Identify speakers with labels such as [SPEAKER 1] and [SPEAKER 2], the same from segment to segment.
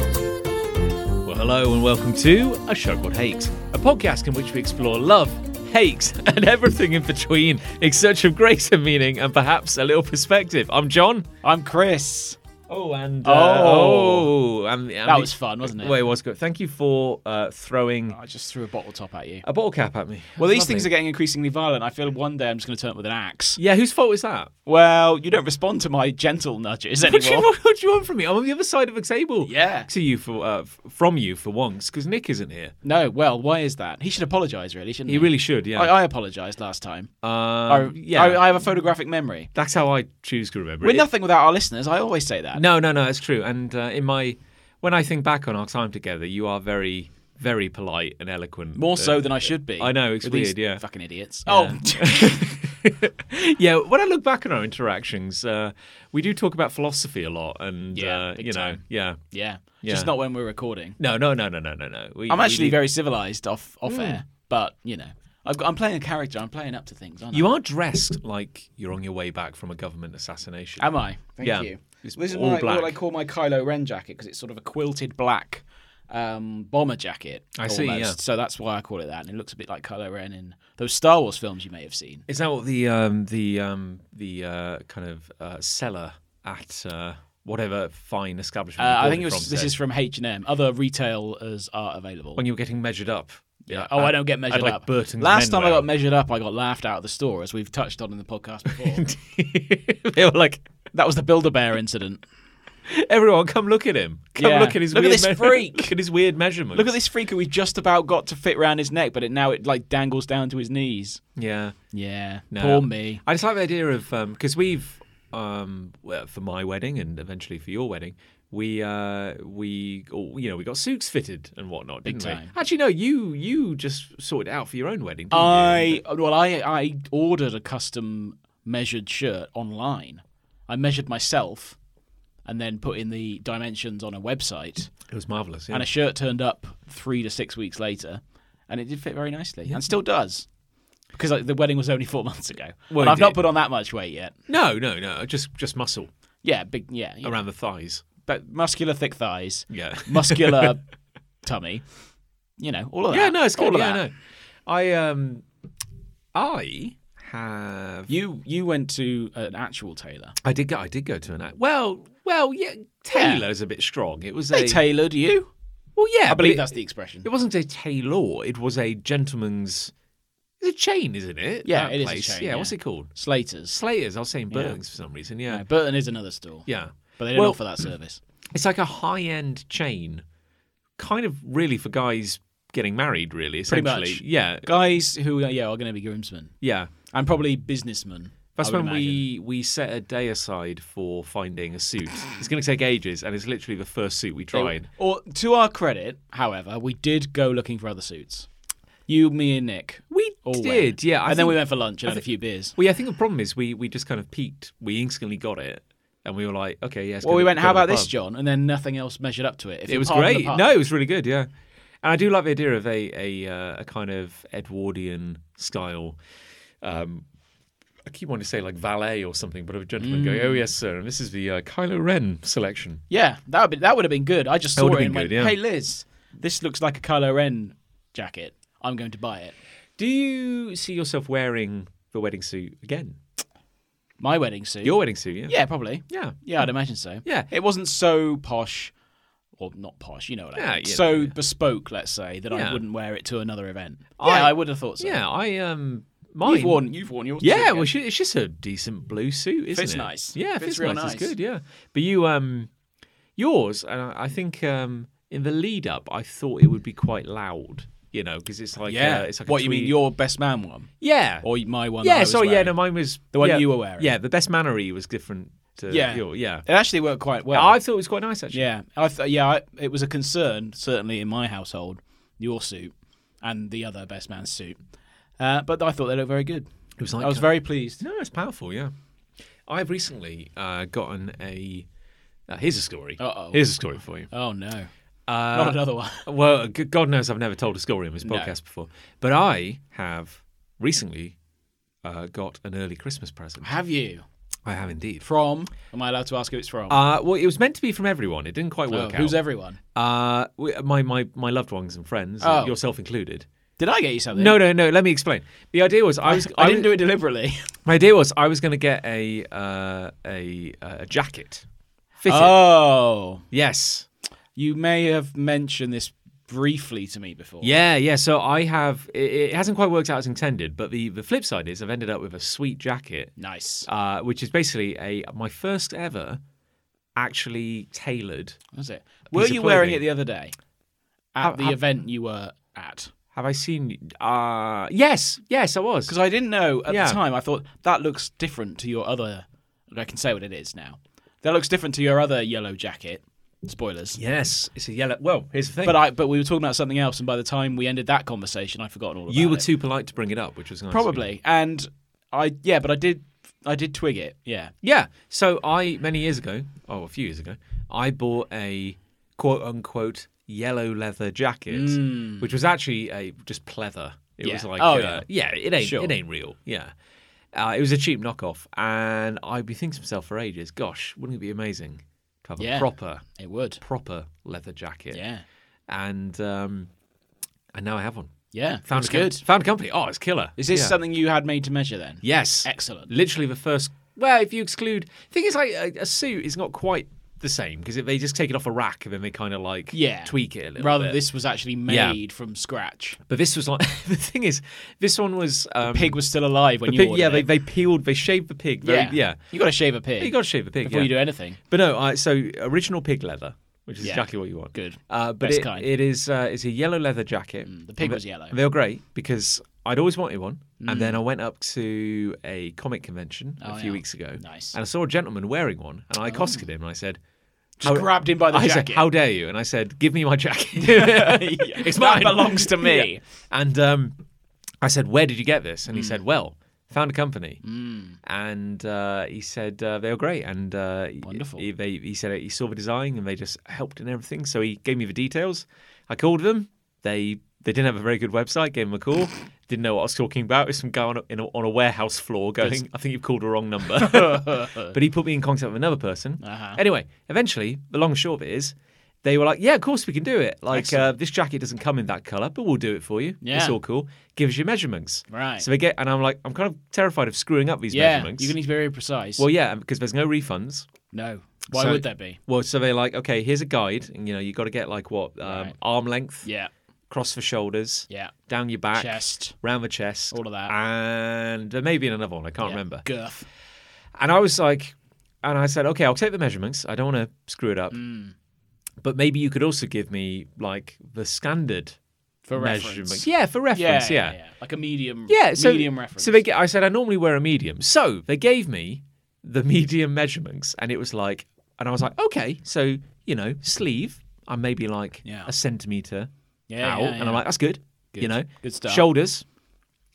[SPEAKER 1] Well, hello and welcome to A Show Called Hate, a podcast in which we explore love, hate, and everything in between in search of greater meaning and perhaps a little perspective. I'm John.
[SPEAKER 2] I'm Chris.
[SPEAKER 1] Oh, and
[SPEAKER 2] uh,
[SPEAKER 1] oh, and, and
[SPEAKER 2] That was fun, wasn't it?
[SPEAKER 1] Well, it was good. Thank you for uh, throwing
[SPEAKER 2] I just threw a bottle top at you.
[SPEAKER 1] a bottle cap at me.
[SPEAKER 2] Well,
[SPEAKER 1] That's
[SPEAKER 2] these things are
[SPEAKER 1] lovely.
[SPEAKER 2] getting increasingly violent. I feel one day I'm just going to turn up with an axe.
[SPEAKER 1] Yeah, whose fault is that?
[SPEAKER 2] Well, you don't respond to my gentle nudges
[SPEAKER 1] What do, you,
[SPEAKER 2] anymore.
[SPEAKER 1] want- what do you want from me? I'm on the other side of a table.
[SPEAKER 2] Yeah.
[SPEAKER 1] To you for uh, f- from you for once, because Nick isn't here.
[SPEAKER 2] No, well, why is that? He should apologise, really, shouldn't he?
[SPEAKER 1] He really should. Yeah.
[SPEAKER 2] I, I apologised last time.
[SPEAKER 1] Um,
[SPEAKER 2] I,
[SPEAKER 1] yeah.
[SPEAKER 2] I, I have a photographic memory.
[SPEAKER 1] That's how I choose to remember.
[SPEAKER 2] We're
[SPEAKER 1] it.
[SPEAKER 2] nothing without our listeners. I always say that.
[SPEAKER 1] No, no, no, it's true. And uh, in my, when I think back on our time together, you are very, very polite and eloquent.
[SPEAKER 2] More so
[SPEAKER 1] Uh,
[SPEAKER 2] than I should be.
[SPEAKER 1] I know, it's
[SPEAKER 2] With these
[SPEAKER 1] weird, yeah.
[SPEAKER 2] Fucking idiots. Oh.
[SPEAKER 1] yeah, when I look back on our interactions, uh, we do talk about philosophy a lot, and
[SPEAKER 2] Yeah,
[SPEAKER 1] uh,
[SPEAKER 2] big
[SPEAKER 1] you know,
[SPEAKER 2] time.
[SPEAKER 1] yeah,
[SPEAKER 2] Oh, yeah.
[SPEAKER 1] Yeah.
[SPEAKER 2] Just not when we're recording.
[SPEAKER 1] no, no, no, no, no, no, no. We-
[SPEAKER 2] I'm
[SPEAKER 1] we
[SPEAKER 2] actually
[SPEAKER 1] do- Hmm.
[SPEAKER 2] very civilised off off air, but you know, I've got, I'm playing a character. I'm playing up to things. Aren't I?
[SPEAKER 1] You are dressed like you're on your way back from a government assassination.
[SPEAKER 2] Am I? Thank
[SPEAKER 1] Yeah.
[SPEAKER 2] you.
[SPEAKER 1] It's
[SPEAKER 2] this is
[SPEAKER 1] all
[SPEAKER 2] my,
[SPEAKER 1] black.
[SPEAKER 2] what I call my Kylo Ren jacket because it's sort of a quilted black um, bomber jacket.
[SPEAKER 1] I see, yeah.
[SPEAKER 2] almost. So that's why I call it that, and it looks a bit like Kylo Ren in those Star Wars films you may have seen.
[SPEAKER 1] Is that what the um, the um, the uh, kind of uh, seller at uh, whatever fine establishment? you
[SPEAKER 2] Uh, I
[SPEAKER 1] bought
[SPEAKER 2] think it was.
[SPEAKER 1] from
[SPEAKER 2] this
[SPEAKER 1] said?
[SPEAKER 2] is from H and M. Other retailers are available.
[SPEAKER 1] when you were getting measured up.
[SPEAKER 2] yeah. Oh, I don't get measured
[SPEAKER 1] like
[SPEAKER 2] up.
[SPEAKER 1] Burton's
[SPEAKER 2] Last time I
[SPEAKER 1] Menwell.
[SPEAKER 2] got measured up, I got laughed out of the store, as we've touched on in the podcast before.
[SPEAKER 1] they were like,
[SPEAKER 2] that was the Builder Bear incident.
[SPEAKER 1] everyone, come look at him. Come
[SPEAKER 2] Yeah.
[SPEAKER 1] look at his
[SPEAKER 2] Look at
[SPEAKER 1] weird
[SPEAKER 2] this freak.
[SPEAKER 1] Look at his weird measurements.
[SPEAKER 2] Look at this freak who we just about got to fit round his neck, but it now it like dangles down to his knees.
[SPEAKER 1] Yeah.
[SPEAKER 2] Yeah,
[SPEAKER 1] No.
[SPEAKER 2] poor me.
[SPEAKER 1] I just like the idea of because we've um, well, for my wedding and eventually for your wedding. We uh we all, you know we got suits fitted and whatnot,
[SPEAKER 2] Big
[SPEAKER 1] didn't
[SPEAKER 2] time.
[SPEAKER 1] we? Actually, no, you you just sorted it out for your own wedding. Didn't you?
[SPEAKER 2] I well, I I ordered a custom measured shirt online. I measured myself, and then put in the dimensions on a website,
[SPEAKER 1] It was marvelous. Yeah.
[SPEAKER 2] and a shirt turned up three to six weeks later, and it did fit very nicely, and still does. Because like, the wedding was only four months ago,
[SPEAKER 1] Well,
[SPEAKER 2] and
[SPEAKER 1] it
[SPEAKER 2] I've not
[SPEAKER 1] did.
[SPEAKER 2] put on that much weight yet.
[SPEAKER 1] no, no, no, just just muscle
[SPEAKER 2] Yeah, big, yeah, yeah.
[SPEAKER 1] around the thighs.
[SPEAKER 2] but muscular thick thighs,
[SPEAKER 1] Yeah.
[SPEAKER 2] muscular tummy, you know, all of that.
[SPEAKER 1] Yeah, no, it's
[SPEAKER 2] all
[SPEAKER 1] good.
[SPEAKER 2] of
[SPEAKER 1] Yeah,
[SPEAKER 2] that.
[SPEAKER 1] no. I um, I have.
[SPEAKER 2] You you went to an actual tailor.
[SPEAKER 1] I did go. I did go to an. act- Well, well, yeah. Taylor's a bit strong. It was a.
[SPEAKER 2] They tailored you.
[SPEAKER 1] well, yeah.
[SPEAKER 2] I believe
[SPEAKER 1] it,
[SPEAKER 2] that's the expression.
[SPEAKER 1] It wasn't a tailor. It was a gentleman's. It's a chain, isn't it?
[SPEAKER 2] Yeah,
[SPEAKER 1] That
[SPEAKER 2] it is a
[SPEAKER 1] place.
[SPEAKER 2] chain,
[SPEAKER 1] Yeah,
[SPEAKER 2] yeah.
[SPEAKER 1] What's it called?
[SPEAKER 2] Slater's.
[SPEAKER 1] Slaters. I was saying Burlings for some reason. Yeah.
[SPEAKER 2] No, Burton is another store,
[SPEAKER 1] Yeah.
[SPEAKER 2] but they don't
[SPEAKER 1] Well-
[SPEAKER 2] offer that service.
[SPEAKER 1] It's like a high-end chain, kind of really for guys getting married. Really,
[SPEAKER 2] Pretty
[SPEAKER 1] essentially.
[SPEAKER 2] much.
[SPEAKER 1] Yeah.
[SPEAKER 2] Guys who uh, yeah are going to be groomsmen
[SPEAKER 1] Yeah.
[SPEAKER 2] and probably businessmen.
[SPEAKER 1] That's
[SPEAKER 2] I would
[SPEAKER 1] when
[SPEAKER 2] imagine.
[SPEAKER 1] we, we set a day aside for finding a suit. It's going to take ages, and it's literally the first suit we tried.
[SPEAKER 2] Or to our credit, however, we did go looking for other suits. You, me, and Nick.
[SPEAKER 1] We
[SPEAKER 2] all went.
[SPEAKER 1] did, yeah. I
[SPEAKER 2] and then we
[SPEAKER 1] think-
[SPEAKER 2] went for lunch and had a few beers.
[SPEAKER 1] Well, yeah, I think the problem is we, we just kind of peaked. We instantly got it, and we were like, okay, yes.
[SPEAKER 2] Well, we went, how about this, John? And then nothing else measured up to it. If
[SPEAKER 1] It
[SPEAKER 2] you
[SPEAKER 1] was
[SPEAKER 2] pardon the
[SPEAKER 1] great.
[SPEAKER 2] pun.
[SPEAKER 1] No, it was really good. Yeah, and I do like the idea of a a, uh, a kind of Edwardian style. Um, I keep wanting to say like valet or something, but of a gentleman
[SPEAKER 2] Mm.
[SPEAKER 1] going, oh yes, sir, and this is the uh, Kylo Ren selection.
[SPEAKER 2] Yeah, that would be, that would have been good. I just saw
[SPEAKER 1] would've
[SPEAKER 2] it and
[SPEAKER 1] been
[SPEAKER 2] went,
[SPEAKER 1] good, yeah.
[SPEAKER 2] "Hey Liz, this looks like a Kylo Ren jacket. I'm going to buy it."
[SPEAKER 1] Do you see yourself wearing the wedding suit again?
[SPEAKER 2] My wedding suit.
[SPEAKER 1] Your wedding suit, yeah.
[SPEAKER 2] yeah, probably.
[SPEAKER 1] Yeah.
[SPEAKER 2] Yeah, I'd imagine so.
[SPEAKER 1] Yeah.
[SPEAKER 2] It wasn't so posh or not posh, you know what I mean.
[SPEAKER 1] Yeah, you
[SPEAKER 2] so
[SPEAKER 1] know, yeah.
[SPEAKER 2] bespoke, let's say, that
[SPEAKER 1] Yeah.
[SPEAKER 2] I wouldn't wear it to another event.
[SPEAKER 1] I-
[SPEAKER 2] yeah, I would have thought so.
[SPEAKER 1] Yeah, I um mine.
[SPEAKER 2] You've worn you've worn yours.
[SPEAKER 1] Yeah,
[SPEAKER 2] too,
[SPEAKER 1] well, she- it's just a decent blue suit, isn't
[SPEAKER 2] Fits
[SPEAKER 1] it?
[SPEAKER 2] nice.
[SPEAKER 1] Yeah,
[SPEAKER 2] Fits
[SPEAKER 1] fits,
[SPEAKER 2] real
[SPEAKER 1] nice.
[SPEAKER 2] nice.
[SPEAKER 1] It's good. Yeah, but you um yours, and I I think um in the lead up, I thought it would be quite loud. You know, because it's like
[SPEAKER 2] yeah.
[SPEAKER 1] uh, it's like a
[SPEAKER 2] what you mean?
[SPEAKER 1] three-
[SPEAKER 2] Your best man one
[SPEAKER 1] yeah
[SPEAKER 2] or my one? that I
[SPEAKER 1] yeah.
[SPEAKER 2] was
[SPEAKER 1] Sorry, yeah.
[SPEAKER 2] wearing?
[SPEAKER 1] No, mine was
[SPEAKER 2] The one
[SPEAKER 1] yeah,
[SPEAKER 2] you were wearing.
[SPEAKER 1] Yeah, the best mannery was different. To
[SPEAKER 2] Yeah.
[SPEAKER 1] your- yeah.
[SPEAKER 2] It actually worked quite well.
[SPEAKER 1] I thought it was quite nice actually.
[SPEAKER 2] Yeah, I th- yeah, I, it was a concern certainly in my household. Your suit and the other best man's suit, uh, but I thought they looked very good.
[SPEAKER 1] It was like uh,
[SPEAKER 2] I was
[SPEAKER 1] a-
[SPEAKER 2] very pleased.
[SPEAKER 1] No, it's powerful. Yeah, I've recently uh, gotten a. Uh, here's a story.
[SPEAKER 2] Uh-oh.
[SPEAKER 1] Here's a story for you.
[SPEAKER 2] Oh no, not
[SPEAKER 1] Uh,
[SPEAKER 2] another one.
[SPEAKER 1] well, g- God knows I've never told a story on this podcast before, but I have recently uh, got an early Christmas present.
[SPEAKER 2] Have you
[SPEAKER 1] I have indeed.
[SPEAKER 2] from? Am I allowed to ask who it's from?
[SPEAKER 1] Uh, well, it was meant to be from everyone. It didn't quite
[SPEAKER 2] Oh,
[SPEAKER 1] work out.
[SPEAKER 2] who's everyone?
[SPEAKER 1] Uh, we- my, my, my loved ones and friends, uh,
[SPEAKER 2] Oh.
[SPEAKER 1] yourself included.
[SPEAKER 2] Did I get you something?
[SPEAKER 1] No, no, no. Let me explain. The idea was I was
[SPEAKER 2] I
[SPEAKER 1] was-
[SPEAKER 2] didn't do it deliberately.
[SPEAKER 1] My idea was I was going to get a uh, a a jacket fitted.
[SPEAKER 2] oh,
[SPEAKER 1] Yes.
[SPEAKER 2] you may have mentioned this briefly to me before.
[SPEAKER 1] Yeah, yeah. So I have. It, it hasn't quite worked out as intended, but the the flip side is I've ended up with a sweet jacket,
[SPEAKER 2] nice.
[SPEAKER 1] uh, which is basically a my first ever actually tailored.
[SPEAKER 2] Was it? Were
[SPEAKER 1] of
[SPEAKER 2] you wearing
[SPEAKER 1] clothing.
[SPEAKER 2] it the other day at the event you were at?
[SPEAKER 1] Have I seen? Uh, yes, yes, I was.
[SPEAKER 2] Because I didn't know at
[SPEAKER 1] Yeah.
[SPEAKER 2] the time. I thought that looks different to your other. I can say what it is now. That looks different to your other yellow jacket. Spoilers.
[SPEAKER 1] Yes, it's a yellow. Well, here's the thing.
[SPEAKER 2] But I. But we were talking about something else, and by the time we ended that conversation, I'd forgotten all about
[SPEAKER 1] you were
[SPEAKER 2] it.
[SPEAKER 1] too polite to bring it up, which was nice of you.
[SPEAKER 2] probably. And I. Yeah, but I did. I did twig it. Yeah.
[SPEAKER 1] Yeah. So I many years ago, oh, a few years ago, I bought a quote unquote yellow leather jacket, which was actually a just pleather. It
[SPEAKER 2] Hmm. Yeah.
[SPEAKER 1] was like,
[SPEAKER 2] Oh,
[SPEAKER 1] uh,
[SPEAKER 2] yeah.
[SPEAKER 1] it ain't
[SPEAKER 2] Sure.
[SPEAKER 1] it ain't real. Yeah. Uh, it was a cheap knockoff, and I'd be thinking to myself for ages, gosh, wouldn't it be amazing to have a
[SPEAKER 2] Yeah.
[SPEAKER 1] proper,
[SPEAKER 2] It would.
[SPEAKER 1] proper leather jacket?
[SPEAKER 2] Yeah.
[SPEAKER 1] And um, and now I have one.
[SPEAKER 2] Yeah.
[SPEAKER 1] Found
[SPEAKER 2] That's
[SPEAKER 1] a com-
[SPEAKER 2] good.
[SPEAKER 1] Found a company. Oh, it's killer.
[SPEAKER 2] Is this
[SPEAKER 1] Yeah.
[SPEAKER 2] something you had made to measure then?
[SPEAKER 1] Yes.
[SPEAKER 2] Excellent.
[SPEAKER 1] Literally the first. Well, if you exclude, thing is like a, a suit is not quite the same because they just take it off a rack and then they kind of like
[SPEAKER 2] Yeah.
[SPEAKER 1] tweak it a little
[SPEAKER 2] Rather,
[SPEAKER 1] bit.
[SPEAKER 2] this was actually
[SPEAKER 1] Yeah.
[SPEAKER 2] made from scratch.
[SPEAKER 1] but this was like the thing is this one was um,
[SPEAKER 2] Pig was still alive when
[SPEAKER 1] the
[SPEAKER 2] you
[SPEAKER 1] pig-
[SPEAKER 2] ordered
[SPEAKER 1] yeah, they,
[SPEAKER 2] it.
[SPEAKER 1] they peeled, they shaved the pig. Very, yeah,
[SPEAKER 2] You got to shave a pig
[SPEAKER 1] You got to shave the pig
[SPEAKER 2] before
[SPEAKER 1] yeah.
[SPEAKER 2] you do anything.
[SPEAKER 1] But no, I so original pig leather, which is
[SPEAKER 2] Yeah.
[SPEAKER 1] exactly what you want.
[SPEAKER 2] Good.
[SPEAKER 1] Uh, but
[SPEAKER 2] Best
[SPEAKER 1] it,
[SPEAKER 2] kind. Mm,
[SPEAKER 1] it is uh, it's a yellow leather jacket.
[SPEAKER 2] the pig
[SPEAKER 1] And
[SPEAKER 2] was
[SPEAKER 1] they-
[SPEAKER 2] yellow. Mm.
[SPEAKER 1] They were great because I'd always wanted one, and then I went up to a comic convention a
[SPEAKER 2] Oh,
[SPEAKER 1] few
[SPEAKER 2] yeah.
[SPEAKER 1] weeks ago.
[SPEAKER 2] Nice. Oh.
[SPEAKER 1] And I saw a gentleman wearing one, and I accosted him and I said,
[SPEAKER 2] Just grabbed him by the
[SPEAKER 1] I said,
[SPEAKER 2] jacket.
[SPEAKER 1] "How dare you?" And I said, "Give me my jacket. it's mine.
[SPEAKER 2] belongs to me.
[SPEAKER 1] And um, I said, "Where did you get this?" And he
[SPEAKER 2] Mm.
[SPEAKER 1] said, "Well." Found a company, and uh, he said uh, they were great. And uh, he-
[SPEAKER 2] Wonderful.
[SPEAKER 1] He, they, he said he saw the design, and they just helped in everything. So he gave me the details. I called them. They they didn't have a very good website. Gave them a call. Didn't know what I was talking about. It was some guy on a, in a, on a warehouse floor going, "I think you've called the wrong number." but he put me in contact with another person.
[SPEAKER 2] Uh-huh.
[SPEAKER 1] Anyway, eventually, the long and short of it is, they were like, "Yeah, of course we can do it. Like uh, this jacket doesn't come in that color, but we'll do it for you. It's
[SPEAKER 2] Yeah.
[SPEAKER 1] all cool. Give us your measurements."
[SPEAKER 2] Right.
[SPEAKER 1] So they get, and I'm like, I'm kind of terrified of screwing up these
[SPEAKER 2] yeah, e-
[SPEAKER 1] measurements.
[SPEAKER 2] you're going to be very precise.
[SPEAKER 1] well, yeah, because there's no refunds.
[SPEAKER 2] no. Why
[SPEAKER 1] So-
[SPEAKER 2] would there be?
[SPEAKER 1] Well, so they're like, okay, here's a guide, and you know, you got to get like what um,
[SPEAKER 2] Right.
[SPEAKER 1] arm length,
[SPEAKER 2] Yeah.
[SPEAKER 1] cross for shoulders,
[SPEAKER 2] Yeah.
[SPEAKER 1] down your back,
[SPEAKER 2] Chest.
[SPEAKER 1] round the chest,
[SPEAKER 2] All of that.
[SPEAKER 1] and there may be another one. I can't remember.
[SPEAKER 2] Girth.
[SPEAKER 1] And I was like, and I said, okay, I'll take the measurements. I don't want to screw it up.
[SPEAKER 2] Mm.
[SPEAKER 1] But maybe you could also give me like the standard
[SPEAKER 2] For
[SPEAKER 1] measurements.
[SPEAKER 2] reference.
[SPEAKER 1] Yeah, for
[SPEAKER 2] Yeah,
[SPEAKER 1] reference.
[SPEAKER 2] yeah,
[SPEAKER 1] Yeah.
[SPEAKER 2] yeah. Like a medium.
[SPEAKER 1] Yeah, so,
[SPEAKER 2] medium reference.
[SPEAKER 1] So they, g- I said, I normally wear a medium. So they gave me the medium measurements, and it was like, and I was like, okay, so, you know, sleeve, I'm maybe like
[SPEAKER 2] Yeah.
[SPEAKER 1] a centimeter
[SPEAKER 2] Yeah,
[SPEAKER 1] out.
[SPEAKER 2] yeah,
[SPEAKER 1] And
[SPEAKER 2] yeah.
[SPEAKER 1] I'm like, that's good. You know,
[SPEAKER 2] Good stuff.
[SPEAKER 1] Shoulders,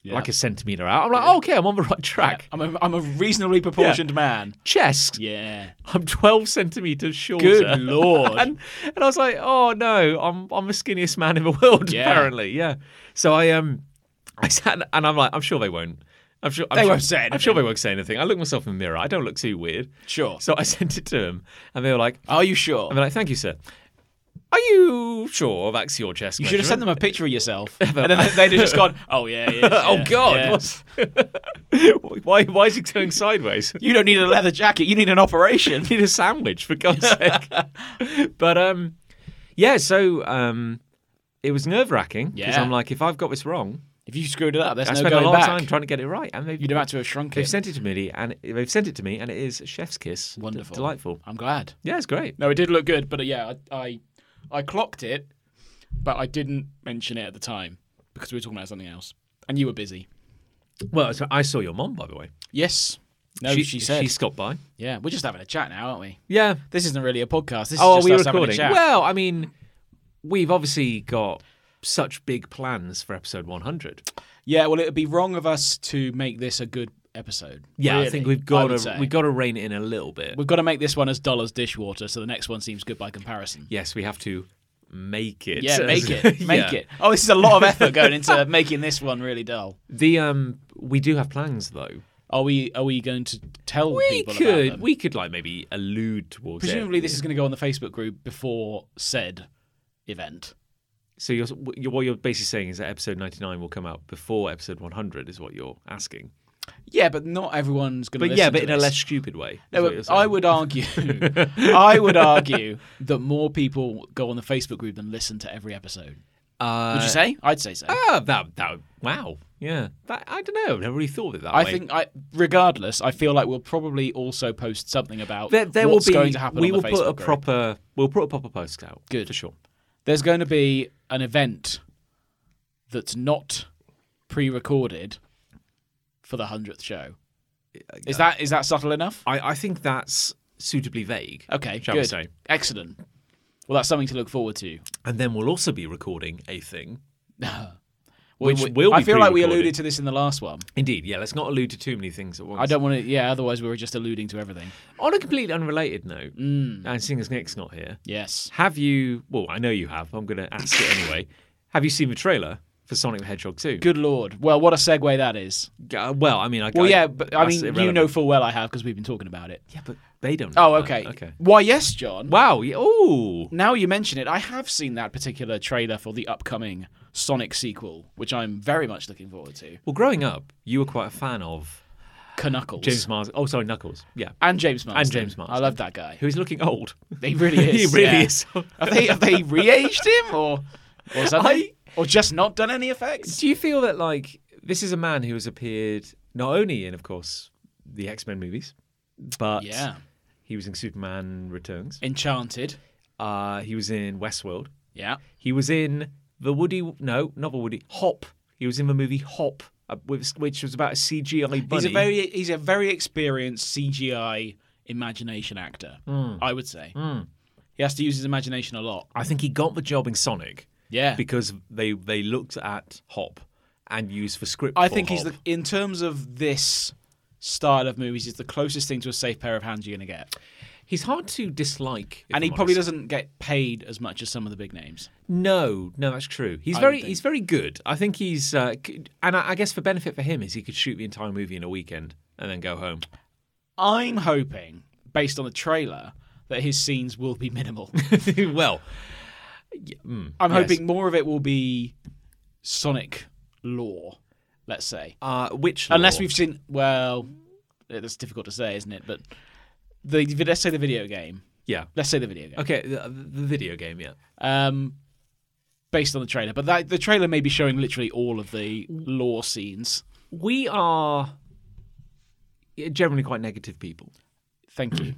[SPEAKER 1] like a centimeter out. I'm like, oh, okay, I'm on the right track.
[SPEAKER 2] I'm a, I'm a reasonably proportioned man.
[SPEAKER 1] Chest,
[SPEAKER 2] Yeah.
[SPEAKER 1] I'm 12 centimeters shorter.
[SPEAKER 2] Good lord.
[SPEAKER 1] and, and I was like, oh no, I'm I'm the skinniest man in the world
[SPEAKER 2] Yeah.
[SPEAKER 1] apparently. Yeah. So I um I sat and I'm like, I'm sure they won't. I'm sure I'm
[SPEAKER 2] They
[SPEAKER 1] sure-
[SPEAKER 2] won't say
[SPEAKER 1] I'm sure they
[SPEAKER 2] anything.
[SPEAKER 1] won't say anything. I look myself in the mirror. I don't look too weird.
[SPEAKER 2] Sure.
[SPEAKER 1] So I sent it to them, and they were like,
[SPEAKER 2] Are you sure?
[SPEAKER 1] and they're like, thank you, sir. Are you sure that's your chest?
[SPEAKER 2] you should have sent them a picture of yourself. and then they- they'd have just gone, oh, yeah, yeah.
[SPEAKER 1] Oh
[SPEAKER 2] yeah,
[SPEAKER 1] God!
[SPEAKER 2] yeah.
[SPEAKER 1] what's- why? Why is he going sideways?
[SPEAKER 2] You don't need a leather jacket. You need an operation.
[SPEAKER 1] need a sandwich for God's sake. But um, yeah, so um, it was nerve wracking because
[SPEAKER 2] Yeah.
[SPEAKER 1] I'm like, if I've got this wrong,
[SPEAKER 2] if you screwed it up, there's
[SPEAKER 1] I
[SPEAKER 2] no
[SPEAKER 1] spent a
[SPEAKER 2] going
[SPEAKER 1] lot
[SPEAKER 2] back.
[SPEAKER 1] of time trying to get it right, and they've,
[SPEAKER 2] You'd have had to have shrunk
[SPEAKER 1] they've
[SPEAKER 2] it.
[SPEAKER 1] sent it to me, and they've sent it to me, and it is chef's kiss. D-
[SPEAKER 2] Wonderful.
[SPEAKER 1] delightful.
[SPEAKER 2] I'm glad.
[SPEAKER 1] Yeah, it's great.
[SPEAKER 2] No, it did look good, but uh, yeah, I, I I clocked it, but I didn't mention it at the time. because we were talking about something else, and you were busy.
[SPEAKER 1] Well, so I saw your mom, by the way.
[SPEAKER 2] Yes. No, she, said.
[SPEAKER 1] Oh, she stopped by.
[SPEAKER 2] yeah, we're just having a chat now, aren't we?
[SPEAKER 1] Yeah.
[SPEAKER 2] This isn't really a podcast. This
[SPEAKER 1] Oh,
[SPEAKER 2] is
[SPEAKER 1] are
[SPEAKER 2] just
[SPEAKER 1] we
[SPEAKER 2] us having a
[SPEAKER 1] recording?
[SPEAKER 2] chat.
[SPEAKER 1] Well, I mean, we've obviously got such big plans for episode 100.
[SPEAKER 2] yeah, well, it would be wrong of us to make this a good episode.
[SPEAKER 1] Yeah, I
[SPEAKER 2] really,
[SPEAKER 1] think we've got
[SPEAKER 2] would
[SPEAKER 1] to
[SPEAKER 2] say.
[SPEAKER 1] we've got to rein it in a little bit.
[SPEAKER 2] We've got to make this one as dull as dishwater, so the next one seems good by comparison.
[SPEAKER 1] yes, we have to make it.
[SPEAKER 2] Yeah, make it, make
[SPEAKER 1] Yeah.
[SPEAKER 2] it. Oh, this is a lot of effort going into making this one really dull.
[SPEAKER 1] The um, we do have plans though.
[SPEAKER 2] Are we? Are we going to tell
[SPEAKER 1] We
[SPEAKER 2] people about
[SPEAKER 1] could
[SPEAKER 2] them?
[SPEAKER 1] we could like maybe allude towards it.
[SPEAKER 2] Presumably, this is going to go on the Facebook group before said event.
[SPEAKER 1] So you're, you're what you're basically saying is that episode 99 will come out before episode 100 is what you're asking.
[SPEAKER 2] Yeah, but not everyone's going to.
[SPEAKER 1] But yeah, but in a less stupid way. is
[SPEAKER 2] No,
[SPEAKER 1] what you're
[SPEAKER 2] but
[SPEAKER 1] saying.
[SPEAKER 2] I would argue, I would argue that more people go on the Facebook group than listen to every episode.
[SPEAKER 1] Uh,
[SPEAKER 2] Would you say? I'd say so.
[SPEAKER 1] Ah, that that wow, yeah. That, I don't know. I've never really thought of it that
[SPEAKER 2] I
[SPEAKER 1] way.
[SPEAKER 2] think, I regardless, I feel like we'll probably also post something about
[SPEAKER 1] there, there
[SPEAKER 2] what's
[SPEAKER 1] will be.
[SPEAKER 2] going to happen.
[SPEAKER 1] we
[SPEAKER 2] on
[SPEAKER 1] will
[SPEAKER 2] the
[SPEAKER 1] put a
[SPEAKER 2] Facebook group.
[SPEAKER 1] proper. We'll put a proper post out.
[SPEAKER 2] Good.
[SPEAKER 1] for sure.
[SPEAKER 2] There's going to be an event that's not pre-recorded for the hundredth show. Is that is that subtle enough?
[SPEAKER 1] I, I think that's suitably vague.
[SPEAKER 2] Okay,
[SPEAKER 1] shall
[SPEAKER 2] good.
[SPEAKER 1] we say?
[SPEAKER 2] Excellent. Well, that's something to look forward to.
[SPEAKER 1] And then we'll also be recording a thing.
[SPEAKER 2] Which
[SPEAKER 1] will
[SPEAKER 2] I
[SPEAKER 1] be
[SPEAKER 2] feel like we
[SPEAKER 1] pre-recorded.
[SPEAKER 2] alluded to this in the last one.
[SPEAKER 1] Indeed, yeah. Let's not allude to too many things at once.
[SPEAKER 2] I don't want to. Yeah, otherwise we were just alluding to everything.
[SPEAKER 1] On a completely unrelated note,
[SPEAKER 2] Mm.
[SPEAKER 1] and seeing as Nick's not here,
[SPEAKER 2] Yes.
[SPEAKER 1] have you? Well, I know you have. I'm going to ask it anyway. Have you seen the trailer for Sonic the Hedgehog 2?
[SPEAKER 2] Good lord. Well, what a segue that is.
[SPEAKER 1] Uh, well, I mean, I
[SPEAKER 2] Well,
[SPEAKER 1] I-
[SPEAKER 2] yeah, but I
[SPEAKER 1] that's
[SPEAKER 2] mean, you
[SPEAKER 1] irrelevant.
[SPEAKER 2] know full well I have because we've been talking about it.
[SPEAKER 1] Yeah, but they don't. Know
[SPEAKER 2] Oh,
[SPEAKER 1] that.
[SPEAKER 2] okay.
[SPEAKER 1] Okay.
[SPEAKER 2] Why, yes, John.
[SPEAKER 1] Wow. Oh.
[SPEAKER 2] Now you mention it, I have seen that particular trailer for the upcoming Sonic sequel, which I'm very much looking forward to.
[SPEAKER 1] Well, growing up, you were quite a fan of
[SPEAKER 2] Knuckles.
[SPEAKER 1] James Mars. Oh, sorry, Knuckles. Yeah.
[SPEAKER 2] And James Marsden.
[SPEAKER 1] James Marsden.
[SPEAKER 2] I love that guy.
[SPEAKER 1] Who's looking old.
[SPEAKER 2] He really is.
[SPEAKER 1] he really
[SPEAKER 2] yeah.
[SPEAKER 1] is.
[SPEAKER 2] Have they, have they re-aged him or or something? or just not done any effects?
[SPEAKER 1] Do you feel that, like, this is a man who has appeared not only in, of course, the X Men movies, but
[SPEAKER 2] Yeah.
[SPEAKER 1] he was in Superman Returns,
[SPEAKER 2] Enchanted.
[SPEAKER 1] uh, he was in Westworld,
[SPEAKER 2] Yeah.
[SPEAKER 1] he was in the Woody, no, not the Woody, Hop. He was in the movie Hop, uh, which which was about a CGI bunny.
[SPEAKER 2] He's a very he's a very experienced CGI imagination actor,
[SPEAKER 1] Hmm.
[SPEAKER 2] I would say. He has to use his imagination a lot.
[SPEAKER 1] I think he got the job in Sonic
[SPEAKER 2] Yeah.
[SPEAKER 1] because they, they looked at Hop and used the script.
[SPEAKER 2] I
[SPEAKER 1] for
[SPEAKER 2] think he's
[SPEAKER 1] Hop.
[SPEAKER 2] the in terms of this style of movies, he's the closest thing to a safe pair of hands you're gonna get.
[SPEAKER 1] He's hard to dislike, if
[SPEAKER 2] and
[SPEAKER 1] I'm
[SPEAKER 2] he probably
[SPEAKER 1] honest.
[SPEAKER 2] doesn't get paid as much as some of the big names.
[SPEAKER 1] No, no, that's true. He's
[SPEAKER 2] I
[SPEAKER 1] very,
[SPEAKER 2] don't
[SPEAKER 1] he's very good. I think he's, uh, c- and I, I guess the benefit for him is he could shoot the entire movie in a weekend and then go home.
[SPEAKER 2] I'm hoping, based on the trailer, that his scenes will be minimal.
[SPEAKER 1] well,
[SPEAKER 2] I'm
[SPEAKER 1] Yes.
[SPEAKER 2] hoping more of it will be Sonic lore, let's say.
[SPEAKER 1] uh, which
[SPEAKER 2] Unless
[SPEAKER 1] law?
[SPEAKER 2] we've seen, well, eh, that's difficult to say, isn't it? But the let's say the video game.
[SPEAKER 1] yeah,
[SPEAKER 2] Let's say the video game.
[SPEAKER 1] okay, the, the video game, yeah.
[SPEAKER 2] Um, based on the trailer, but that, the trailer may be showing literally all of the lore scenes.
[SPEAKER 1] We are generally quite negative people,
[SPEAKER 2] Thank you.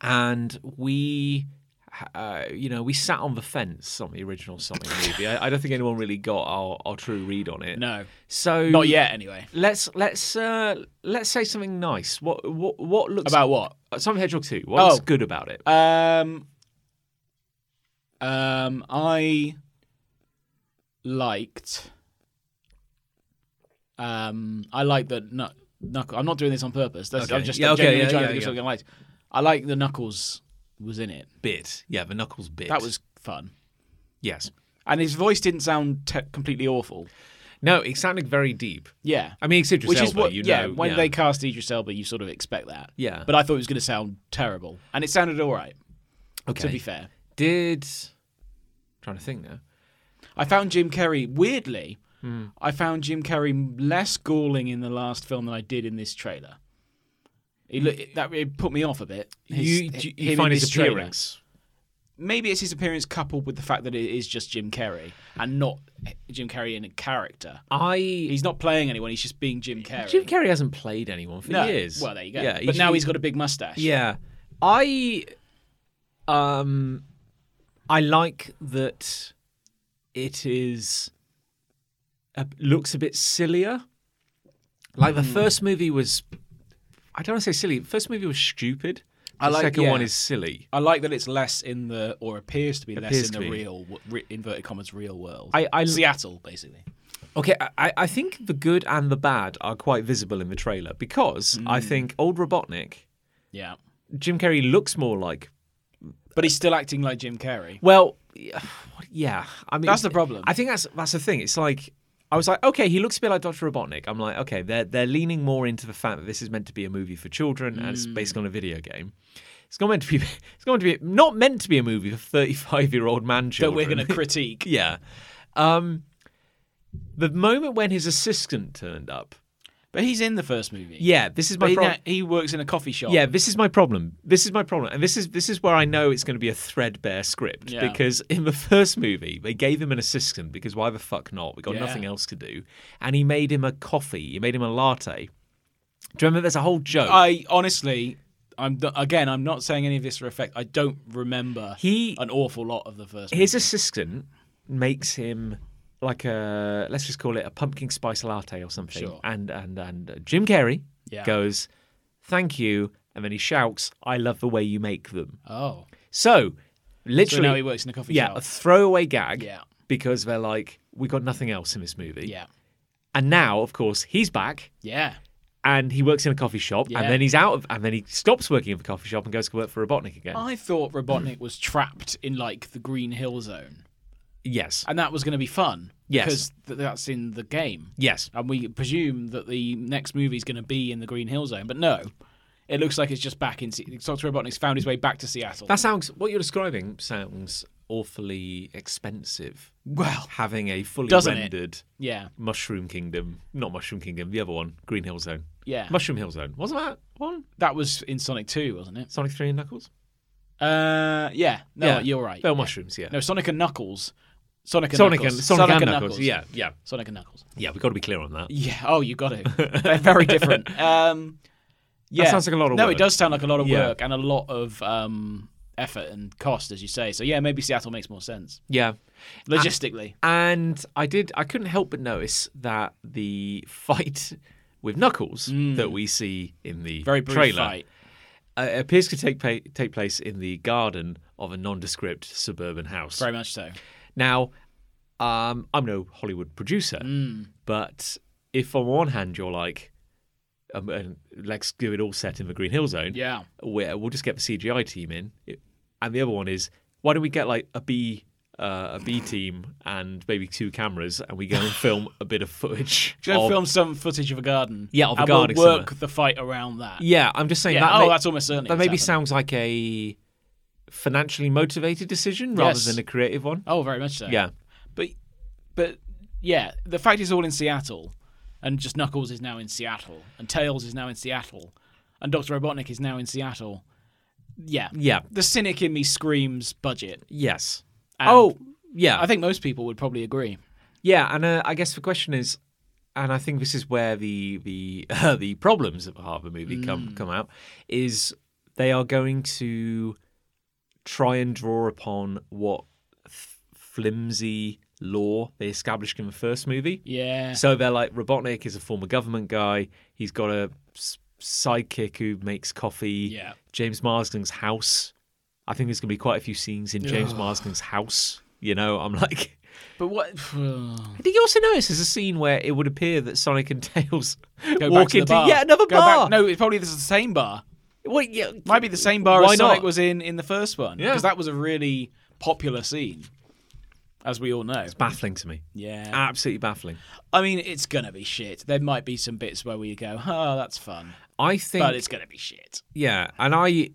[SPEAKER 1] and we. Uh, you know, we sat on the fence on the original Sonic movie. I, I don't think anyone really got our, our true read on it.
[SPEAKER 2] No,
[SPEAKER 1] So
[SPEAKER 2] not yet. Anyway,
[SPEAKER 1] Let's let's uh, let's say something nice. What what what looks
[SPEAKER 2] about what?
[SPEAKER 1] Uh, Sonic the Hedgehog 2. What's
[SPEAKER 2] Oh.
[SPEAKER 1] good about it?
[SPEAKER 2] Um, um, I liked. Um, I like that. Nu- Knuckle. I'm not doing this on purpose. That's, I'm
[SPEAKER 1] Okay.
[SPEAKER 2] just
[SPEAKER 1] Yeah, okay,
[SPEAKER 2] genuinely
[SPEAKER 1] yeah,
[SPEAKER 2] trying
[SPEAKER 1] yeah,
[SPEAKER 2] to think
[SPEAKER 1] yeah.
[SPEAKER 2] of something I liked. I like the Knuckles was in it.
[SPEAKER 1] Bit. Yeah, the Knuckles bit.
[SPEAKER 2] That was fun,
[SPEAKER 1] Yes.
[SPEAKER 2] and his voice didn't sound te- completely awful.
[SPEAKER 1] No, it sounded very deep.
[SPEAKER 2] Yeah,
[SPEAKER 1] I mean, it's Idris
[SPEAKER 2] which is
[SPEAKER 1] Elba,
[SPEAKER 2] what.
[SPEAKER 1] you know.
[SPEAKER 2] yeah, when
[SPEAKER 1] yeah.
[SPEAKER 2] they cast Idris Elba, you sort of expect that.
[SPEAKER 1] Yeah.
[SPEAKER 2] but I thought it was going to sound terrible, and it sounded all right.
[SPEAKER 1] okay.
[SPEAKER 2] To be fair,
[SPEAKER 1] Did. trying to think now.
[SPEAKER 2] I found Jim Carrey weirdly.
[SPEAKER 1] Hmm.
[SPEAKER 2] I found Jim Carrey less galling in the last film than I did in this trailer. It, look, it- that it put me off a bit. His-
[SPEAKER 1] you
[SPEAKER 2] hi-
[SPEAKER 1] do
[SPEAKER 2] him
[SPEAKER 1] you
[SPEAKER 2] in
[SPEAKER 1] find
[SPEAKER 2] this
[SPEAKER 1] his
[SPEAKER 2] trailer.
[SPEAKER 1] appearance.
[SPEAKER 2] Maybe it's his appearance coupled with the fact that it is just Jim Carrey and not Jim Carrey in a character.
[SPEAKER 1] I.
[SPEAKER 2] He's not playing anyone. He's just being Jim Carrey.
[SPEAKER 1] Jim Carrey hasn't played anyone for
[SPEAKER 2] no.
[SPEAKER 1] years.
[SPEAKER 2] Well, there you go.
[SPEAKER 1] Yeah,
[SPEAKER 2] but now he's got a big mustache.
[SPEAKER 1] Yeah. I um I like that it is uh, looks a bit sillier. Like the
[SPEAKER 2] Hmm.
[SPEAKER 1] first movie was, I don't want to say silly. The first movie was stupid. The
[SPEAKER 2] I like-
[SPEAKER 1] second
[SPEAKER 2] yeah.
[SPEAKER 1] one is silly.
[SPEAKER 2] I like that it's less in the or appears to be
[SPEAKER 1] Appears
[SPEAKER 2] less in
[SPEAKER 1] to
[SPEAKER 2] the
[SPEAKER 1] be.
[SPEAKER 2] real w- re, inverted commas real world.
[SPEAKER 1] I- I-
[SPEAKER 2] Seattle basically.
[SPEAKER 1] Okay, I- I, I think the good and the bad are quite visible in the trailer because I
[SPEAKER 2] Hmm.
[SPEAKER 1] think old Robotnik,
[SPEAKER 2] Yeah.
[SPEAKER 1] Jim Carrey looks more like.
[SPEAKER 2] But he's still acting like Jim Carrey.
[SPEAKER 1] Well, yeah. I mean,
[SPEAKER 2] That's the problem.
[SPEAKER 1] I think that's that's the thing. It's like I was like, okay, he looks a bit like Doctor Robotnik. I'm like, okay, they're they're leaning more into the fact that this is meant to be a movie for children and
[SPEAKER 2] Hmm.
[SPEAKER 1] it's based on a video game. It's not meant to be. It's not meant to be not meant to be a movie for 35 year old man
[SPEAKER 2] That
[SPEAKER 1] children.
[SPEAKER 2] we're going to critique.
[SPEAKER 1] yeah. Um, the moment when his assistant turned up.
[SPEAKER 2] But he's in the first movie.
[SPEAKER 1] Yeah, this is
[SPEAKER 2] But
[SPEAKER 1] my
[SPEAKER 2] he,
[SPEAKER 1] problem.
[SPEAKER 2] he works in a coffee shop.
[SPEAKER 1] Yeah, this is my problem. This is my problem, and this is this is where I know it's going to be a threadbare script
[SPEAKER 2] Yeah.
[SPEAKER 1] because in the first movie they gave him an assistant because why the fuck not? We got
[SPEAKER 2] Yeah.
[SPEAKER 1] nothing else to do, and he made him a coffee. He made him a latte. Do you remember? There's a whole joke.
[SPEAKER 2] I honestly, I'm not- again, I'm not saying any of this for effect. I don't remember
[SPEAKER 1] he
[SPEAKER 2] an awful lot of the first. movie.
[SPEAKER 1] his assistant makes him like a let's just call it a pumpkin spice latte or something,
[SPEAKER 2] Sure.
[SPEAKER 1] and and and uh, Jim Carrey
[SPEAKER 2] Yeah.
[SPEAKER 1] goes, "Thank you," and then he shouts, "I love the way you make them."
[SPEAKER 2] Oh,
[SPEAKER 1] So.
[SPEAKER 2] so
[SPEAKER 1] Literally,
[SPEAKER 2] now he works in a coffee
[SPEAKER 1] yeah,
[SPEAKER 2] shop.
[SPEAKER 1] a throwaway gag.
[SPEAKER 2] Yeah.
[SPEAKER 1] Because they're like, we got nothing else in this movie.
[SPEAKER 2] yeah,
[SPEAKER 1] And now, of course, he's back
[SPEAKER 2] yeah,
[SPEAKER 1] and he works in a coffee shop
[SPEAKER 2] Yeah.
[SPEAKER 1] and then he's out of and then he stops working in the coffee shop and goes to work for Robotnik again.
[SPEAKER 2] I thought Robotnik was trapped in like the Green Hill Zone,
[SPEAKER 1] yes.
[SPEAKER 2] and that was going to be fun.
[SPEAKER 1] Yes.
[SPEAKER 2] because th- that's in the game,
[SPEAKER 1] yes.
[SPEAKER 2] and we presume that the next movie is going to be in the Green Hill Zone. But no, it looks like it's just back in. Se- Doctor Robotnik's found his way back to Seattle.
[SPEAKER 1] That sounds what you're describing sounds awfully expensive.
[SPEAKER 2] well,
[SPEAKER 1] Having a fully
[SPEAKER 2] Doesn't it?
[SPEAKER 1] rendered
[SPEAKER 2] yeah,
[SPEAKER 1] Mushroom Kingdom, not Mushroom Kingdom, the other one, Green Hill Zone.
[SPEAKER 2] yeah.
[SPEAKER 1] Mushroom Hill Zone. Wasn't that one?
[SPEAKER 2] that was in Sonic Two, wasn't it?
[SPEAKER 1] Sonic 3 and Knuckles?
[SPEAKER 2] Uh, yeah. No, you're right.
[SPEAKER 1] Bell mushrooms, yeah.
[SPEAKER 2] No, Sonic and Knuckles. Sonic and
[SPEAKER 1] Sonic,
[SPEAKER 2] Knuckles.
[SPEAKER 1] and, Sonic, and Knuckles. Yeah, yeah.
[SPEAKER 2] Sonic and Knuckles.
[SPEAKER 1] Yeah, we've got to be clear on that.
[SPEAKER 2] Yeah. Oh, you got it. They're very different. Um, yeah.
[SPEAKER 1] sounds like a lot of
[SPEAKER 2] no,
[SPEAKER 1] work.
[SPEAKER 2] it does sound like a lot of
[SPEAKER 1] Yeah.
[SPEAKER 2] work and a lot of um, effort and cost, as you say. So yeah, maybe Seattle makes more sense
[SPEAKER 1] Yeah. Ah.
[SPEAKER 2] logistically.
[SPEAKER 1] And I did I couldn't help but notice that the fight with Knuckles that we see in the
[SPEAKER 2] Mm. Very brief
[SPEAKER 1] trailer
[SPEAKER 2] fight.
[SPEAKER 1] Uh, appears to take pa- take place in the garden of a nondescript suburban house.
[SPEAKER 2] Very much so.
[SPEAKER 1] Now, um, I'm no Hollywood producer,
[SPEAKER 2] Mm.
[SPEAKER 1] but if on one hand you're like, um, and let's do it all set in the Green Hill Zone,
[SPEAKER 2] Yeah.
[SPEAKER 1] we're, we'll just get the CGI team in. It- And the other one is, why don't we get like a B, uh, a B team and maybe two cameras, and we go and film a bit of footage.
[SPEAKER 2] Go
[SPEAKER 1] of-
[SPEAKER 2] film some footage of a garden.
[SPEAKER 1] Yeah, of a
[SPEAKER 2] and
[SPEAKER 1] garden
[SPEAKER 2] We'll work
[SPEAKER 1] somewhere.
[SPEAKER 2] the fight around that.
[SPEAKER 1] Yeah, I'm just saying
[SPEAKER 2] Yeah,
[SPEAKER 1] that.
[SPEAKER 2] oh,
[SPEAKER 1] may-
[SPEAKER 2] that's almost certainly.
[SPEAKER 1] that
[SPEAKER 2] what's
[SPEAKER 1] maybe
[SPEAKER 2] happened.
[SPEAKER 1] sounds like a financially motivated decision rather
[SPEAKER 2] Yes.
[SPEAKER 1] than a creative one.
[SPEAKER 2] Oh, very much so.
[SPEAKER 1] Yeah,
[SPEAKER 2] But but yeah, the fact is all in Seattle, and just Knuckles is now in Seattle, and Tails is now in Seattle, and Doctor Robotnik is now in Seattle. Yeah,
[SPEAKER 1] yeah,
[SPEAKER 2] the cynic in me screams budget.
[SPEAKER 1] yes.
[SPEAKER 2] And
[SPEAKER 1] oh, yeah.
[SPEAKER 2] I think most people would probably agree.
[SPEAKER 1] Yeah, and uh, I guess the question is, and I think this is where the the uh, the problems of a Harbour movie
[SPEAKER 2] Mm.
[SPEAKER 1] come come out is they are going to try and draw upon what f- flimsy law they established in the first movie.
[SPEAKER 2] Yeah,
[SPEAKER 1] So they're like, Robotnik is a former government guy. He's got a s- sidekick who makes coffee.
[SPEAKER 2] Yeah.
[SPEAKER 1] James Marsden's house. I think there's going to be quite a few scenes in James Marsden's house. You know, I'm like,
[SPEAKER 2] but what?
[SPEAKER 1] did you also notice there's a scene where it would appear that Sonic and Tails
[SPEAKER 2] Go
[SPEAKER 1] walk
[SPEAKER 2] back to the
[SPEAKER 1] into
[SPEAKER 2] bar.
[SPEAKER 1] yet another
[SPEAKER 2] Go
[SPEAKER 1] bar?
[SPEAKER 2] Back, no, it's probably the same bar.
[SPEAKER 1] Wait, yeah,
[SPEAKER 2] Might be the same bar
[SPEAKER 1] Why
[SPEAKER 2] as Sonic
[SPEAKER 1] not?
[SPEAKER 2] was in in the first one.
[SPEAKER 1] Yeah.
[SPEAKER 2] because that was a really popular scene, as we all know.
[SPEAKER 1] baffling to me.
[SPEAKER 2] Yeah,
[SPEAKER 1] Absolutely baffling.
[SPEAKER 2] I mean, it's gonna be shit. There might be some bits where we go, "Oh, that's fun,"
[SPEAKER 1] I think,
[SPEAKER 2] but it's gonna be shit.
[SPEAKER 1] yeah, and I,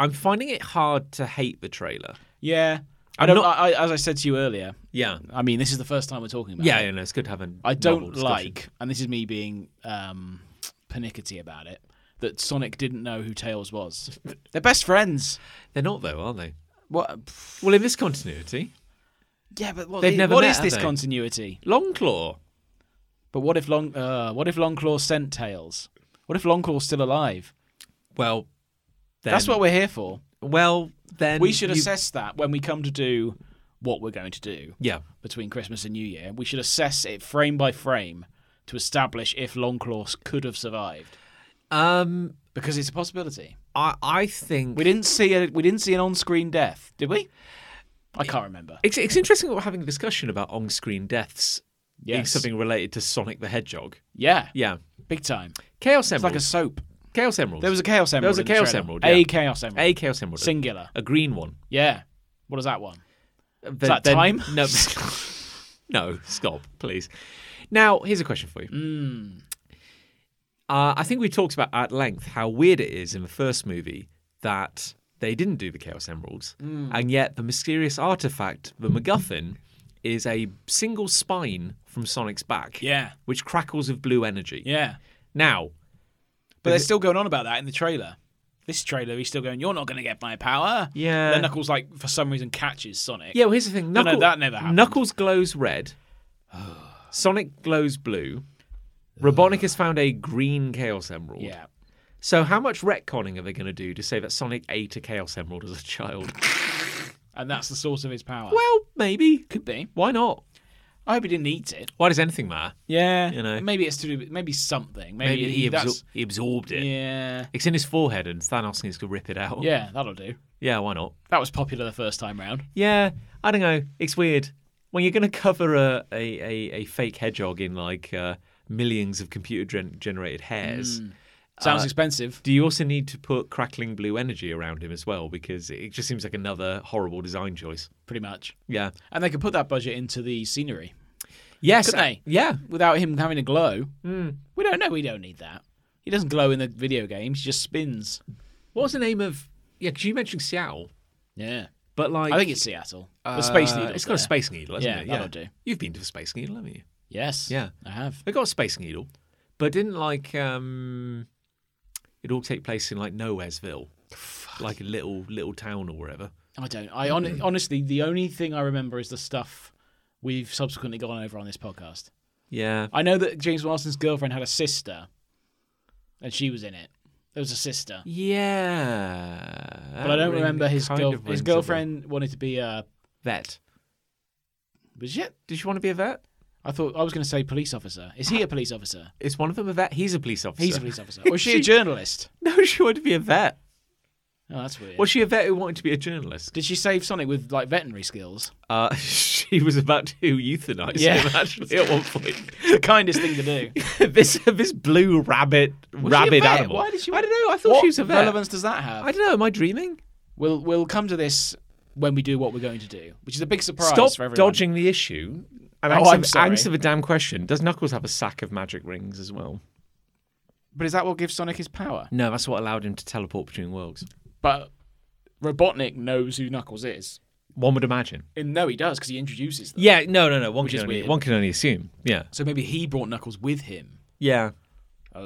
[SPEAKER 1] I'm finding it hard to hate the trailer.
[SPEAKER 2] Yeah, I
[SPEAKER 1] I'm
[SPEAKER 2] don't.
[SPEAKER 1] not-
[SPEAKER 2] I, I- as I said to you earlier,
[SPEAKER 1] Yeah,
[SPEAKER 2] I mean, this is the first time we're talking about.
[SPEAKER 1] yeah,
[SPEAKER 2] it.
[SPEAKER 1] yeah. No, it's good having.
[SPEAKER 2] I
[SPEAKER 1] novel
[SPEAKER 2] don't
[SPEAKER 1] discussion.
[SPEAKER 2] like, and this is me being um, pernickety about it, that Sonic didn't know who Tails was. They're best friends.
[SPEAKER 1] They're not though, are they?
[SPEAKER 2] What?
[SPEAKER 1] Well, in this continuity,
[SPEAKER 2] Yeah, but what,
[SPEAKER 1] They've
[SPEAKER 2] i-
[SPEAKER 1] never
[SPEAKER 2] what
[SPEAKER 1] met,
[SPEAKER 2] is
[SPEAKER 1] have
[SPEAKER 2] this
[SPEAKER 1] they?
[SPEAKER 2] continuity?
[SPEAKER 1] Longclaw.
[SPEAKER 2] But what if Long? Uh, what if Longclaw sent Tails? What if Longclaw's still alive?
[SPEAKER 1] Well, then,
[SPEAKER 2] That's what we're here for.
[SPEAKER 1] Well, then
[SPEAKER 2] We should
[SPEAKER 1] you-
[SPEAKER 2] assess that when we come to do what we're going to do
[SPEAKER 1] Yeah.
[SPEAKER 2] between Christmas and New Year. We should assess it frame by frame to establish if Longclaws could have survived
[SPEAKER 1] Um,
[SPEAKER 2] because it's a possibility.
[SPEAKER 1] I I think
[SPEAKER 2] We didn't see a we didn't see an on-screen death, did we? I can't remember.
[SPEAKER 1] it's it's interesting that we're having a discussion about on-screen deaths being
[SPEAKER 2] Yes.
[SPEAKER 1] something related to Sonic the Hedgehog.
[SPEAKER 2] Yeah,
[SPEAKER 1] Yeah.
[SPEAKER 2] big time.
[SPEAKER 1] Chaos
[SPEAKER 2] It's like
[SPEAKER 1] Emerald.
[SPEAKER 2] a soap.
[SPEAKER 1] Chaos Emerald.
[SPEAKER 2] There was a chaos emerald.
[SPEAKER 1] was a
[SPEAKER 2] in the
[SPEAKER 1] Chaos
[SPEAKER 2] trailer.
[SPEAKER 1] Emerald,
[SPEAKER 2] A
[SPEAKER 1] yeah.
[SPEAKER 2] chaos emerald.
[SPEAKER 1] a Chaos Emerald.
[SPEAKER 2] Singular.
[SPEAKER 1] a green one.
[SPEAKER 2] Yeah. What is that one?
[SPEAKER 1] Is
[SPEAKER 2] that time?
[SPEAKER 1] No, no, stop, please. Now, here's a question for you.
[SPEAKER 2] Mm.
[SPEAKER 1] Uh, I think we talked about at length how weird it is in the first movie that they didn't do the Chaos Emeralds,
[SPEAKER 2] Mm.
[SPEAKER 1] and yet the mysterious artifact, the MacGuffin, is a single spine from Sonic's back,
[SPEAKER 2] Yeah.
[SPEAKER 1] which crackles with blue energy.
[SPEAKER 2] Yeah.
[SPEAKER 1] Now,
[SPEAKER 2] But they're still going on about that in the trailer. This trailer, he's still going, You're not going to get my power.
[SPEAKER 1] Yeah.
[SPEAKER 2] Then Knuckles, like, for some reason, catches Sonic.
[SPEAKER 1] yeah, well, here's the thing.
[SPEAKER 2] No, no,
[SPEAKER 1] Knuckles,
[SPEAKER 2] that never happened.
[SPEAKER 1] Knuckles glows red. Sonic glows blue. Robotnik has found a green Chaos Emerald.
[SPEAKER 2] Yeah.
[SPEAKER 1] So how much retconning are they going to do to say that Sonic ate a Chaos Emerald as a child?
[SPEAKER 2] And that's the source of his power.
[SPEAKER 1] well, maybe.
[SPEAKER 2] could be.
[SPEAKER 1] Why not?
[SPEAKER 2] I hope he didn't eat it.
[SPEAKER 1] Why does anything matter?
[SPEAKER 2] Yeah.
[SPEAKER 1] You know.
[SPEAKER 2] Maybe it's to do with, maybe something. Maybe,
[SPEAKER 1] Maybe, he, absor-
[SPEAKER 2] that's.
[SPEAKER 1] he absorbed it.
[SPEAKER 2] Yeah.
[SPEAKER 1] It's in his forehead, and Thanos needs to rip it out.
[SPEAKER 2] Yeah, that'll do.
[SPEAKER 1] yeah, why not?
[SPEAKER 2] That was popular the first time round.
[SPEAKER 1] Yeah, I don't know. It's weird when you're going to cover a, a, a, a fake hedgehog in like uh, millions of computer gen- generated
[SPEAKER 2] Hmm.
[SPEAKER 1] hairs. Uh,
[SPEAKER 2] Sounds expensive.
[SPEAKER 1] Do you also need to put crackling blue energy around him as well? Because it just seems like another horrible design choice.
[SPEAKER 2] Pretty much.
[SPEAKER 1] Yeah.
[SPEAKER 2] And they could put that budget into the scenery
[SPEAKER 1] Yes.
[SPEAKER 2] Couldn't
[SPEAKER 1] uh,
[SPEAKER 2] they?
[SPEAKER 1] Yeah.
[SPEAKER 2] without him having to glow.
[SPEAKER 1] Hmm.
[SPEAKER 2] We don't know. We don't need that. He doesn't glow in the video games. He just spins.
[SPEAKER 1] What was the name of? Yeah, because you mentioned Seattle,
[SPEAKER 2] Yeah.
[SPEAKER 1] but like
[SPEAKER 2] I think it's Seattle. the Space
[SPEAKER 1] uh,
[SPEAKER 2] Needle.
[SPEAKER 1] It's got a Space Needle, hasn't
[SPEAKER 2] Yeah,
[SPEAKER 1] it?
[SPEAKER 2] that'll do.
[SPEAKER 1] You've been to a Space Needle, haven't you?
[SPEAKER 2] Yes.
[SPEAKER 1] Yeah.
[SPEAKER 2] I have.
[SPEAKER 1] They got a Space Needle, but didn't like um, it all take place in like Nowheresville, like a little little town or wherever.
[SPEAKER 2] I don't. I hon- honestly, the only thing I remember is the stuff we've subsequently gone over on this podcast.
[SPEAKER 1] Yeah.
[SPEAKER 2] I know that James Marsden's girlfriend had a sister, and she was in it. There was a sister,
[SPEAKER 1] Yeah.
[SPEAKER 2] but I don't remember his girl.
[SPEAKER 1] girlfriend.
[SPEAKER 2] His girlfriend wanted to be a
[SPEAKER 1] vet.
[SPEAKER 2] was it?
[SPEAKER 1] Did you want to be a vet?
[SPEAKER 2] I thought I was going to say police officer. Is he a police officer?
[SPEAKER 1] Is one of them a vet? He's a police officer.
[SPEAKER 2] He's a police officer. Or is she a
[SPEAKER 1] She-
[SPEAKER 2] journalist?
[SPEAKER 1] No, she wanted to be a vet.
[SPEAKER 2] Oh, that's weird.
[SPEAKER 1] Was she a vet who wanted to be a journalist?
[SPEAKER 2] Did she save Sonic with like veterinary skills?
[SPEAKER 1] Uh, she was about to euthanize
[SPEAKER 2] Yeah.
[SPEAKER 1] him actually at one point.
[SPEAKER 2] the kindest thing to do.
[SPEAKER 1] this this blue rabbit
[SPEAKER 2] Was she a
[SPEAKER 1] rabbit
[SPEAKER 2] vet?
[SPEAKER 1] animal.
[SPEAKER 2] Why did she?
[SPEAKER 1] I don't know. I thought
[SPEAKER 2] what
[SPEAKER 1] she was a vet.
[SPEAKER 2] relevance does that have?
[SPEAKER 1] I don't know. Am I dreaming?
[SPEAKER 2] We'll we'll come to this when we do what we're going to do, which is a big surprise for
[SPEAKER 1] Stop
[SPEAKER 2] everyone.
[SPEAKER 1] dodging the issue. And
[SPEAKER 2] Oh,
[SPEAKER 1] answer,
[SPEAKER 2] I'm sorry.
[SPEAKER 1] answer the damn question. Does Knuckles have a sack of magic rings as well?
[SPEAKER 2] But is that what gives Sonic his power?
[SPEAKER 1] No, that's what allowed him to teleport between worlds.
[SPEAKER 2] But Robotnik knows who Knuckles is.
[SPEAKER 1] One would imagine.
[SPEAKER 2] And no, he does because he introduces them.
[SPEAKER 1] Yeah, no, no, no. One
[SPEAKER 2] Which
[SPEAKER 1] can
[SPEAKER 2] is
[SPEAKER 1] only
[SPEAKER 2] weird.
[SPEAKER 1] one can only assume. Yeah,
[SPEAKER 2] So maybe he brought Knuckles with him. Oh.
[SPEAKER 1] yeah. But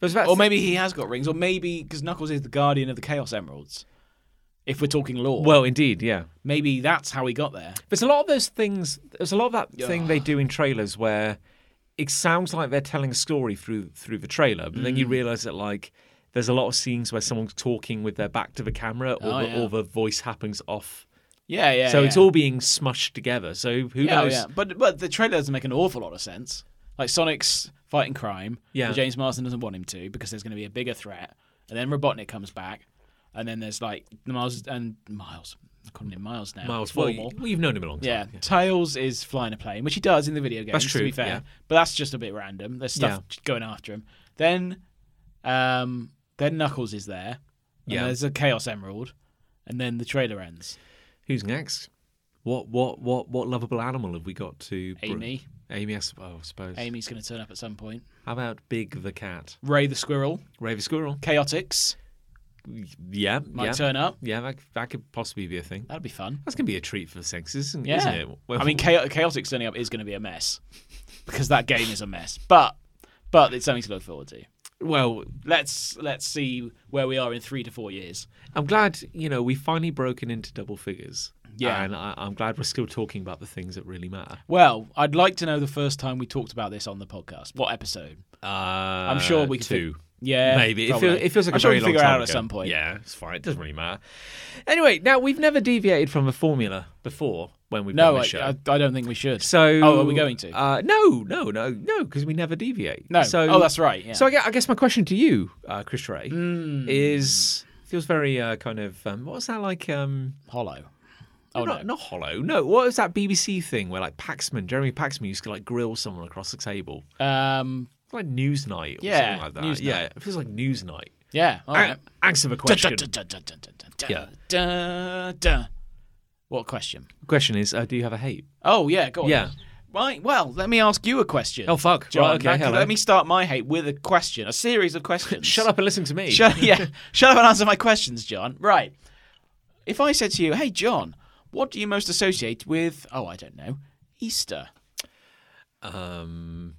[SPEAKER 1] that's,
[SPEAKER 2] Or maybe he has got rings. Or maybe because Knuckles is the guardian of the Chaos Emeralds. If we're talking lore,
[SPEAKER 1] well, indeed, yeah.
[SPEAKER 2] maybe that's how he got there.
[SPEAKER 1] There's a lot of those things. There's a lot of that thing they do in trailers where it sounds like they're telling a story through through the trailer, but then
[SPEAKER 2] Mm.
[SPEAKER 1] you realise that like there's a lot of scenes where someone's talking with their back to the camera, or,
[SPEAKER 2] Oh,
[SPEAKER 1] the,
[SPEAKER 2] yeah.
[SPEAKER 1] or the voice happens off.
[SPEAKER 2] Yeah, yeah.
[SPEAKER 1] so it's
[SPEAKER 2] yeah.
[SPEAKER 1] all being smushed together. So who
[SPEAKER 2] Yeah, oh,
[SPEAKER 1] knows?
[SPEAKER 2] yeah. But but the trailer doesn't make an awful lot of sense. Like Sonic's fighting crime.
[SPEAKER 1] Yeah.
[SPEAKER 2] but James Marsden doesn't want him to because there's going to be a bigger threat. And then Robotnik comes back. And then there's like Miles and Miles. I call him Miles now.
[SPEAKER 1] Miles,
[SPEAKER 2] It's
[SPEAKER 1] well,
[SPEAKER 2] formal.
[SPEAKER 1] you, well, you've known him a long time.
[SPEAKER 2] yeah. Tails is flying a plane, which he does in the video games. To
[SPEAKER 1] true,
[SPEAKER 2] be fair,
[SPEAKER 1] yeah.
[SPEAKER 2] but that's just a bit random. There's stuff
[SPEAKER 1] Yeah.
[SPEAKER 2] just going after him. Then, um, then Knuckles is there. And
[SPEAKER 1] Yeah.
[SPEAKER 2] There's a Chaos Emerald, and then the trailer ends.
[SPEAKER 1] Who's next? What what what what lovable animal have we got to? br-
[SPEAKER 2] Amy.
[SPEAKER 1] Amy, I suppose. I suppose.
[SPEAKER 2] Amy's going to turn up at some point.
[SPEAKER 1] How about Big the cat?
[SPEAKER 2] Ray the Squirrel,
[SPEAKER 1] Raven squirrel.
[SPEAKER 2] Chaotix
[SPEAKER 1] Yeah,
[SPEAKER 2] might
[SPEAKER 1] yeah,
[SPEAKER 2] turn up.
[SPEAKER 1] yeah. That, that could possibly be a thing.
[SPEAKER 2] That'd be fun.
[SPEAKER 1] That's gonna be a treat for the senses, isn't,
[SPEAKER 2] Yeah.
[SPEAKER 1] isn't it? Well,
[SPEAKER 2] I mean, Chaot- Chaotix turning up is going to be a mess because that game is a mess. But but it's something to look forward to.
[SPEAKER 1] well,
[SPEAKER 2] Let's let's see where we are in three to four years.
[SPEAKER 1] I'm glad you know we've finally broken into double figures.
[SPEAKER 2] Yeah.
[SPEAKER 1] and I, I'm glad we're still talking about the things that really matter.
[SPEAKER 2] Well, I'd like to know the first time we talked about this on the podcast. What episode?
[SPEAKER 1] Uh,
[SPEAKER 2] I'm
[SPEAKER 1] I'm
[SPEAKER 2] sure we could.
[SPEAKER 1] two.
[SPEAKER 2] fi- Yeah,
[SPEAKER 1] Maybe it,
[SPEAKER 2] probably.
[SPEAKER 1] feel, it feels like
[SPEAKER 2] I'm
[SPEAKER 1] a
[SPEAKER 2] sure
[SPEAKER 1] very
[SPEAKER 2] we can figure
[SPEAKER 1] long
[SPEAKER 2] it
[SPEAKER 1] time
[SPEAKER 2] out at
[SPEAKER 1] ago.
[SPEAKER 2] some point.
[SPEAKER 1] Yeah, it's fine. It doesn't really matter. Anyway, now we've never deviated from a formula before when we've
[SPEAKER 2] No,
[SPEAKER 1] done
[SPEAKER 2] I,
[SPEAKER 1] the show.
[SPEAKER 2] I, I don't think we should.
[SPEAKER 1] so,
[SPEAKER 2] oh, are we going to?
[SPEAKER 1] Uh, no, no, no, no, because we never deviate.
[SPEAKER 2] no.
[SPEAKER 1] So,
[SPEAKER 2] oh, that's right. Yeah. Hmm.
[SPEAKER 1] So I guess, I guess my question to you, uh, Chris Ray, is feels very uh, kind of um, what was that like? Um,
[SPEAKER 2] hollow. Oh
[SPEAKER 1] not,
[SPEAKER 2] no.
[SPEAKER 1] not hollow. No, what was that BBC thing where like Paxman, Jeremy Paxman used to like grill someone across the table,
[SPEAKER 2] Um.
[SPEAKER 1] like Newsnight or
[SPEAKER 2] Yeah,
[SPEAKER 1] something like that.
[SPEAKER 2] Newsnight.
[SPEAKER 1] Yeah, it feels like Newsnight.
[SPEAKER 2] Yeah. All right.
[SPEAKER 1] A- answer the question. Yeah.
[SPEAKER 2] Yeah. What question?
[SPEAKER 1] question is, uh, do you have a hate?
[SPEAKER 2] Oh yeah, go on.
[SPEAKER 1] Yeah.
[SPEAKER 2] Right. Well, let me ask you a question.
[SPEAKER 1] Oh, fuck.
[SPEAKER 2] John,
[SPEAKER 1] Right, okay,
[SPEAKER 2] That-
[SPEAKER 1] hello.
[SPEAKER 2] let me start my hate with a question, a series of questions.
[SPEAKER 1] Shut up and listen to me.
[SPEAKER 2] Shut, yeah. Shut up and answer my questions, John. Right. If I said to you, "Hey, John, what do you most associate with? Oh, I don't know,
[SPEAKER 1] Uh,
[SPEAKER 2] Easter."
[SPEAKER 1] um,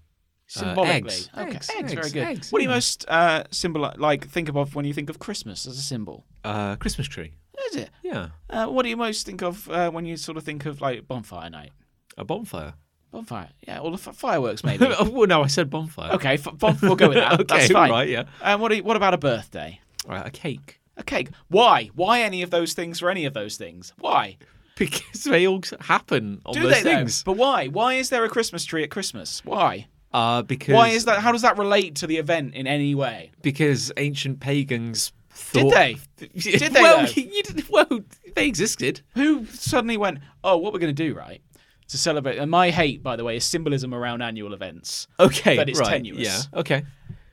[SPEAKER 2] Symbolically,
[SPEAKER 1] eggs.
[SPEAKER 2] Okay.
[SPEAKER 1] Eggs,
[SPEAKER 2] Eggs,
[SPEAKER 1] eggs,
[SPEAKER 2] very good.
[SPEAKER 1] eggs,
[SPEAKER 2] what do you
[SPEAKER 1] yeah.
[SPEAKER 2] most uh, symbol like think of when you think of Christmas as a symbol?
[SPEAKER 1] uh, Christmas tree.
[SPEAKER 2] Is it?
[SPEAKER 1] Yeah,
[SPEAKER 2] Uh, what do you most think of uh, when you sort of think of like bonfire night?
[SPEAKER 1] a bonfire.
[SPEAKER 2] Bonfire, yeah, or the f- fireworks maybe.
[SPEAKER 1] well, no, I said bonfire.
[SPEAKER 2] Oh, okay, f- bonf- we'll go with that.
[SPEAKER 1] Okay,
[SPEAKER 2] That's fine.
[SPEAKER 1] right, yeah.
[SPEAKER 2] Um, what, do you- what about a birthday?
[SPEAKER 1] Right, a cake.
[SPEAKER 2] A cake. Why? Why any of those things or any of those things? Why?
[SPEAKER 1] Because they all happen on
[SPEAKER 2] Do
[SPEAKER 1] those
[SPEAKER 2] they though?
[SPEAKER 1] things.
[SPEAKER 2] But why? Why is there a Christmas tree at Christmas? Why?
[SPEAKER 1] Uh, because
[SPEAKER 2] Why is that? How does that relate to the event in any way?
[SPEAKER 1] Because ancient pagans
[SPEAKER 2] Did
[SPEAKER 1] thought
[SPEAKER 2] they? Did they,
[SPEAKER 1] well,
[SPEAKER 2] though?
[SPEAKER 1] you didn't- well, they existed.
[SPEAKER 2] Who suddenly went, oh, what we're going to do, right? To celebrate. And my hate, by the way, is symbolism around annual events.
[SPEAKER 1] Okay,
[SPEAKER 2] That is
[SPEAKER 1] right,
[SPEAKER 2] tenuous.
[SPEAKER 1] Yeah, okay.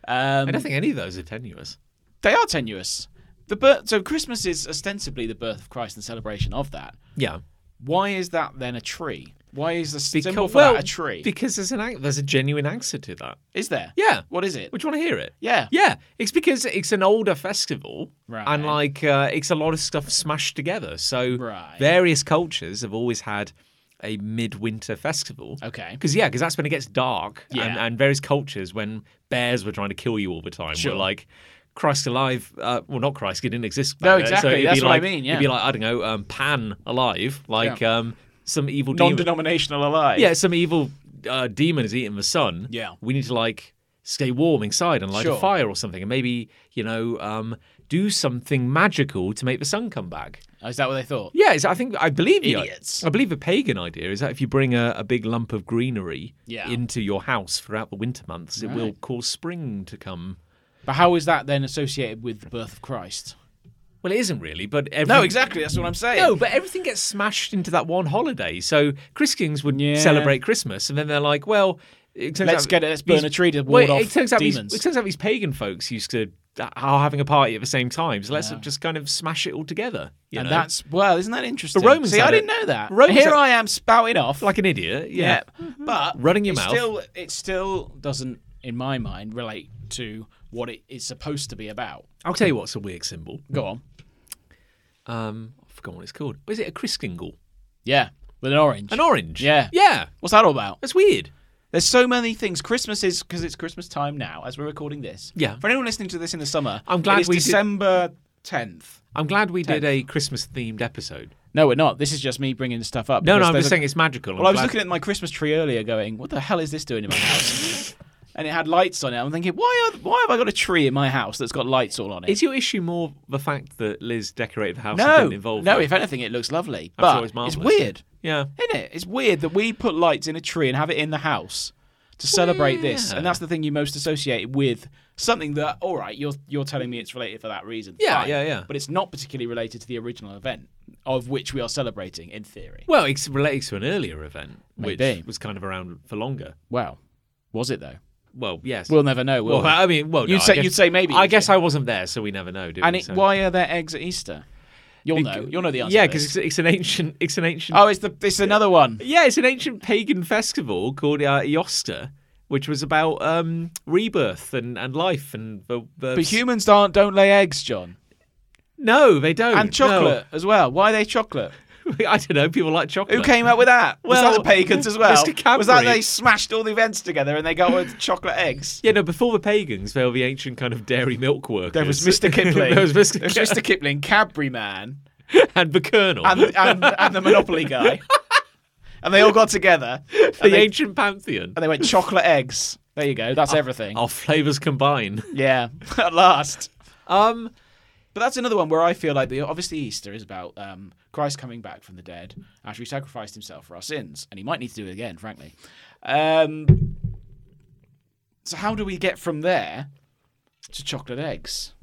[SPEAKER 2] Um,
[SPEAKER 1] I don't think any of those are tenuous.
[SPEAKER 2] they are tenuous. The birth, so Christmas is ostensibly the birth of Christ and celebration of that.
[SPEAKER 1] Yeah,
[SPEAKER 2] Why is that then a tree? Why is the symbol
[SPEAKER 1] Because-
[SPEAKER 2] for
[SPEAKER 1] well,
[SPEAKER 2] that a tree?
[SPEAKER 1] Because there's an an- there's a genuine answer to that.
[SPEAKER 2] is there?
[SPEAKER 1] Yeah.
[SPEAKER 2] What is it?
[SPEAKER 1] Would you want to hear it?
[SPEAKER 2] yeah.
[SPEAKER 1] Yeah, it's because it's an older festival,
[SPEAKER 2] Right.
[SPEAKER 1] and like uh, it's a lot of stuff smashed together. So
[SPEAKER 2] Right.
[SPEAKER 1] various cultures have always had a midwinter festival.
[SPEAKER 2] Okay.
[SPEAKER 1] Because yeah, because that's when it gets dark,
[SPEAKER 2] Yeah.
[SPEAKER 1] and, and various cultures when bears were trying to kill you all the time
[SPEAKER 2] Sure.
[SPEAKER 1] were like. Christ alive, uh, well, not Christ. It didn't exist. back
[SPEAKER 2] No,
[SPEAKER 1] then,
[SPEAKER 2] exactly,
[SPEAKER 1] it'd be
[SPEAKER 2] that's what I
[SPEAKER 1] like-
[SPEAKER 2] mean,
[SPEAKER 1] it'd be
[SPEAKER 2] yeah.
[SPEAKER 1] like I don't know, um, Pan alive, like um, some evil demon.
[SPEAKER 2] Non-denominational alive.
[SPEAKER 1] Yeah, some evil uh, demon is eating the sun.
[SPEAKER 2] Yeah.
[SPEAKER 1] We need to like stay warm inside and light
[SPEAKER 2] Sure.
[SPEAKER 1] a fire or something, and maybe you know um, do something magical to make the sun come back.
[SPEAKER 2] Oh, Is that what they thought?
[SPEAKER 1] Yeah, it's, I think I believe the-
[SPEAKER 2] Idiots.
[SPEAKER 1] I believe the pagan idea is that if you bring a, a big lump of greenery
[SPEAKER 2] Yeah.
[SPEAKER 1] into your house throughout the winter months, it will cause spring to come.
[SPEAKER 2] But how is that then associated with the birth of Christ?
[SPEAKER 1] Well, it isn't really, but every,
[SPEAKER 2] No, exactly. That's what I'm saying.
[SPEAKER 1] No, but everything gets smashed into that one holiday. So Christians would
[SPEAKER 2] Yeah.
[SPEAKER 1] celebrate Christmas, and then they're like, "Well, it turns
[SPEAKER 2] Let's
[SPEAKER 1] out
[SPEAKER 2] get it- let's
[SPEAKER 1] these-
[SPEAKER 2] burn a tree to
[SPEAKER 1] Well,
[SPEAKER 2] ward off
[SPEAKER 1] it turns out
[SPEAKER 2] demons.
[SPEAKER 1] These, it turns out these pagan folks used to uh, are having a party at the same time. So let's just kind of smash it all together. You
[SPEAKER 2] and
[SPEAKER 1] know?
[SPEAKER 2] that's well, isn't that interesting?
[SPEAKER 1] Romans
[SPEAKER 2] See,
[SPEAKER 1] had
[SPEAKER 2] I didn't
[SPEAKER 1] it.
[SPEAKER 2] know that.
[SPEAKER 1] Romans
[SPEAKER 2] Here
[SPEAKER 1] had-
[SPEAKER 2] I am spouting off.
[SPEAKER 1] like an idiot. Yeah.
[SPEAKER 2] yeah, Mm-hmm. but
[SPEAKER 1] Running your
[SPEAKER 2] it
[SPEAKER 1] mouth.
[SPEAKER 2] Still, it still doesn't, in my mind, relate to what it is supposed to be about.
[SPEAKER 1] I'll tell you what's a weird symbol.
[SPEAKER 2] Go on.
[SPEAKER 1] Um, I forgot what it's called. Is it a Christingle?
[SPEAKER 2] Yeah, with an orange.
[SPEAKER 1] An orange.
[SPEAKER 2] Yeah.
[SPEAKER 1] Yeah.
[SPEAKER 2] What's that all about?
[SPEAKER 1] That's weird.
[SPEAKER 2] There's so many things. Christmas is because it's Christmas time now, as we're recording this.
[SPEAKER 1] Yeah.
[SPEAKER 2] For anyone listening to this in the summer,
[SPEAKER 1] I'm glad
[SPEAKER 2] it is
[SPEAKER 1] we did-
[SPEAKER 2] December tenth.
[SPEAKER 1] I'm glad we did a Christmas themed episode.
[SPEAKER 2] No, we're not. This is just me bringing stuff up.
[SPEAKER 1] No, no,
[SPEAKER 2] because
[SPEAKER 1] I'm
[SPEAKER 2] there's
[SPEAKER 1] just
[SPEAKER 2] a-
[SPEAKER 1] saying it's magical.
[SPEAKER 2] Well, I was looking at my Christmas tree earlier, going, "What the hell is this doing in my house?" and it had lights on it. I'm thinking, why? Are, why have I got a tree in my house that's got lights all on it?
[SPEAKER 1] Is your issue more the fact that Liz decorated the house and
[SPEAKER 2] no,
[SPEAKER 1] didn't involve
[SPEAKER 2] no.
[SPEAKER 1] you?
[SPEAKER 2] If anything, it looks lovely,
[SPEAKER 1] I'm
[SPEAKER 2] but
[SPEAKER 1] sure it's marvellous.
[SPEAKER 2] weird,
[SPEAKER 1] Yeah.
[SPEAKER 2] isn't it? It's weird that we put lights in a tree and have it in the house to celebrate this,
[SPEAKER 1] Yeah.
[SPEAKER 2] and that's the thing you most associate with something that. All right, you're you're telling me it's related for that reason.
[SPEAKER 1] Yeah,
[SPEAKER 2] Fine.
[SPEAKER 1] yeah, yeah.
[SPEAKER 2] But it's not particularly related to the original event of which we are celebrating in theory.
[SPEAKER 1] Well, it's related to an earlier event,
[SPEAKER 2] Maybe.
[SPEAKER 1] which was kind of around for longer.
[SPEAKER 2] Wow, was it though?
[SPEAKER 1] Well, yes.
[SPEAKER 2] We'll never know.
[SPEAKER 1] well,
[SPEAKER 2] Will we?
[SPEAKER 1] I mean, well, no,
[SPEAKER 2] You'd
[SPEAKER 1] I
[SPEAKER 2] say-
[SPEAKER 1] guess-
[SPEAKER 2] you'd say maybe,
[SPEAKER 1] I
[SPEAKER 2] would
[SPEAKER 1] guess
[SPEAKER 2] you?
[SPEAKER 1] I wasn't there, so we never know, do
[SPEAKER 2] And
[SPEAKER 1] we?
[SPEAKER 2] it,
[SPEAKER 1] So-
[SPEAKER 2] why are there eggs at Easter? You'll know. You'll know the answer.
[SPEAKER 1] Yeah,
[SPEAKER 2] to this.
[SPEAKER 1] because it's, it's an ancient. It's an ancient.
[SPEAKER 2] oh, it's the it's another one.
[SPEAKER 1] Yeah, it's an ancient pagan festival called uh, Iosta, which was about um, rebirth and, and life and the, the
[SPEAKER 2] But humans don't don't lay eggs, John.
[SPEAKER 1] No, they don't.
[SPEAKER 2] And chocolate as well. Why are they chocolate?
[SPEAKER 1] No. I don't know. People like chocolate.
[SPEAKER 2] Who came up with that? Was
[SPEAKER 1] Well,
[SPEAKER 2] that the pagans as well?
[SPEAKER 1] Mr.
[SPEAKER 2] Was that
[SPEAKER 1] Cadbury.
[SPEAKER 2] they smashed all the events together and they got with chocolate eggs?
[SPEAKER 1] Yeah, no. Before the pagans, there were the ancient kind of dairy milk workers.
[SPEAKER 2] There was Mr. Kipling.
[SPEAKER 1] there was Mr.
[SPEAKER 2] There was Mr. Kipling, Cadbury man,
[SPEAKER 1] Kipling and the Colonel.
[SPEAKER 2] and and, and the Monopoly guy, and they all got together.
[SPEAKER 1] the
[SPEAKER 2] And they,
[SPEAKER 1] ancient pantheon.
[SPEAKER 2] and they went chocolate eggs. There you go. That's
[SPEAKER 1] Oh.
[SPEAKER 2] everything.
[SPEAKER 1] Our flavors combine.
[SPEAKER 2] Yeah, at last.
[SPEAKER 1] Um,
[SPEAKER 2] But that's another one where I feel like the obviously Easter is about um, Christ coming back from the dead after he sacrificed himself for our sins, and he might need to do it again, frankly. Um, so how do we get from there to chocolate eggs?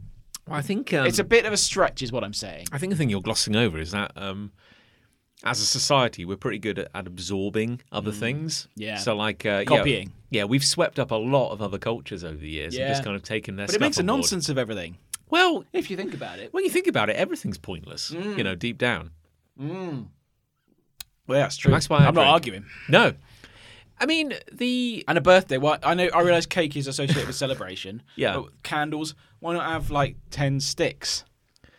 [SPEAKER 1] I think um,
[SPEAKER 2] It's a bit of a stretch, is what I'm saying.
[SPEAKER 1] I think the thing you're glossing over is that um, as a society, we're pretty good at, at absorbing other things.
[SPEAKER 2] Mm. yeah.
[SPEAKER 1] So like uh, yeah,
[SPEAKER 2] Copying.
[SPEAKER 1] Yeah, we've swept up a lot of other cultures over the years
[SPEAKER 2] Yeah.
[SPEAKER 1] and just kind of taken their.
[SPEAKER 2] But
[SPEAKER 1] stuff
[SPEAKER 2] it makes a
[SPEAKER 1] on board.
[SPEAKER 2] nonsense of everything
[SPEAKER 1] Well,
[SPEAKER 2] if you think about it.
[SPEAKER 1] when you think about it, everything's pointless.
[SPEAKER 2] Mm.
[SPEAKER 1] You know, deep down.
[SPEAKER 2] Well, that's true.
[SPEAKER 1] That's why I
[SPEAKER 2] I'm not
[SPEAKER 1] drink.
[SPEAKER 2] arguing.
[SPEAKER 1] No, I mean the
[SPEAKER 2] And a birthday. Why? I know. I realize cake is associated with celebration.
[SPEAKER 1] Yeah.
[SPEAKER 2] But candles. Why not have like ten sticks?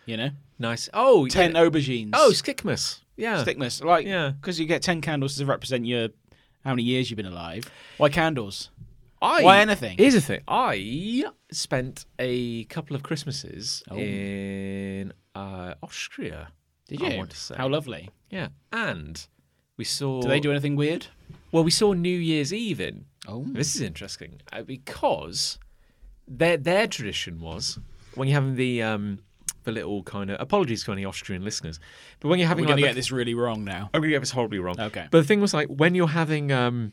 [SPEAKER 2] You know,
[SPEAKER 1] nice. Oh,
[SPEAKER 2] ten
[SPEAKER 1] Yeah.
[SPEAKER 2] aubergines.
[SPEAKER 1] Oh, Skikmas. Yeah.
[SPEAKER 2] thickness. Like,
[SPEAKER 1] Yeah.
[SPEAKER 2] because you get ten candles to represent your how many years you've been alive. Why candles?
[SPEAKER 1] I,
[SPEAKER 2] Why anything?
[SPEAKER 1] Here's the thing. I spent a couple of Christmases
[SPEAKER 2] Oh.
[SPEAKER 1] in uh, Austria.
[SPEAKER 2] Did
[SPEAKER 1] I
[SPEAKER 2] you?
[SPEAKER 1] want to say.
[SPEAKER 2] How lovely.
[SPEAKER 1] Yeah, and we saw.
[SPEAKER 2] Do they do anything weird?
[SPEAKER 1] Well, we saw New Year's Eve in.
[SPEAKER 2] Oh.
[SPEAKER 1] This is interesting uh, because their their tradition was when you're having the um the little kind of apologies to any Austrian listeners, but when you're having like
[SPEAKER 2] We're gonna
[SPEAKER 1] the-
[SPEAKER 2] get this really wrong now.
[SPEAKER 1] I'm gonna get this horribly wrong.
[SPEAKER 2] Okay.
[SPEAKER 1] But the thing was like when you're having um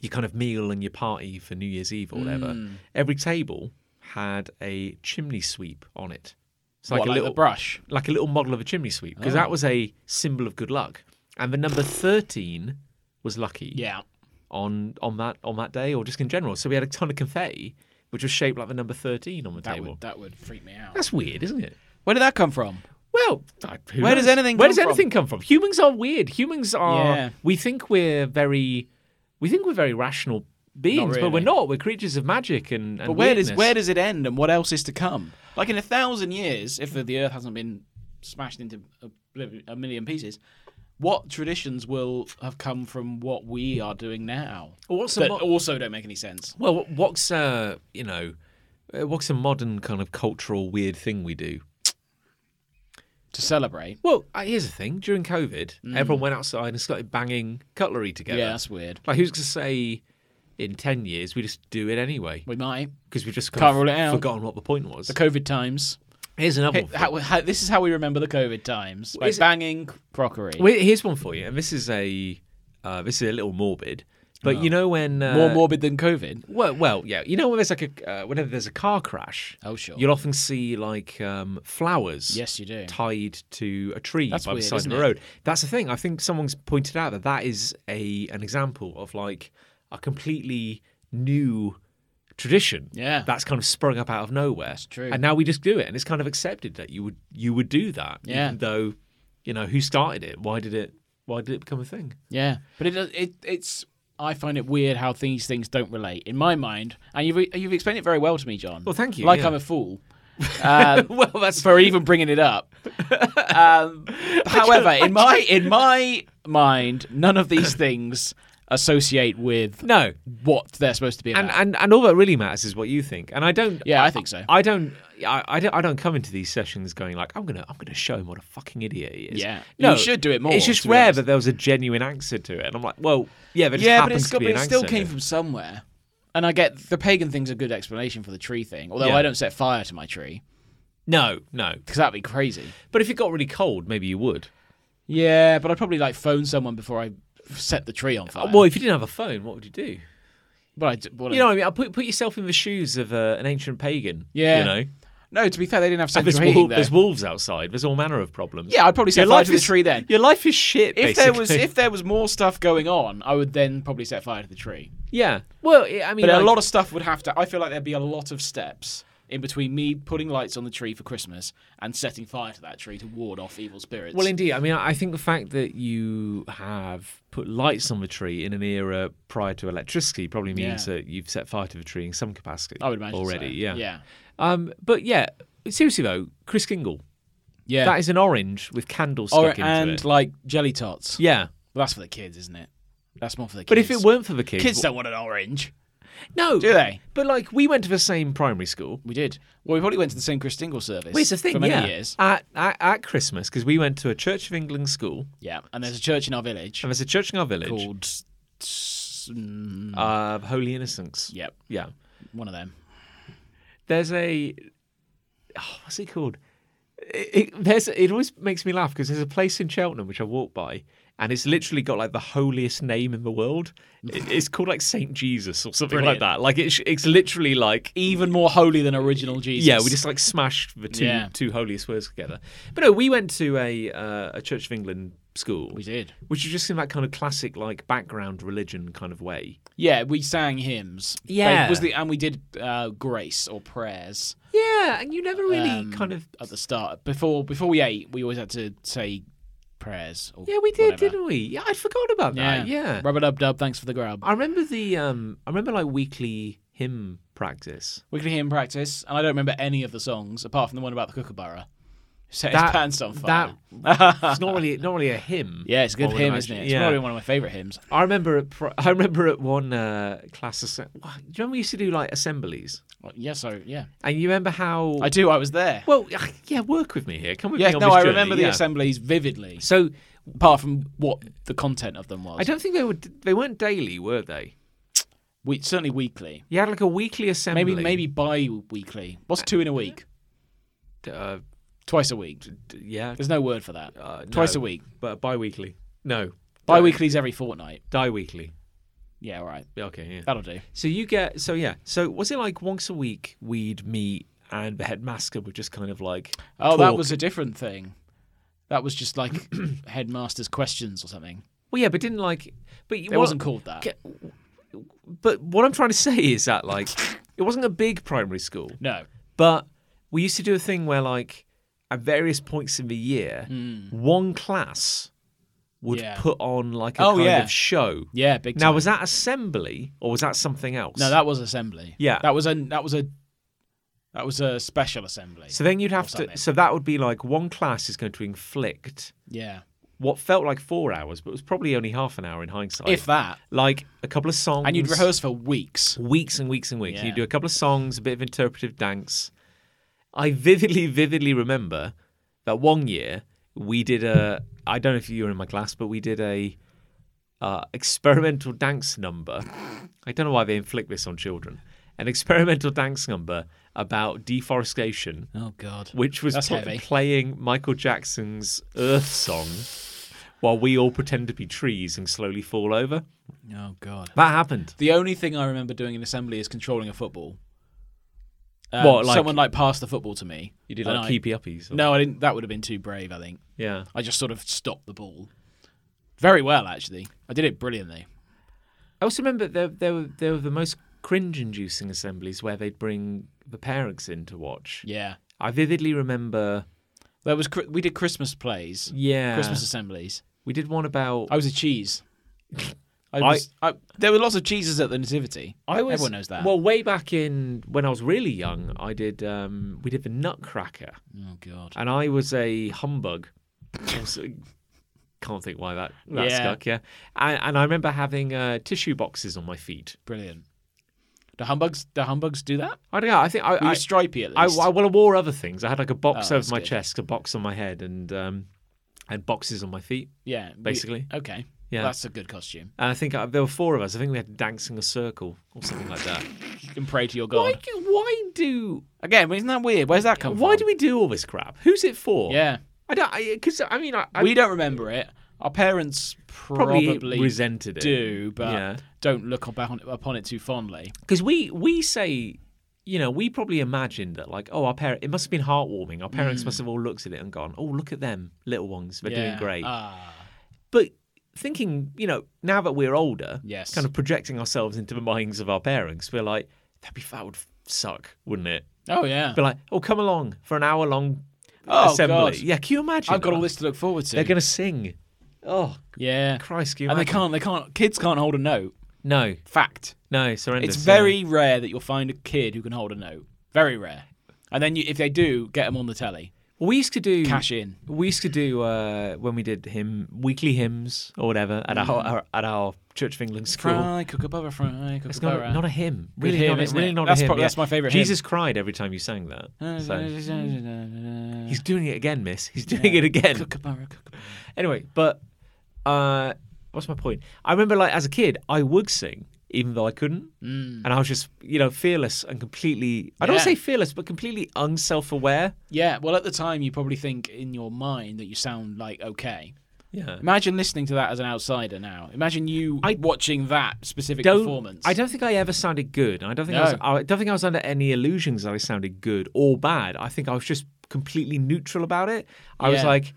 [SPEAKER 1] your kind of meal and your party for New Year's Eve or whatever,
[SPEAKER 2] Mm.
[SPEAKER 1] every table had a chimney sweep on it. It's
[SPEAKER 2] What, Like,
[SPEAKER 1] like a little
[SPEAKER 2] the brush.
[SPEAKER 1] like a little model of a chimney sweep because
[SPEAKER 2] Oh.
[SPEAKER 1] that was a symbol of good luck. And the number 13 was lucky
[SPEAKER 2] Yeah.
[SPEAKER 1] on on that on that day or just in general. So we had a ton of confetti which was shaped like the number 13 on the
[SPEAKER 2] That
[SPEAKER 1] table.
[SPEAKER 2] would that would freak me out.
[SPEAKER 1] That's weird, isn't it?
[SPEAKER 2] Where did that come from?
[SPEAKER 1] Well, I- who
[SPEAKER 2] Where does
[SPEAKER 1] knows?
[SPEAKER 2] anything
[SPEAKER 1] Where
[SPEAKER 2] come
[SPEAKER 1] does anything come from? Humans are weird. Humans are.
[SPEAKER 2] Yeah.
[SPEAKER 1] We think we're very, we think we're very rational beings, but we're
[SPEAKER 2] really.
[SPEAKER 1] not. We're creatures of magic and. and
[SPEAKER 2] But where does
[SPEAKER 1] weirdness.
[SPEAKER 2] where does it end and what else is to come? Like in a thousand years, if the, the Earth hasn't been smashed into oblivion- a million pieces, what traditions will have come from what we are doing now
[SPEAKER 1] Well, what's a
[SPEAKER 2] that
[SPEAKER 1] mo-
[SPEAKER 2] also don't make any sense?
[SPEAKER 1] well, what's uh, you know, uh, what's a modern kind of cultural weird thing we do?
[SPEAKER 2] To celebrate,
[SPEAKER 1] Well, uh, here's the thing: during COVID, everyone went outside and started banging cutlery together.
[SPEAKER 2] Mm. Yeah, that's weird.
[SPEAKER 1] Like, who's to say? In ten years, we just do it anyway
[SPEAKER 2] We might.
[SPEAKER 1] because we've just kind
[SPEAKER 2] Can't
[SPEAKER 1] of
[SPEAKER 2] rule it out.
[SPEAKER 1] forgotten what the point was.
[SPEAKER 2] The COVID times.
[SPEAKER 1] Here's another one. for you.
[SPEAKER 2] How, how, this is how we remember the COVID times by
[SPEAKER 1] Is it-
[SPEAKER 2] banging crockery.
[SPEAKER 1] Well, here's one for you, and this is a uh, this is a little morbid, but you know when uh,
[SPEAKER 2] Oh. More morbid than COVID.
[SPEAKER 1] Well, well, yeah, you know when there's like a uh, whenever there's a car crash,
[SPEAKER 2] Oh, sure.
[SPEAKER 1] you'll often see like um, flowers.
[SPEAKER 2] Yes, you do.
[SPEAKER 1] Tied to a tree
[SPEAKER 2] That's
[SPEAKER 1] by
[SPEAKER 2] weird,
[SPEAKER 1] the side of
[SPEAKER 2] isn't
[SPEAKER 1] the
[SPEAKER 2] it?
[SPEAKER 1] road. That's the thing. I think someone's pointed out that that is a an example of like a completely new tradition.
[SPEAKER 2] Yeah.
[SPEAKER 1] that's kind of sprung up out of nowhere. That's
[SPEAKER 2] true.
[SPEAKER 1] And now we just do it, and it's kind of accepted that you would you would do that.
[SPEAKER 2] Yeah.
[SPEAKER 1] even though you know who started it. Why did it? Why did it become a thing?
[SPEAKER 2] Yeah, but it, does- it it's. I find it weird how these things don't relate in my mind, and you've you've explained it very well to me, John.
[SPEAKER 1] Well, thank you,
[SPEAKER 2] Like
[SPEAKER 1] yeah.
[SPEAKER 2] I'm a fool. Um,
[SPEAKER 1] Well, that's
[SPEAKER 2] for even bringing it up. Um, however, in my in my mind, none of these things associate with
[SPEAKER 1] no.
[SPEAKER 2] what they're supposed to be. About.
[SPEAKER 1] And, and and all that really matters is what you think. And I don't.
[SPEAKER 2] yeah, I think so.
[SPEAKER 1] I don't, I, I don't, I don't come into these sessions going like, I'm gonna, I'm gonna show him what a fucking idiot he is.
[SPEAKER 2] Yeah. You should do it more,
[SPEAKER 1] It's just
[SPEAKER 2] to be
[SPEAKER 1] rare
[SPEAKER 2] honest.
[SPEAKER 1] that there was a genuine answer to it, and I'm like, well, yeah, but
[SPEAKER 2] yeah, but it's
[SPEAKER 1] to
[SPEAKER 2] got,
[SPEAKER 1] be
[SPEAKER 2] but
[SPEAKER 1] an
[SPEAKER 2] it still
[SPEAKER 1] answer.
[SPEAKER 2] came from somewhere. And I get the pagan thing's a good explanation for the tree thing, although
[SPEAKER 1] Yeah.
[SPEAKER 2] I don't set fire to my tree
[SPEAKER 1] No, no.
[SPEAKER 2] because that'd be crazy.
[SPEAKER 1] But if it got really cold, maybe you would.
[SPEAKER 2] Yeah, but Uh, I'd probably like phone someone before I set the tree on fire.
[SPEAKER 1] well, if you didn't have a phone, what would you do?
[SPEAKER 2] but I d- well,
[SPEAKER 1] You know, what I mean, I put put yourself in the shoes of uh, an ancient pagan.
[SPEAKER 2] Yeah.
[SPEAKER 1] You know,
[SPEAKER 2] no. To be fair, they didn't have
[SPEAKER 1] there's,
[SPEAKER 2] central
[SPEAKER 1] wol-
[SPEAKER 2] heating there.
[SPEAKER 1] there's wolves outside. There's all manner of problems.
[SPEAKER 2] Yeah, I'd probably set
[SPEAKER 1] Your
[SPEAKER 2] fire
[SPEAKER 1] life
[SPEAKER 2] to the
[SPEAKER 1] is-
[SPEAKER 2] tree then.
[SPEAKER 1] Your life is shit.
[SPEAKER 2] If there was
[SPEAKER 1] basically.
[SPEAKER 2] if there was more stuff going on, I would then probably set fire to the tree.
[SPEAKER 1] yeah. Well, I I mean,
[SPEAKER 2] But a
[SPEAKER 1] like-
[SPEAKER 2] lot of stuff would have to. I feel like there'd be a lot of steps in between me putting lights on the tree for Christmas and setting fire to that tree to ward off evil spirits.
[SPEAKER 1] Well, indeed. I mean, I think the fact that you have put lights on the tree in an era prior to electricity probably means
[SPEAKER 2] Yeah.
[SPEAKER 1] that you've set fire to the tree in some capacity.
[SPEAKER 2] I would imagine so.
[SPEAKER 1] already. Yeah.
[SPEAKER 2] yeah,
[SPEAKER 1] Um, but yeah, seriously though, Chris Kingle,
[SPEAKER 2] yeah.
[SPEAKER 1] that is an orange with candles stuck
[SPEAKER 2] or
[SPEAKER 1] into
[SPEAKER 2] and
[SPEAKER 1] it.
[SPEAKER 2] like jelly tots.
[SPEAKER 1] yeah.
[SPEAKER 2] Well, that's for the kids, isn't it? That's more for the kids.
[SPEAKER 1] But if it weren't for the kids,
[SPEAKER 2] kids don't want an orange,
[SPEAKER 1] no,
[SPEAKER 2] do they?
[SPEAKER 1] But like, we went to the same primary school.
[SPEAKER 2] We did. Well, we probably went to the St. Chris Dingle service
[SPEAKER 1] Well, it's the thing,
[SPEAKER 2] for many
[SPEAKER 1] yeah.
[SPEAKER 2] years.
[SPEAKER 1] At, at at Christmas, because we went to a Church of England school,
[SPEAKER 2] Yeah, and there's a church in our village
[SPEAKER 1] and there's a church in our village.
[SPEAKER 2] called S- s- mm,
[SPEAKER 1] Uh, Holy Innocents.
[SPEAKER 2] yep,
[SPEAKER 1] Yeah.
[SPEAKER 2] one of them.
[SPEAKER 1] There's a. Oh, what's it called? It, it- there's, it always makes me laugh because there's a place in Cheltenham which I walk by and it's literally got like the holiest name in the world. It- it's called like Saint Jesus or something
[SPEAKER 2] Brilliant.
[SPEAKER 1] like that. Like it's, it's literally like.
[SPEAKER 2] Even more holy than original Jesus.
[SPEAKER 1] Yeah, we just like smashed the two
[SPEAKER 2] Yeah.
[SPEAKER 1] two holiest words together. But no, we went to a uh, a Church of England school,
[SPEAKER 2] we did.
[SPEAKER 1] which is just in that kind of classic like background religion kind of way.
[SPEAKER 2] Yeah, we sang hymns.
[SPEAKER 1] Yeah.
[SPEAKER 2] Like, was the and we did uh, grace or prayers
[SPEAKER 1] Yeah, and you never really
[SPEAKER 2] um,
[SPEAKER 1] kind of
[SPEAKER 2] at the start before before we ate. We always had to say prayers. Or
[SPEAKER 1] Yeah, we did,
[SPEAKER 2] whatever.
[SPEAKER 1] didn't we? Yeah, I'd forgot about that. Yeah.
[SPEAKER 2] Rub a dub dub. Thanks for the grub.
[SPEAKER 1] I remember the um I remember like weekly hymn practice.
[SPEAKER 2] Weekly hymn practice, and I don't remember any of the songs apart from the one about the kookaburra. Set his
[SPEAKER 1] That-
[SPEAKER 2] pants on fire.
[SPEAKER 1] that- It's not really not really a hymn.
[SPEAKER 2] yeah, it's a good
[SPEAKER 1] I would
[SPEAKER 2] hymn, isn't it?
[SPEAKER 1] imagine.
[SPEAKER 2] It's
[SPEAKER 1] yeah.
[SPEAKER 2] probably one of my favourite hymns.
[SPEAKER 1] I remember at pro- I remember at one uh class asse- Wha- do you remember we used to do like assemblies?
[SPEAKER 2] Well, Yeah, so yeah,
[SPEAKER 1] And you remember how
[SPEAKER 2] I do. I was there.
[SPEAKER 1] Well, yeah, work with me here. Come with
[SPEAKER 2] yeah,
[SPEAKER 1] me on
[SPEAKER 2] no,
[SPEAKER 1] this
[SPEAKER 2] I
[SPEAKER 1] journey,
[SPEAKER 2] remember the
[SPEAKER 1] yeah.
[SPEAKER 2] assemblies vividly,
[SPEAKER 1] So
[SPEAKER 2] apart from what the content of them was.
[SPEAKER 1] I don't think they were they weren't daily, were they?
[SPEAKER 2] We, certainly weekly,
[SPEAKER 1] You had like a weekly assembly.
[SPEAKER 2] maybe maybe bi-weekly. What's two in a week?
[SPEAKER 1] uh,
[SPEAKER 2] Twice a week.
[SPEAKER 1] d- yeah,
[SPEAKER 2] There's no word for that.
[SPEAKER 1] Uh,
[SPEAKER 2] Twice
[SPEAKER 1] no.
[SPEAKER 2] a week.
[SPEAKER 1] but bi-weekly. No,
[SPEAKER 2] Bi-weekly is every fortnight.
[SPEAKER 1] di-weekly.
[SPEAKER 2] Yeah, all right.
[SPEAKER 1] Okay, yeah.
[SPEAKER 2] That'll do.
[SPEAKER 1] So you get so yeah. So was it like once a week we'd meet and the headmaster would just kind of like
[SPEAKER 2] Oh, that
[SPEAKER 1] talk-
[SPEAKER 2] was a different thing. That was just like headmaster's questions or something.
[SPEAKER 1] well yeah, but didn't like but it
[SPEAKER 2] It wasn't called that.
[SPEAKER 1] Get- But what I'm trying to say is that like it wasn't a big primary school,
[SPEAKER 2] No.
[SPEAKER 1] but we used to do a thing where like at various points in the year, one class would
[SPEAKER 2] Hmm. Yeah.
[SPEAKER 1] put on like a
[SPEAKER 2] Oh,
[SPEAKER 1] kind
[SPEAKER 2] yeah.
[SPEAKER 1] of show.
[SPEAKER 2] Yeah, big
[SPEAKER 1] Now
[SPEAKER 2] time.
[SPEAKER 1] was that assembly or was that something else?
[SPEAKER 2] no, that was assembly.
[SPEAKER 1] Yeah.
[SPEAKER 2] That was a that was a that was a special assembly.
[SPEAKER 1] so then you'd have
[SPEAKER 2] something.
[SPEAKER 1] to. So that would be like one class is going to inflict
[SPEAKER 2] yeah.
[SPEAKER 1] what felt like four hours, but was probably only half an hour in hindsight.
[SPEAKER 2] If that.
[SPEAKER 1] like a couple of songs,
[SPEAKER 2] And you'd rehearse for weeks.
[SPEAKER 1] weeks and weeks and weeks.
[SPEAKER 2] Yeah.
[SPEAKER 1] You'd do a couple of songs, a bit of interpretive dance. I vividly, vividly remember that one year we did a. I don't know if you were in my class, but we did a uh, experimental dance number. I don't know why they inflict this on children. An experimental dance number about deforestation
[SPEAKER 2] Oh god.
[SPEAKER 1] which was
[SPEAKER 2] That's
[SPEAKER 1] pl-
[SPEAKER 2] heavy.
[SPEAKER 1] playing Michael Jackson's Earth song while we all pretend to be trees and slowly fall over.
[SPEAKER 2] Oh god.
[SPEAKER 1] That happened.
[SPEAKER 2] The only thing I remember doing in assembly is controlling a football. Um,
[SPEAKER 1] What, like-
[SPEAKER 2] someone like passed the football to me.
[SPEAKER 1] You did
[SPEAKER 2] and
[SPEAKER 1] like
[SPEAKER 2] I-
[SPEAKER 1] keepy uppies. or-
[SPEAKER 2] No, I didn't. That would have been too brave. I think
[SPEAKER 1] Yeah.
[SPEAKER 2] I just sort of stopped the ball. Very well, actually. I did it brilliantly.
[SPEAKER 1] I also remember there, there were there were the most cringe-inducing assemblies where they'd bring the parents in to watch.
[SPEAKER 2] Yeah.
[SPEAKER 1] I vividly remember.
[SPEAKER 2] There was Chri- we did Christmas plays,
[SPEAKER 1] Yeah.
[SPEAKER 2] Christmas assemblies.
[SPEAKER 1] We did one about.
[SPEAKER 2] I was a cheese. I was. I, there were lots of cheeses at the nativity. Everyone knows that.
[SPEAKER 1] Well, way back in when I was really young, I did. Um, we did the Nutcracker.
[SPEAKER 2] oh god.
[SPEAKER 1] and I was a humbug. Also, can't think why that, that
[SPEAKER 2] Yeah.
[SPEAKER 1] stuck, yeah. And, and I remember having uh, tissue boxes on my feet.
[SPEAKER 2] Brilliant. The humbugs. The humbugs do that.
[SPEAKER 1] I don't know. I think I,
[SPEAKER 2] Were
[SPEAKER 1] I,
[SPEAKER 2] you stripy at
[SPEAKER 1] I,
[SPEAKER 2] least?
[SPEAKER 1] I- well, I wore other things. I had like a
[SPEAKER 2] Oh,
[SPEAKER 1] box
[SPEAKER 2] that's
[SPEAKER 1] over my
[SPEAKER 2] good.
[SPEAKER 1] chest, a box on my head, and um, and boxes on my feet.
[SPEAKER 2] yeah. we-
[SPEAKER 1] basically.
[SPEAKER 2] okay.
[SPEAKER 1] Yeah.
[SPEAKER 2] That's a good costume.
[SPEAKER 1] And I think I, there were four of us. I think we had to dance in a circle or something like that.
[SPEAKER 2] You can pray to your god.
[SPEAKER 1] why, do- why do
[SPEAKER 2] Again, isn't that weird? Where's that come
[SPEAKER 1] why
[SPEAKER 2] from?
[SPEAKER 1] do we do all this crap? Who's it for?
[SPEAKER 2] Yeah.
[SPEAKER 1] I don't because I, mean I, I
[SPEAKER 2] we don't remember it. Our parents
[SPEAKER 1] probably,
[SPEAKER 2] probably,
[SPEAKER 1] resented it.
[SPEAKER 2] do, but
[SPEAKER 1] Yeah.
[SPEAKER 2] don't look upon, upon it too fondly.
[SPEAKER 1] because we we say you know we probably imagined that like oh our parent it must have been heartwarming our parents must have all looked at it and gone oh look at them little ones they're
[SPEAKER 2] Mm. yeah.
[SPEAKER 1] doing great
[SPEAKER 2] Ah,
[SPEAKER 1] but thinking you know now that we're older
[SPEAKER 2] Yes.
[SPEAKER 1] kind of projecting ourselves into the minds of our parents we're like that'd be that would suck wouldn't it
[SPEAKER 2] oh yeah.
[SPEAKER 1] be like oh come along for an hour long
[SPEAKER 2] Oh,
[SPEAKER 1] assembly
[SPEAKER 2] God.
[SPEAKER 1] yeah can you imagine
[SPEAKER 2] I've got
[SPEAKER 1] that?
[SPEAKER 2] all this to look forward to.
[SPEAKER 1] they're gonna sing oh
[SPEAKER 2] yeah.
[SPEAKER 1] Christ can you
[SPEAKER 2] And they
[SPEAKER 1] imagine?
[SPEAKER 2] can't. They can't. Kids can't hold a note.
[SPEAKER 1] no
[SPEAKER 2] Fact.
[SPEAKER 1] no surrender
[SPEAKER 2] It's
[SPEAKER 1] yeah.
[SPEAKER 2] very rare that you'll find a kid who can hold a note. Very rare. And then you, if they do, get them on the telly.
[SPEAKER 1] we used to do
[SPEAKER 2] Cash in.
[SPEAKER 1] We used to do uh, when we did hymn weekly hymns or whatever
[SPEAKER 2] Mm.
[SPEAKER 1] at our, our at our Church of England school.
[SPEAKER 2] Fry, Kookaburra, fry,
[SPEAKER 1] it's not,
[SPEAKER 2] Kookaburra.
[SPEAKER 1] not a hymn, really
[SPEAKER 2] hymn,
[SPEAKER 1] not a,
[SPEAKER 2] isn't
[SPEAKER 1] really
[SPEAKER 2] it?
[SPEAKER 1] not
[SPEAKER 2] That's
[SPEAKER 1] a hymn.
[SPEAKER 2] prob-
[SPEAKER 1] yeah.
[SPEAKER 2] that's my favourite hymn. Uh,
[SPEAKER 1] Jesus cried every time you sang that. So. He's doing it again, Miss. He's doing it again.
[SPEAKER 2] Kookaburra, Kookaburra.
[SPEAKER 1] Anyway, but uh, what's my point? I remember, like as a kid, I would sing even though I couldn't, and I was just you know fearless and completely. I don't
[SPEAKER 2] Mm. Yeah.
[SPEAKER 1] say fearless, but completely unself-aware.
[SPEAKER 2] Yeah, well, at the time, you probably think in your mind that you sound like okay.
[SPEAKER 1] Yeah.
[SPEAKER 2] Imagine listening to that as an outsider now. Imagine you
[SPEAKER 1] I
[SPEAKER 2] watching that specific
[SPEAKER 1] Don't,
[SPEAKER 2] performance.
[SPEAKER 1] I don't think I ever sounded good. I don't think I, was,
[SPEAKER 2] No.
[SPEAKER 1] I don't think I was under any illusions that I sounded good or bad. I think I was just completely neutral about it. I was
[SPEAKER 2] Yeah.
[SPEAKER 1] like,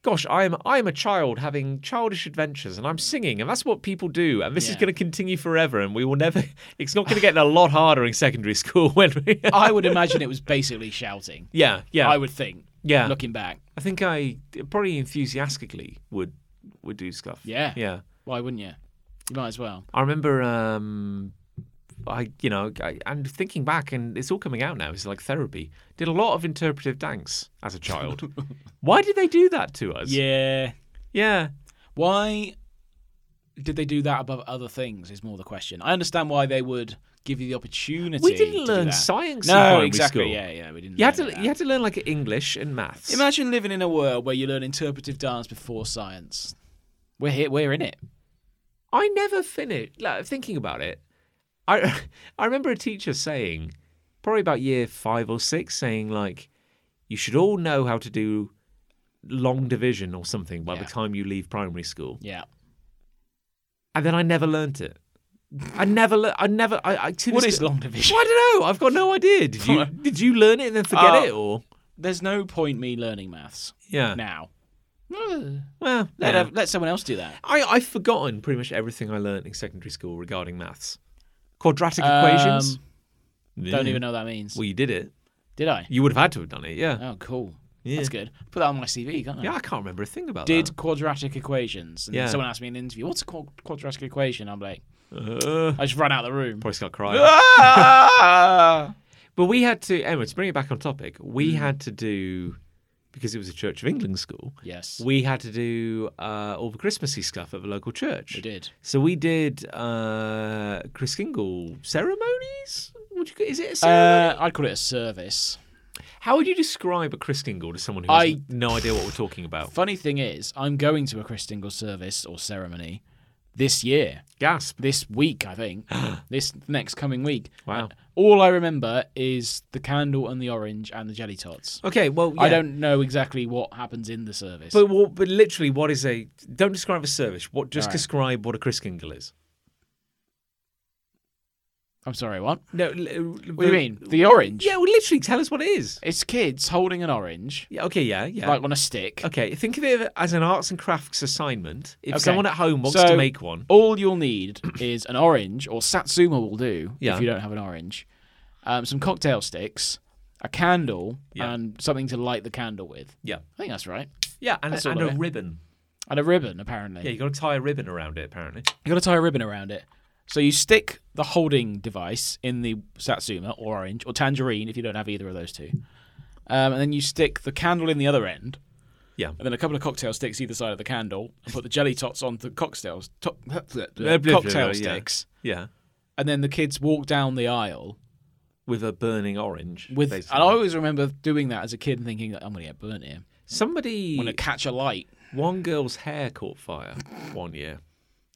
[SPEAKER 1] "Gosh, I am I am a child having childish adventures, and I'm singing, and that's what people do, and this is
[SPEAKER 2] Yeah.
[SPEAKER 1] going to continue forever, and we will never. It's not going to get a lot harder in secondary school when we.
[SPEAKER 2] I would imagine it was basically shouting.
[SPEAKER 1] yeah, yeah,
[SPEAKER 2] I would think.
[SPEAKER 1] yeah.
[SPEAKER 2] Looking back,
[SPEAKER 1] I think I probably enthusiastically would would do stuff.
[SPEAKER 2] Yeah.
[SPEAKER 1] yeah.
[SPEAKER 2] why wouldn't you? You might as well.
[SPEAKER 1] I remember, um, I you know, I, and thinking back, and it's all coming out now. It's like therapy. Did a lot of interpretive dance as a child. Why did they do that to us?
[SPEAKER 2] Yeah.
[SPEAKER 1] yeah,
[SPEAKER 2] Why did they do that above other things? Is more the question. I understand why they would give you the opportunity.
[SPEAKER 1] we didn't
[SPEAKER 2] to do
[SPEAKER 1] learn
[SPEAKER 2] that.
[SPEAKER 1] science. in
[SPEAKER 2] No,
[SPEAKER 1] primary
[SPEAKER 2] exactly.
[SPEAKER 1] School.
[SPEAKER 2] Yeah, yeah, we didn't.
[SPEAKER 1] you had to
[SPEAKER 2] learn that.
[SPEAKER 1] you had to learn like English and maths.
[SPEAKER 2] Imagine living in a world where you learn interpretive dance before science. We're here. We're in it.
[SPEAKER 1] I never finished. Like, thinking about it, I I remember a teacher saying, probably about year five or six, saying like, you should all know how to do long division or something by
[SPEAKER 2] Yeah.
[SPEAKER 1] the time you leave primary school.
[SPEAKER 2] Yeah.
[SPEAKER 1] and then I never learnt it. I never, lear I never, I, I to
[SPEAKER 2] What
[SPEAKER 1] this
[SPEAKER 2] is
[SPEAKER 1] day-
[SPEAKER 2] long division?
[SPEAKER 1] Well, I don't know. I've got no idea. Did you did you learn it and then forget
[SPEAKER 2] Uh,
[SPEAKER 1] it, or
[SPEAKER 2] There's no point me learning maths
[SPEAKER 1] yeah?
[SPEAKER 2] now.
[SPEAKER 1] Well,
[SPEAKER 2] Let,
[SPEAKER 1] yeah.
[SPEAKER 2] uh, let someone else do that.
[SPEAKER 1] I I've forgotten pretty much everything I learnt in secondary school regarding maths, quadratic equations.
[SPEAKER 2] Um, Don't
[SPEAKER 1] Yeah.
[SPEAKER 2] even know what that means.
[SPEAKER 1] Well, you did it.
[SPEAKER 2] Did I?
[SPEAKER 1] You would have had to have done it. Yeah.
[SPEAKER 2] Oh, cool.
[SPEAKER 1] Yeah.
[SPEAKER 2] That's good. Put that on my CV, can't I?
[SPEAKER 1] Yeah, I can't remember a thing about
[SPEAKER 2] Did quadratic equations? And then
[SPEAKER 1] Yeah.
[SPEAKER 2] someone asked me in an interview, "What's a qu- quadratic equation?" I'm like,
[SPEAKER 1] that. Uh,
[SPEAKER 2] I just ran out of the room.
[SPEAKER 1] probably start crying.
[SPEAKER 2] Ah!
[SPEAKER 1] But we had to, anyway, to bring it back on topic, we
[SPEAKER 2] Hmm.
[SPEAKER 1] had to do, because it was a Church of England school,
[SPEAKER 2] yes,
[SPEAKER 1] we had to do uh, all the Christmassy stuff at the local church.
[SPEAKER 2] we did.
[SPEAKER 1] So we did uh, Chris Kingle ceremonies. Would you, ca- is it a ceremony?
[SPEAKER 2] Uh, I'd call it a service.
[SPEAKER 1] How would you describe a Chris Kingle to someone who has
[SPEAKER 2] I-
[SPEAKER 1] no idea what we're talking about?
[SPEAKER 2] Funny thing is, I'm going to a Chris Dingle service or ceremony this year,
[SPEAKER 1] Gasp!
[SPEAKER 2] this week, I think, this next coming week.
[SPEAKER 1] Wow.
[SPEAKER 2] All I remember is the candle and the orange and the jelly tots.
[SPEAKER 1] Okay, well,
[SPEAKER 2] I
[SPEAKER 1] yeah.
[SPEAKER 2] don't know exactly what happens in the service.
[SPEAKER 1] But, well, but literally, what is a? Don't describe a service. What just
[SPEAKER 2] All right.
[SPEAKER 1] describe what a Chris Kingle is?
[SPEAKER 2] I'm sorry, what?
[SPEAKER 1] No, what
[SPEAKER 2] What do you mean? uh, The orange?
[SPEAKER 1] Yeah, well, literally, tell us what it is.
[SPEAKER 2] It's kids holding an orange,
[SPEAKER 1] Yeah, okay, yeah, yeah.
[SPEAKER 2] like on a stick.
[SPEAKER 1] Okay, think of it as an arts and crafts assignment. If
[SPEAKER 2] Okay.
[SPEAKER 1] someone at home wants
[SPEAKER 2] So-
[SPEAKER 1] to make one,
[SPEAKER 2] All you'll need is an orange, or satsuma will do
[SPEAKER 1] Yeah.
[SPEAKER 2] if you don't have an orange, um, some cocktail sticks, a candle,
[SPEAKER 1] Yeah.
[SPEAKER 2] and something to light the candle with.
[SPEAKER 1] yeah,
[SPEAKER 2] I think that's right.
[SPEAKER 1] yeah, and,
[SPEAKER 2] That's all
[SPEAKER 1] and a
[SPEAKER 2] of it.
[SPEAKER 1] ribbon.
[SPEAKER 2] And a ribbon, apparently.
[SPEAKER 1] Yeah, you got to tie a ribbon around it. Apparently,
[SPEAKER 2] you got to tie a ribbon around it. So you stick the holding device in the satsuma, or orange, or tangerine if you don't have either of those two. Um, and then you stick the candle in the other end.
[SPEAKER 1] Yeah.
[SPEAKER 2] And then a couple of cocktail sticks either side of the candle, and put the jelly tots on the cocktails, to-
[SPEAKER 1] blah, blah,
[SPEAKER 2] cocktail
[SPEAKER 1] yeah.
[SPEAKER 2] sticks.
[SPEAKER 1] yeah,
[SPEAKER 2] and then the kids walk down the aisle
[SPEAKER 1] with a burning orange.
[SPEAKER 2] with.
[SPEAKER 1] basically.
[SPEAKER 2] And I always remember doing that as a kid and thinking, "I'm going to get burnt here.
[SPEAKER 1] somebody,
[SPEAKER 2] I'm going to catch a light."
[SPEAKER 1] one girl's hair caught fire one year.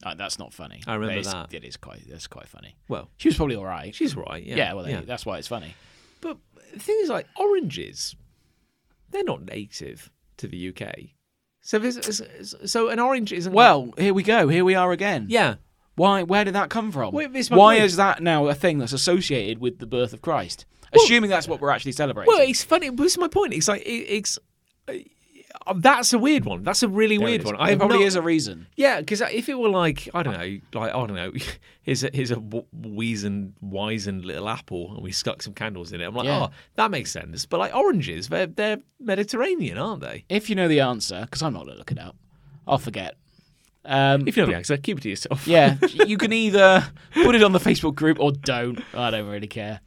[SPEAKER 2] Uh, that's not funny.
[SPEAKER 1] I remember
[SPEAKER 2] But it's-
[SPEAKER 1] that.
[SPEAKER 2] It is quite. That's quite funny.
[SPEAKER 1] Well,
[SPEAKER 2] She was probably all right.
[SPEAKER 1] she's right. Yeah,
[SPEAKER 2] yeah, well, there- that's why it's funny.
[SPEAKER 1] But the thing is, like oranges, they're not native to the UK. So, this is- so an orange isn't
[SPEAKER 2] Well, here we go. Here we are again.
[SPEAKER 1] yeah.
[SPEAKER 2] Why? Where did that come from?
[SPEAKER 1] Wait, this is my
[SPEAKER 2] why
[SPEAKER 1] point.
[SPEAKER 2] is that now a thing that's associated with the birth of Christ? Assuming that's what we're actually celebrating.
[SPEAKER 1] Well, it's funny. But this is my point. It's like it, it's uh, that's a weird one. That's a really weird one.
[SPEAKER 2] There
[SPEAKER 1] have
[SPEAKER 2] probably
[SPEAKER 1] no-
[SPEAKER 2] is a reason.
[SPEAKER 1] Yeah, because if it were like I don't know, like I don't know, here's a here's a w- weazened, wizened little apple, and we stuck some candles in it. I'm like,
[SPEAKER 2] Yeah.
[SPEAKER 1] oh, that makes sense. But like oranges, they're they're Mediterranean, aren't they?
[SPEAKER 2] If you know the answer, because I'm not going to look it up, I'll forget. Um,
[SPEAKER 1] If you know the answer, keep it to yourself.
[SPEAKER 2] Yeah, you can either put it on the Facebook group or don't. I don't really care.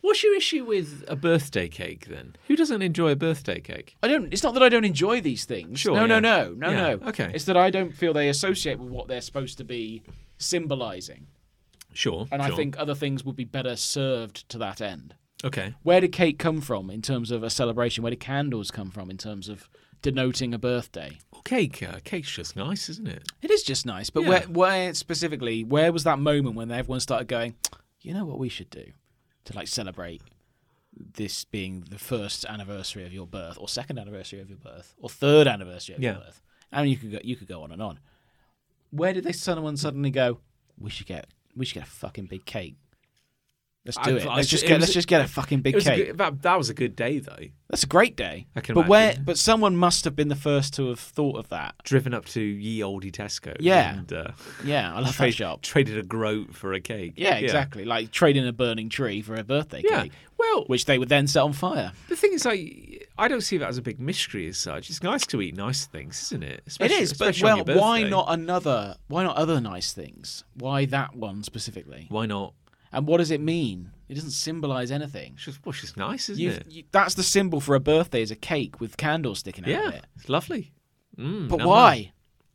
[SPEAKER 1] What's your issue with a birthday cake then? Who doesn't enjoy a birthday cake?
[SPEAKER 2] I don't. It's not that I don't enjoy these things.
[SPEAKER 1] Sure,
[SPEAKER 2] No,
[SPEAKER 1] yeah.
[SPEAKER 2] no, no, no,
[SPEAKER 1] Yeah,
[SPEAKER 2] no.
[SPEAKER 1] okay.
[SPEAKER 2] It's that I don't feel they associate with what they're supposed to be symbolizing,
[SPEAKER 1] Sure.
[SPEAKER 2] and I
[SPEAKER 1] sure.
[SPEAKER 2] think other things would be better served to that end.
[SPEAKER 1] okay.
[SPEAKER 2] Where did cake come from in terms of a celebration? Where did candles come from in terms of denoting a birthday.
[SPEAKER 1] Well, cake, uh, cake's just nice, isn't it?
[SPEAKER 2] It is just nice, but
[SPEAKER 1] Yeah.
[SPEAKER 2] where, where specifically, where was that moment when everyone started going, you know what we should do to like celebrate this being the first anniversary of your birth, or second anniversary of your birth, or third anniversary of
[SPEAKER 1] Yeah.
[SPEAKER 2] your birth? And you could go, you could go on and on. Where did they someone suddenly go? We should get we should get a fucking big cake. Let's do
[SPEAKER 1] I-
[SPEAKER 2] it.
[SPEAKER 1] I-
[SPEAKER 2] Let's just
[SPEAKER 1] it
[SPEAKER 2] get
[SPEAKER 1] was-
[SPEAKER 2] let's just get a fucking
[SPEAKER 1] It
[SPEAKER 2] big
[SPEAKER 1] was a
[SPEAKER 2] cake.
[SPEAKER 1] good- that, that was a good day though.
[SPEAKER 2] That's a great day.
[SPEAKER 1] I can
[SPEAKER 2] but where
[SPEAKER 1] imagine.
[SPEAKER 2] but someone must have been the first to have thought of that.
[SPEAKER 1] Driven up to ye olde Tesco.
[SPEAKER 2] Yeah.
[SPEAKER 1] And, uh,
[SPEAKER 2] Yeah, I love that shop.
[SPEAKER 1] traded a groat for a cake.
[SPEAKER 2] Yeah, exactly. Like trading a burning tree for a birthday
[SPEAKER 1] Yeah.
[SPEAKER 2] cake,
[SPEAKER 1] Well,
[SPEAKER 2] which they would then set on fire.
[SPEAKER 1] the thing is, like, I don't see that as a big mystery as such. It's nice to eat nice things, isn't it? Especially-
[SPEAKER 2] it is, but
[SPEAKER 1] especially on
[SPEAKER 2] well,
[SPEAKER 1] your
[SPEAKER 2] why
[SPEAKER 1] birthday.
[SPEAKER 2] not another? Why not other nice things? Why that one specifically?
[SPEAKER 1] Why not?
[SPEAKER 2] And what does it mean? It doesn't symbolize anything.
[SPEAKER 1] It's just, well, it's just nice, isn't
[SPEAKER 2] You've,
[SPEAKER 1] it?
[SPEAKER 2] you, that's the symbol for a birthday is a cake with candles sticking out
[SPEAKER 1] yeah,
[SPEAKER 2] of it.
[SPEAKER 1] it's lovely. Mm,
[SPEAKER 2] But
[SPEAKER 1] nom nom.
[SPEAKER 2] why?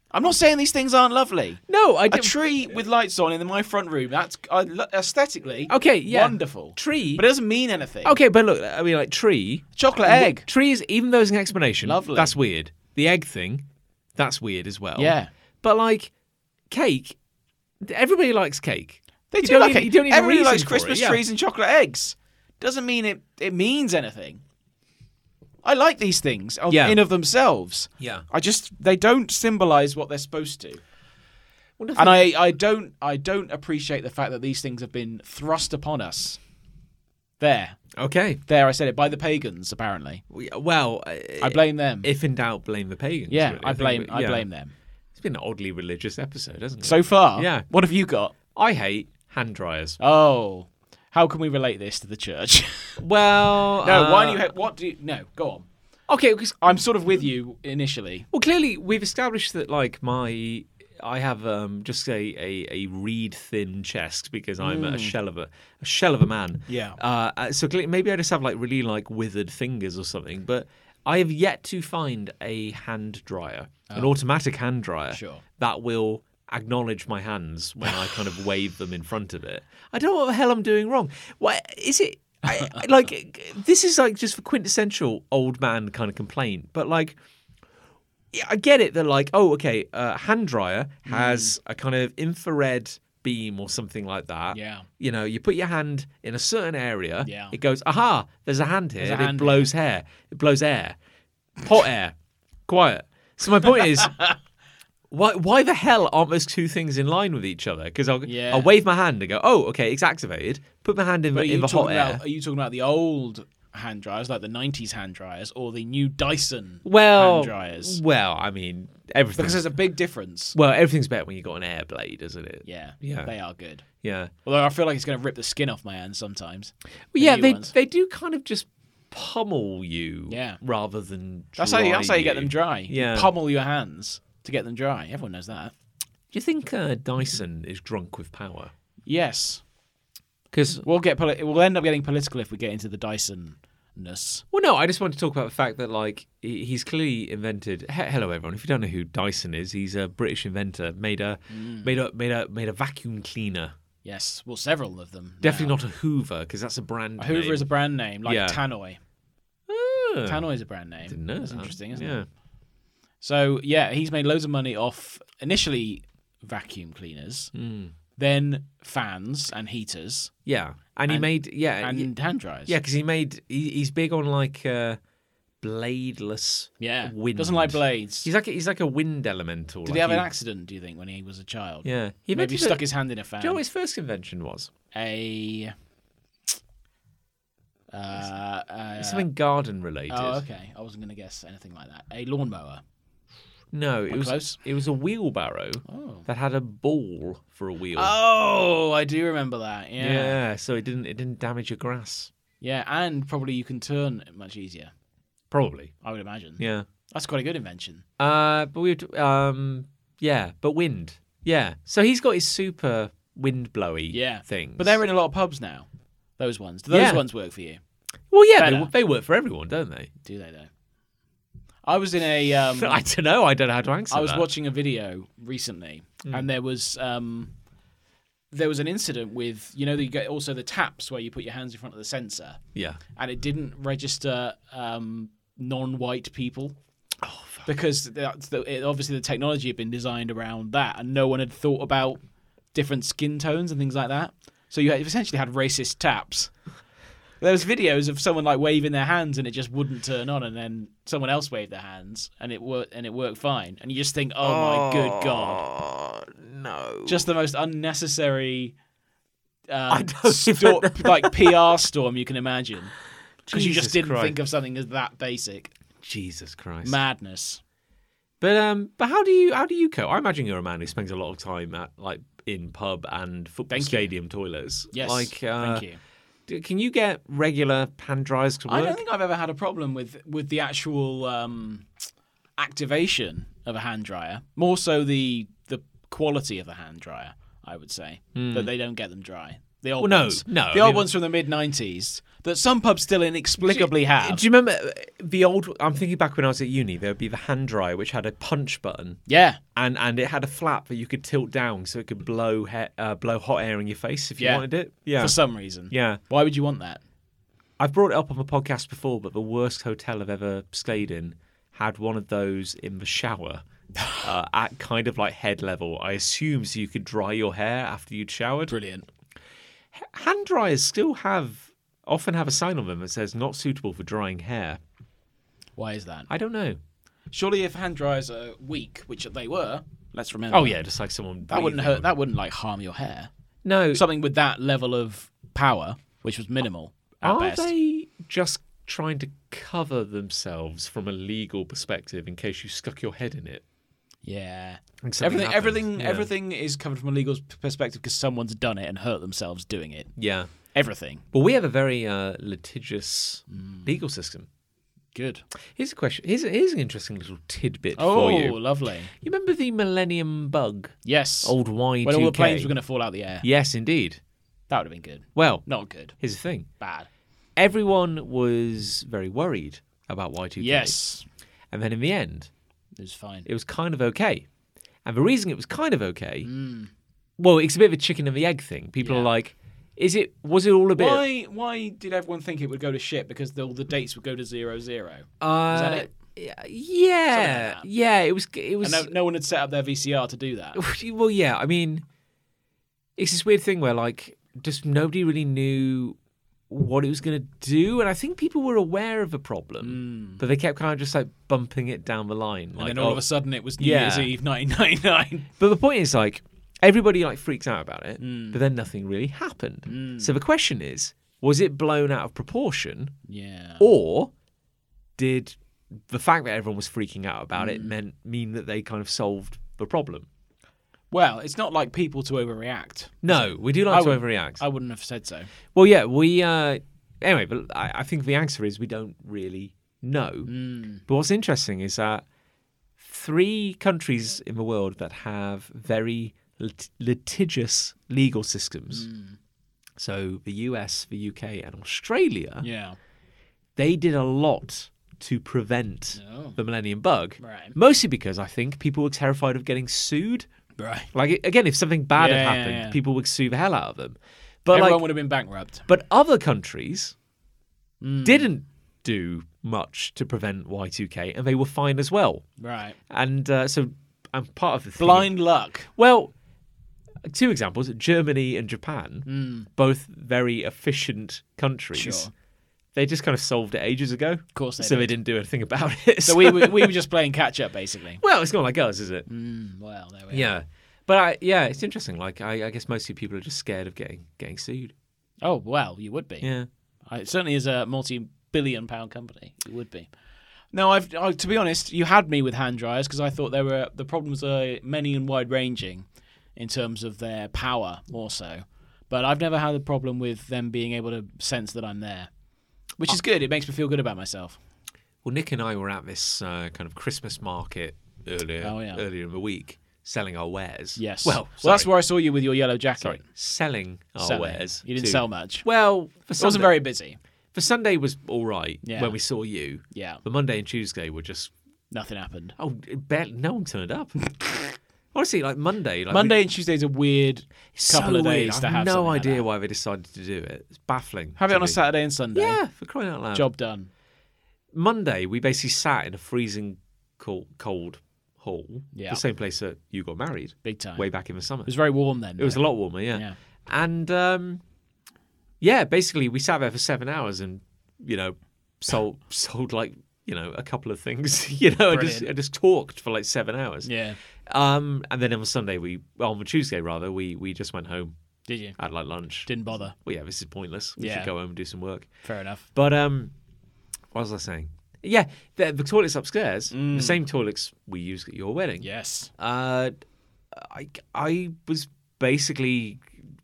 [SPEAKER 2] I'm not saying these things aren't lovely.
[SPEAKER 1] No, I
[SPEAKER 2] A
[SPEAKER 1] didn't.
[SPEAKER 2] tree with lights on in my front room. That's I, lo- aesthetically
[SPEAKER 1] okay, yeah,
[SPEAKER 2] wonderful.
[SPEAKER 1] tree.
[SPEAKER 2] But it doesn't mean anything.
[SPEAKER 1] okay, but look, I mean, like tree,
[SPEAKER 2] Chocolate egg.
[SPEAKER 1] tree is even though it's an explanation,
[SPEAKER 2] Lovely.
[SPEAKER 1] That's weird. The egg thing, that's weird as well.
[SPEAKER 2] Yeah.
[SPEAKER 1] but like cake, everybody likes cake.
[SPEAKER 2] They
[SPEAKER 1] You
[SPEAKER 2] do
[SPEAKER 1] don't
[SPEAKER 2] like
[SPEAKER 1] need-
[SPEAKER 2] it.
[SPEAKER 1] you don't need a
[SPEAKER 2] Everybody
[SPEAKER 1] reason
[SPEAKER 2] likes
[SPEAKER 1] for it,
[SPEAKER 2] Christmas
[SPEAKER 1] yeah.
[SPEAKER 2] trees and chocolate eggs. Doesn't mean it, it means anything. I like these things of-
[SPEAKER 1] Yeah.
[SPEAKER 2] in of themselves.
[SPEAKER 1] Yeah,
[SPEAKER 2] I just they don't symbolise what they're supposed to.
[SPEAKER 1] Well, the
[SPEAKER 2] And I, I don't I don't appreciate the fact that these things have been thrust upon us. There.
[SPEAKER 1] okay.
[SPEAKER 2] There I said it by the pagans, apparently.
[SPEAKER 1] We- Well,
[SPEAKER 2] I blame them.
[SPEAKER 1] If in doubt, blame the pagans.
[SPEAKER 2] yeah,
[SPEAKER 1] really.
[SPEAKER 2] I
[SPEAKER 1] think
[SPEAKER 2] blame
[SPEAKER 1] we-
[SPEAKER 2] I
[SPEAKER 1] yeah.
[SPEAKER 2] blame them.
[SPEAKER 1] It's been an oddly religious episode, hasn't it?
[SPEAKER 2] So far.
[SPEAKER 1] Yeah.
[SPEAKER 2] What have you got?
[SPEAKER 1] I hate hand dryers.
[SPEAKER 2] Oh. How can we relate this to the church?
[SPEAKER 1] Well,
[SPEAKER 2] no, why do
[SPEAKER 1] uh,
[SPEAKER 2] you ha- what do you no, go on.
[SPEAKER 1] Okay, because
[SPEAKER 2] I'm sort of with you initially.
[SPEAKER 1] well, clearly we've established that like my I have um just a a, a reed thin chest because I'm a shell of a, a shell of a man.
[SPEAKER 2] Mm. Yeah.
[SPEAKER 1] Uh, uh, so clearly, maybe I just have like really like withered fingers or something, but. I have yet to find a hand dryer, an automatic hand dryer
[SPEAKER 2] Oh. Sure.
[SPEAKER 1] that will acknowledge my hands when I kind of wave them in front of it. I don't know what the hell I'm doing wrong. Why is it? I, I- like this is like just for quintessential old man kind of complaint, but like. yeah, I get it. They're like, oh, okay, uh, hand dryer
[SPEAKER 2] Hmm.
[SPEAKER 1] has a kind of infrared beam or something like that.
[SPEAKER 2] Yeah.
[SPEAKER 1] You know, you put your hand in a certain area.
[SPEAKER 2] Yeah.
[SPEAKER 1] It goes, aha, there's a hand here.
[SPEAKER 2] a
[SPEAKER 1] and
[SPEAKER 2] hand
[SPEAKER 1] it blows hair. It blows air. Hot air. Quiet. So my point is, why why the hell aren't those two things in line with each other? Because I'll,
[SPEAKER 2] Yeah.
[SPEAKER 1] I'll wave my hand and go, oh, okay, it's activated. Put my hand in, the
[SPEAKER 2] But are you,
[SPEAKER 1] in the hot
[SPEAKER 2] talking
[SPEAKER 1] air.
[SPEAKER 2] about, are you talking about the old hand dryers, like the 90s hand dryers, or the new Dyson
[SPEAKER 1] well,
[SPEAKER 2] hand dryers?
[SPEAKER 1] well, I mean, everything.
[SPEAKER 2] Because there's a big difference.
[SPEAKER 1] well, everything's better when you've got an air blade, isn't it?
[SPEAKER 2] Yeah,
[SPEAKER 1] Yeah.
[SPEAKER 2] they are good.
[SPEAKER 1] Yeah.
[SPEAKER 2] Although I feel like it's going to rip the skin off my hands sometimes.
[SPEAKER 1] Well,
[SPEAKER 2] The
[SPEAKER 1] yeah,
[SPEAKER 2] new
[SPEAKER 1] they
[SPEAKER 2] ones.
[SPEAKER 1] they do kind of just pummel you,
[SPEAKER 2] Yeah.
[SPEAKER 1] rather than
[SPEAKER 2] That's how, you,
[SPEAKER 1] dry
[SPEAKER 2] that's how you get them dry. You
[SPEAKER 1] Yeah.
[SPEAKER 2] pummel your hands to get them dry. Everyone knows that.
[SPEAKER 1] Do you think uh, Dyson is drunk with power?
[SPEAKER 2] Yes,
[SPEAKER 1] Because
[SPEAKER 2] we'll get poli- we'll end up getting political if we get into the Dyson-ness.
[SPEAKER 1] well, no, I just want to talk about the fact that like he- he's clearly invented. He- hello, everyone. If you don't know who Dyson is, he's a British inventor. Made a
[SPEAKER 2] Mm.
[SPEAKER 1] made a made a made a vacuum cleaner.
[SPEAKER 2] Yes, well, several of them.
[SPEAKER 1] Definitely not a Hoover because that's a brand.
[SPEAKER 2] not. Hoover
[SPEAKER 1] name.
[SPEAKER 2] is a brand name, like
[SPEAKER 1] Yeah.
[SPEAKER 2] Tannoy.
[SPEAKER 1] Ah,
[SPEAKER 2] Tannoy is a brand name.
[SPEAKER 1] didn't know
[SPEAKER 2] That's
[SPEAKER 1] that.
[SPEAKER 2] interesting, isn't it?
[SPEAKER 1] yeah.
[SPEAKER 2] So yeah, he's made loads of money off initially vacuum cleaners,
[SPEAKER 1] Hmm.
[SPEAKER 2] then fans and heaters
[SPEAKER 1] Yeah, and, he made Uh, yeah
[SPEAKER 2] and hand dryers.
[SPEAKER 1] Yeah, because he made he, he's big on like uh, bladeless.
[SPEAKER 2] yeah.
[SPEAKER 1] wind.
[SPEAKER 2] Doesn't like blades.
[SPEAKER 1] He's like a, he's like a wind elemental.
[SPEAKER 2] Did
[SPEAKER 1] like
[SPEAKER 2] he have an accident? Do you think when he was a child?
[SPEAKER 1] Yeah, he
[SPEAKER 2] Maybe he
[SPEAKER 1] invented
[SPEAKER 2] stuck
[SPEAKER 1] a-
[SPEAKER 2] his hand in a fan.
[SPEAKER 1] Do you know what his first invention was?
[SPEAKER 2] a. Uh, uh,
[SPEAKER 1] Something garden related.
[SPEAKER 2] oh, okay. I wasn't gonna guess anything like that. A lawnmower.
[SPEAKER 1] No, it was
[SPEAKER 2] close.
[SPEAKER 1] it was a wheelbarrow
[SPEAKER 2] Oh.
[SPEAKER 1] that had a ball for a wheel.
[SPEAKER 2] Oh, I do remember that.
[SPEAKER 1] yeah.
[SPEAKER 2] Yeah.
[SPEAKER 1] so it didn't it didn't damage your grass.
[SPEAKER 2] Yeah, and probably you can turn much easier.
[SPEAKER 1] Probably.
[SPEAKER 2] I would imagine.
[SPEAKER 1] Yeah.
[SPEAKER 2] That's quite a good invention.
[SPEAKER 1] Uh, but we were t- um yeah, but wind. Yeah. So he's got his super wind blowy
[SPEAKER 2] Yeah.
[SPEAKER 1] things.
[SPEAKER 2] But they're in a lot of pubs now. Those ones. Do those
[SPEAKER 1] Yeah.
[SPEAKER 2] ones work for you?
[SPEAKER 1] well, yeah, they,
[SPEAKER 2] better.
[SPEAKER 1] w- they work for everyone, don't they?
[SPEAKER 2] Do they though? I was in a um,
[SPEAKER 1] I don't know. I don't know how to answer.
[SPEAKER 2] I was
[SPEAKER 1] that. Mm.
[SPEAKER 2] watching a video recently, and there was um, there was an incident with you know you get also the taps where you put your hands in front of the sensor,
[SPEAKER 1] Yeah.
[SPEAKER 2] and it didn't register um, non-white people.
[SPEAKER 1] Oh, fuck.
[SPEAKER 2] because that's the, it, obviously the technology had been designed around that, and no one had thought about different skin tones and things like that. So you had- you essentially had racist taps. There was videos of someone like waving their hands and it just wouldn't turn on, and then someone else waved their hands and it worked and it worked fine. And you just think, oh my good god,
[SPEAKER 1] Oh, no.
[SPEAKER 2] just the most unnecessary.
[SPEAKER 1] I
[SPEAKER 2] Um,
[SPEAKER 1] don't
[SPEAKER 2] stor-
[SPEAKER 1] even know.
[SPEAKER 2] like PR storm you can imagine because you
[SPEAKER 1] Jesus
[SPEAKER 2] just didn't
[SPEAKER 1] Christ.
[SPEAKER 2] think of something as that basic
[SPEAKER 1] Jesus Christ.
[SPEAKER 2] madness.
[SPEAKER 1] But um, but how do you how do you cope? I imagine you're a man who spends a lot of time at like in pub and football
[SPEAKER 2] Thank you.
[SPEAKER 1] stadium toilets.
[SPEAKER 2] Yes,
[SPEAKER 1] Like, uh,
[SPEAKER 2] thank you.
[SPEAKER 1] d- Can you get regular pan dries to work?
[SPEAKER 2] I don't think I've ever had a problem with with the actual um, activation of a hand dryer. More so the the quality of the hand dryer, I would say that they don't get them dry. The old
[SPEAKER 1] Hmm. Well, no,
[SPEAKER 2] ones,
[SPEAKER 1] no,
[SPEAKER 2] the
[SPEAKER 1] I
[SPEAKER 2] old
[SPEAKER 1] mean-
[SPEAKER 2] ones from the mid '90s that some pubs still inexplicably have.
[SPEAKER 1] Do you remember uh, the old? I'm thinking back when I was at uni. There would be the hand dryer which had a punch button,
[SPEAKER 2] yeah,
[SPEAKER 1] and and it had a flap that you could tilt down so it could blow he- uh, blow hot air in your face if you
[SPEAKER 2] Yeah.
[SPEAKER 1] wanted it. Yeah,
[SPEAKER 2] for some reason.
[SPEAKER 1] yeah.
[SPEAKER 2] Why would you want that?
[SPEAKER 1] I've brought it up on the podcast before, but the worst hotel I've ever stayed in had one of those in the shower uh, at kind of like head level. I assume so you could dry your hair after you'd showered.
[SPEAKER 2] Brilliant.
[SPEAKER 1] Hand dryers still have often have a sign on them that says not suitable for drying hair.
[SPEAKER 2] Why is that?
[SPEAKER 1] I don't know.
[SPEAKER 2] Surely, if hand dryers are weak, which they were, let's remember.
[SPEAKER 1] Oh yeah, just like someone
[SPEAKER 2] that wouldn't
[SPEAKER 1] breathing.
[SPEAKER 2] hurt. That wouldn't like harm your hair.
[SPEAKER 1] No,
[SPEAKER 2] Something with that level of power, which was minimal at
[SPEAKER 1] are
[SPEAKER 2] best.
[SPEAKER 1] they just trying to cover themselves from a legal perspective in case you stuck your head in it?
[SPEAKER 2] Yeah.
[SPEAKER 1] And something
[SPEAKER 2] Everything,
[SPEAKER 1] happened.
[SPEAKER 2] everything,
[SPEAKER 1] Yeah.
[SPEAKER 2] everything is covered from a legal p- perspective because someone's done it and hurt themselves doing it.
[SPEAKER 1] Yeah.
[SPEAKER 2] Everything.
[SPEAKER 1] Well, we have a very uh, litigious
[SPEAKER 2] Mm.
[SPEAKER 1] legal system.
[SPEAKER 2] Good.
[SPEAKER 1] Here's a question. Here's, here's an interesting little tidbit
[SPEAKER 2] Oh,
[SPEAKER 1] for you.
[SPEAKER 2] lovely.
[SPEAKER 1] You remember the Millennium Bug,
[SPEAKER 2] Yes.
[SPEAKER 1] old Y2K?
[SPEAKER 2] when all the planes were going to fall out the air.
[SPEAKER 1] Yes, indeed.
[SPEAKER 2] That would have been good.
[SPEAKER 1] Well,
[SPEAKER 2] Not good.
[SPEAKER 1] here's the thing.
[SPEAKER 2] Bad.
[SPEAKER 1] Everyone was very worried about Y2K.
[SPEAKER 2] Yes.
[SPEAKER 1] And then in the end,
[SPEAKER 2] It was fine.
[SPEAKER 1] it was kind of okay. And the reason it was kind of okay, well, it's a bit of a chicken and the egg thing. People are
[SPEAKER 2] Mm. Yeah.
[SPEAKER 1] like, is it? Was it all a bit?
[SPEAKER 2] Why? Why did everyone think it would go to shit? Because the, all the dates would go to zero zero,
[SPEAKER 1] Uh,
[SPEAKER 2] that it?
[SPEAKER 1] Yeah,
[SPEAKER 2] Something like that.
[SPEAKER 1] yeah. It was. It was.
[SPEAKER 2] and no, no one had set up their VCR to do that.
[SPEAKER 1] well, yeah. I mean, it's this weird thing where like just nobody really knew what it was going to do, and I think people were aware of the problem, but they kept kind of just like bumping it down the line. like,
[SPEAKER 2] Hmm. and then all
[SPEAKER 1] oh.
[SPEAKER 2] of a sudden, it was New
[SPEAKER 1] Yeah.
[SPEAKER 2] Year's Eve, nineteen ninety nine.
[SPEAKER 1] but the point is like everybody like freaks out about it,
[SPEAKER 2] Hmm.
[SPEAKER 1] but then nothing really happened. So the question is, was it blown out of proportion,
[SPEAKER 2] Yeah.
[SPEAKER 1] or did the fact that everyone was freaking out about
[SPEAKER 2] Hmm.
[SPEAKER 1] it meant mean that they kind of solved the problem?
[SPEAKER 2] Well, it's not like people to overreact.
[SPEAKER 1] No, we do like
[SPEAKER 2] I
[SPEAKER 1] to
[SPEAKER 2] would-
[SPEAKER 1] overreact.
[SPEAKER 2] I wouldn't have said so.
[SPEAKER 1] Well, yeah, we. Uh, anyway, but I, I think the answer is we don't really know.
[SPEAKER 2] Mm.
[SPEAKER 1] But what's interesting is that three countries in the world that have very lit- litigious legal systems.
[SPEAKER 2] Mm.
[SPEAKER 1] So the US, the UK, and Australia,
[SPEAKER 2] Yeah.
[SPEAKER 1] they did a lot to prevent
[SPEAKER 2] Oh.
[SPEAKER 1] the millennium bug.
[SPEAKER 2] Right.
[SPEAKER 1] Mostly because I think people were terrified of getting sued.
[SPEAKER 2] Right.
[SPEAKER 1] Like again, if something bad
[SPEAKER 2] Yeah,
[SPEAKER 1] had
[SPEAKER 2] yeah,
[SPEAKER 1] happened,
[SPEAKER 2] yeah.
[SPEAKER 1] people would sue the hell out of them. But
[SPEAKER 2] Everyone
[SPEAKER 1] like,
[SPEAKER 2] would have been bankrupt.
[SPEAKER 1] But other countries
[SPEAKER 2] Hmm.
[SPEAKER 1] didn't do much to prevent Y2K, and they were fine as well.
[SPEAKER 2] Right.
[SPEAKER 1] And uh, so, and part of the thing-
[SPEAKER 2] Blind luck.
[SPEAKER 1] well, two examples: Germany and Japan, both very efficient countries.
[SPEAKER 2] Hmm. Sure.
[SPEAKER 1] They just kind of solved it ages ago. Of
[SPEAKER 2] course they
[SPEAKER 1] so they
[SPEAKER 2] did.
[SPEAKER 1] didn't do anything about it.
[SPEAKER 2] So we Hmm. were, we were just playing catch up, basically.
[SPEAKER 1] well, it's not like us, is it?
[SPEAKER 2] Mm, Well, there we
[SPEAKER 1] Yeah. But I, yeah, it's interesting. Like I, I guess mostly people are just scared of getting getting sued.
[SPEAKER 2] are. Oh, well, you would be.
[SPEAKER 1] Yeah.
[SPEAKER 2] I- It certainly is a multi billion pound company. You would be. No, I've, I, to be honest, you had me with hand dryers because I thought there were the problems are many and wide ranging in terms of their power, more so. But I've never had a problem with them being able to sense that I'm there, which
[SPEAKER 1] Ah.
[SPEAKER 2] is good. It makes me feel good about myself.
[SPEAKER 1] Well, Nick and I were at this uh, kind of Christmas market earlier
[SPEAKER 2] Oh, yeah.
[SPEAKER 1] earlier in the week selling our wares.
[SPEAKER 2] Yes.
[SPEAKER 1] Well,
[SPEAKER 2] well that's
[SPEAKER 1] sorry,
[SPEAKER 2] where I saw you with your yellow jacket.
[SPEAKER 1] sorry, selling our
[SPEAKER 2] Selling.
[SPEAKER 1] wares.
[SPEAKER 2] You didn't
[SPEAKER 1] to-
[SPEAKER 2] sell much.
[SPEAKER 1] Well, for
[SPEAKER 2] It wasn't
[SPEAKER 1] Sunday,
[SPEAKER 2] very busy.
[SPEAKER 1] for Sunday was all right
[SPEAKER 2] Yeah.
[SPEAKER 1] when we saw you.
[SPEAKER 2] Yeah,
[SPEAKER 1] But Monday and Tuesday were just
[SPEAKER 2] nothing happened.
[SPEAKER 1] oh, it barely, no one turned up. Honestly, like Monday, like
[SPEAKER 2] Monday and Tuesday's a weird
[SPEAKER 1] we,
[SPEAKER 2] couple
[SPEAKER 1] so
[SPEAKER 2] of days
[SPEAKER 1] weird.
[SPEAKER 2] to
[SPEAKER 1] I
[SPEAKER 2] have
[SPEAKER 1] have no
[SPEAKER 2] something like
[SPEAKER 1] idea
[SPEAKER 2] that.
[SPEAKER 1] why they decided to do it. It's baffling.
[SPEAKER 2] Have it
[SPEAKER 1] to
[SPEAKER 2] on a
[SPEAKER 1] me.
[SPEAKER 2] Saturday and Sunday.
[SPEAKER 1] Yeah, for crying out loud.
[SPEAKER 2] Job done.
[SPEAKER 1] Monday, we basically sat in a freezing cold, cold hall,
[SPEAKER 2] Yeah.
[SPEAKER 1] the same place that you got married
[SPEAKER 2] Big time.
[SPEAKER 1] way back in the summer.
[SPEAKER 2] It was very warm then.
[SPEAKER 1] It was a lot warmer, yeah.
[SPEAKER 2] Yeah.
[SPEAKER 1] And um, yeah, basically we sat there for seven hours and you know sold sold like you know a couple of things, you know, and just,
[SPEAKER 2] Brilliant.
[SPEAKER 1] and just talked for like seven hours.
[SPEAKER 2] Yeah.
[SPEAKER 1] Um, and then on Sunday we well, on Tuesday rather we we just went home
[SPEAKER 2] Did you?
[SPEAKER 1] had like lunch.
[SPEAKER 2] Didn't bother.
[SPEAKER 1] well, yeah, this is pointless. We
[SPEAKER 2] Yeah.
[SPEAKER 1] should go home and do some work.
[SPEAKER 2] Fair enough.
[SPEAKER 1] But um, what was I saying? Yeah, the, the toilets upstairs,
[SPEAKER 2] Mm.
[SPEAKER 1] the same toilets we used at your wedding.
[SPEAKER 2] Yes.
[SPEAKER 1] Uh, I I was basically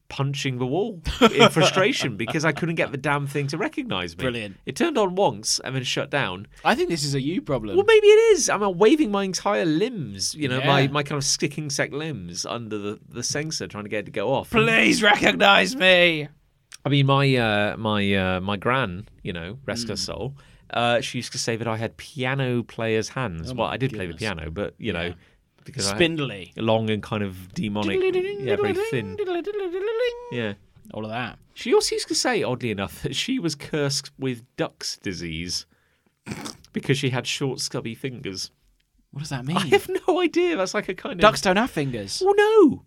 [SPEAKER 1] punching the wall in frustration because I couldn't get the damn thing to recognise me.
[SPEAKER 2] Brilliant.
[SPEAKER 1] It turned on once and then shut down.
[SPEAKER 2] I think this is a you problem.
[SPEAKER 1] Well, maybe it is. I'm uh, waving my entire limbs, you know, my,
[SPEAKER 2] Yeah.
[SPEAKER 1] my kind of sticking sec limbs under the, the sensor, trying to get it to go off.
[SPEAKER 2] Please recognize me.
[SPEAKER 1] I mean, my uh, my uh, my gran, you know, rest
[SPEAKER 2] Hmm.
[SPEAKER 1] her soul. Uh, she used to say that I had piano player's
[SPEAKER 2] Oh
[SPEAKER 1] hands. well, I did play the piano, but you know, because
[SPEAKER 2] Spindly.
[SPEAKER 1] I had long and kind of demonic, yeah, very thin. Yeah,
[SPEAKER 2] All of that.
[SPEAKER 1] she also used to say, oddly enough, that she was cursed with duck's disease because she had short, scubby fingers.
[SPEAKER 2] What does that mean?
[SPEAKER 1] I have no idea. That's like a kind of
[SPEAKER 2] Hmm. Ducks don't have fingers.
[SPEAKER 1] Well, no.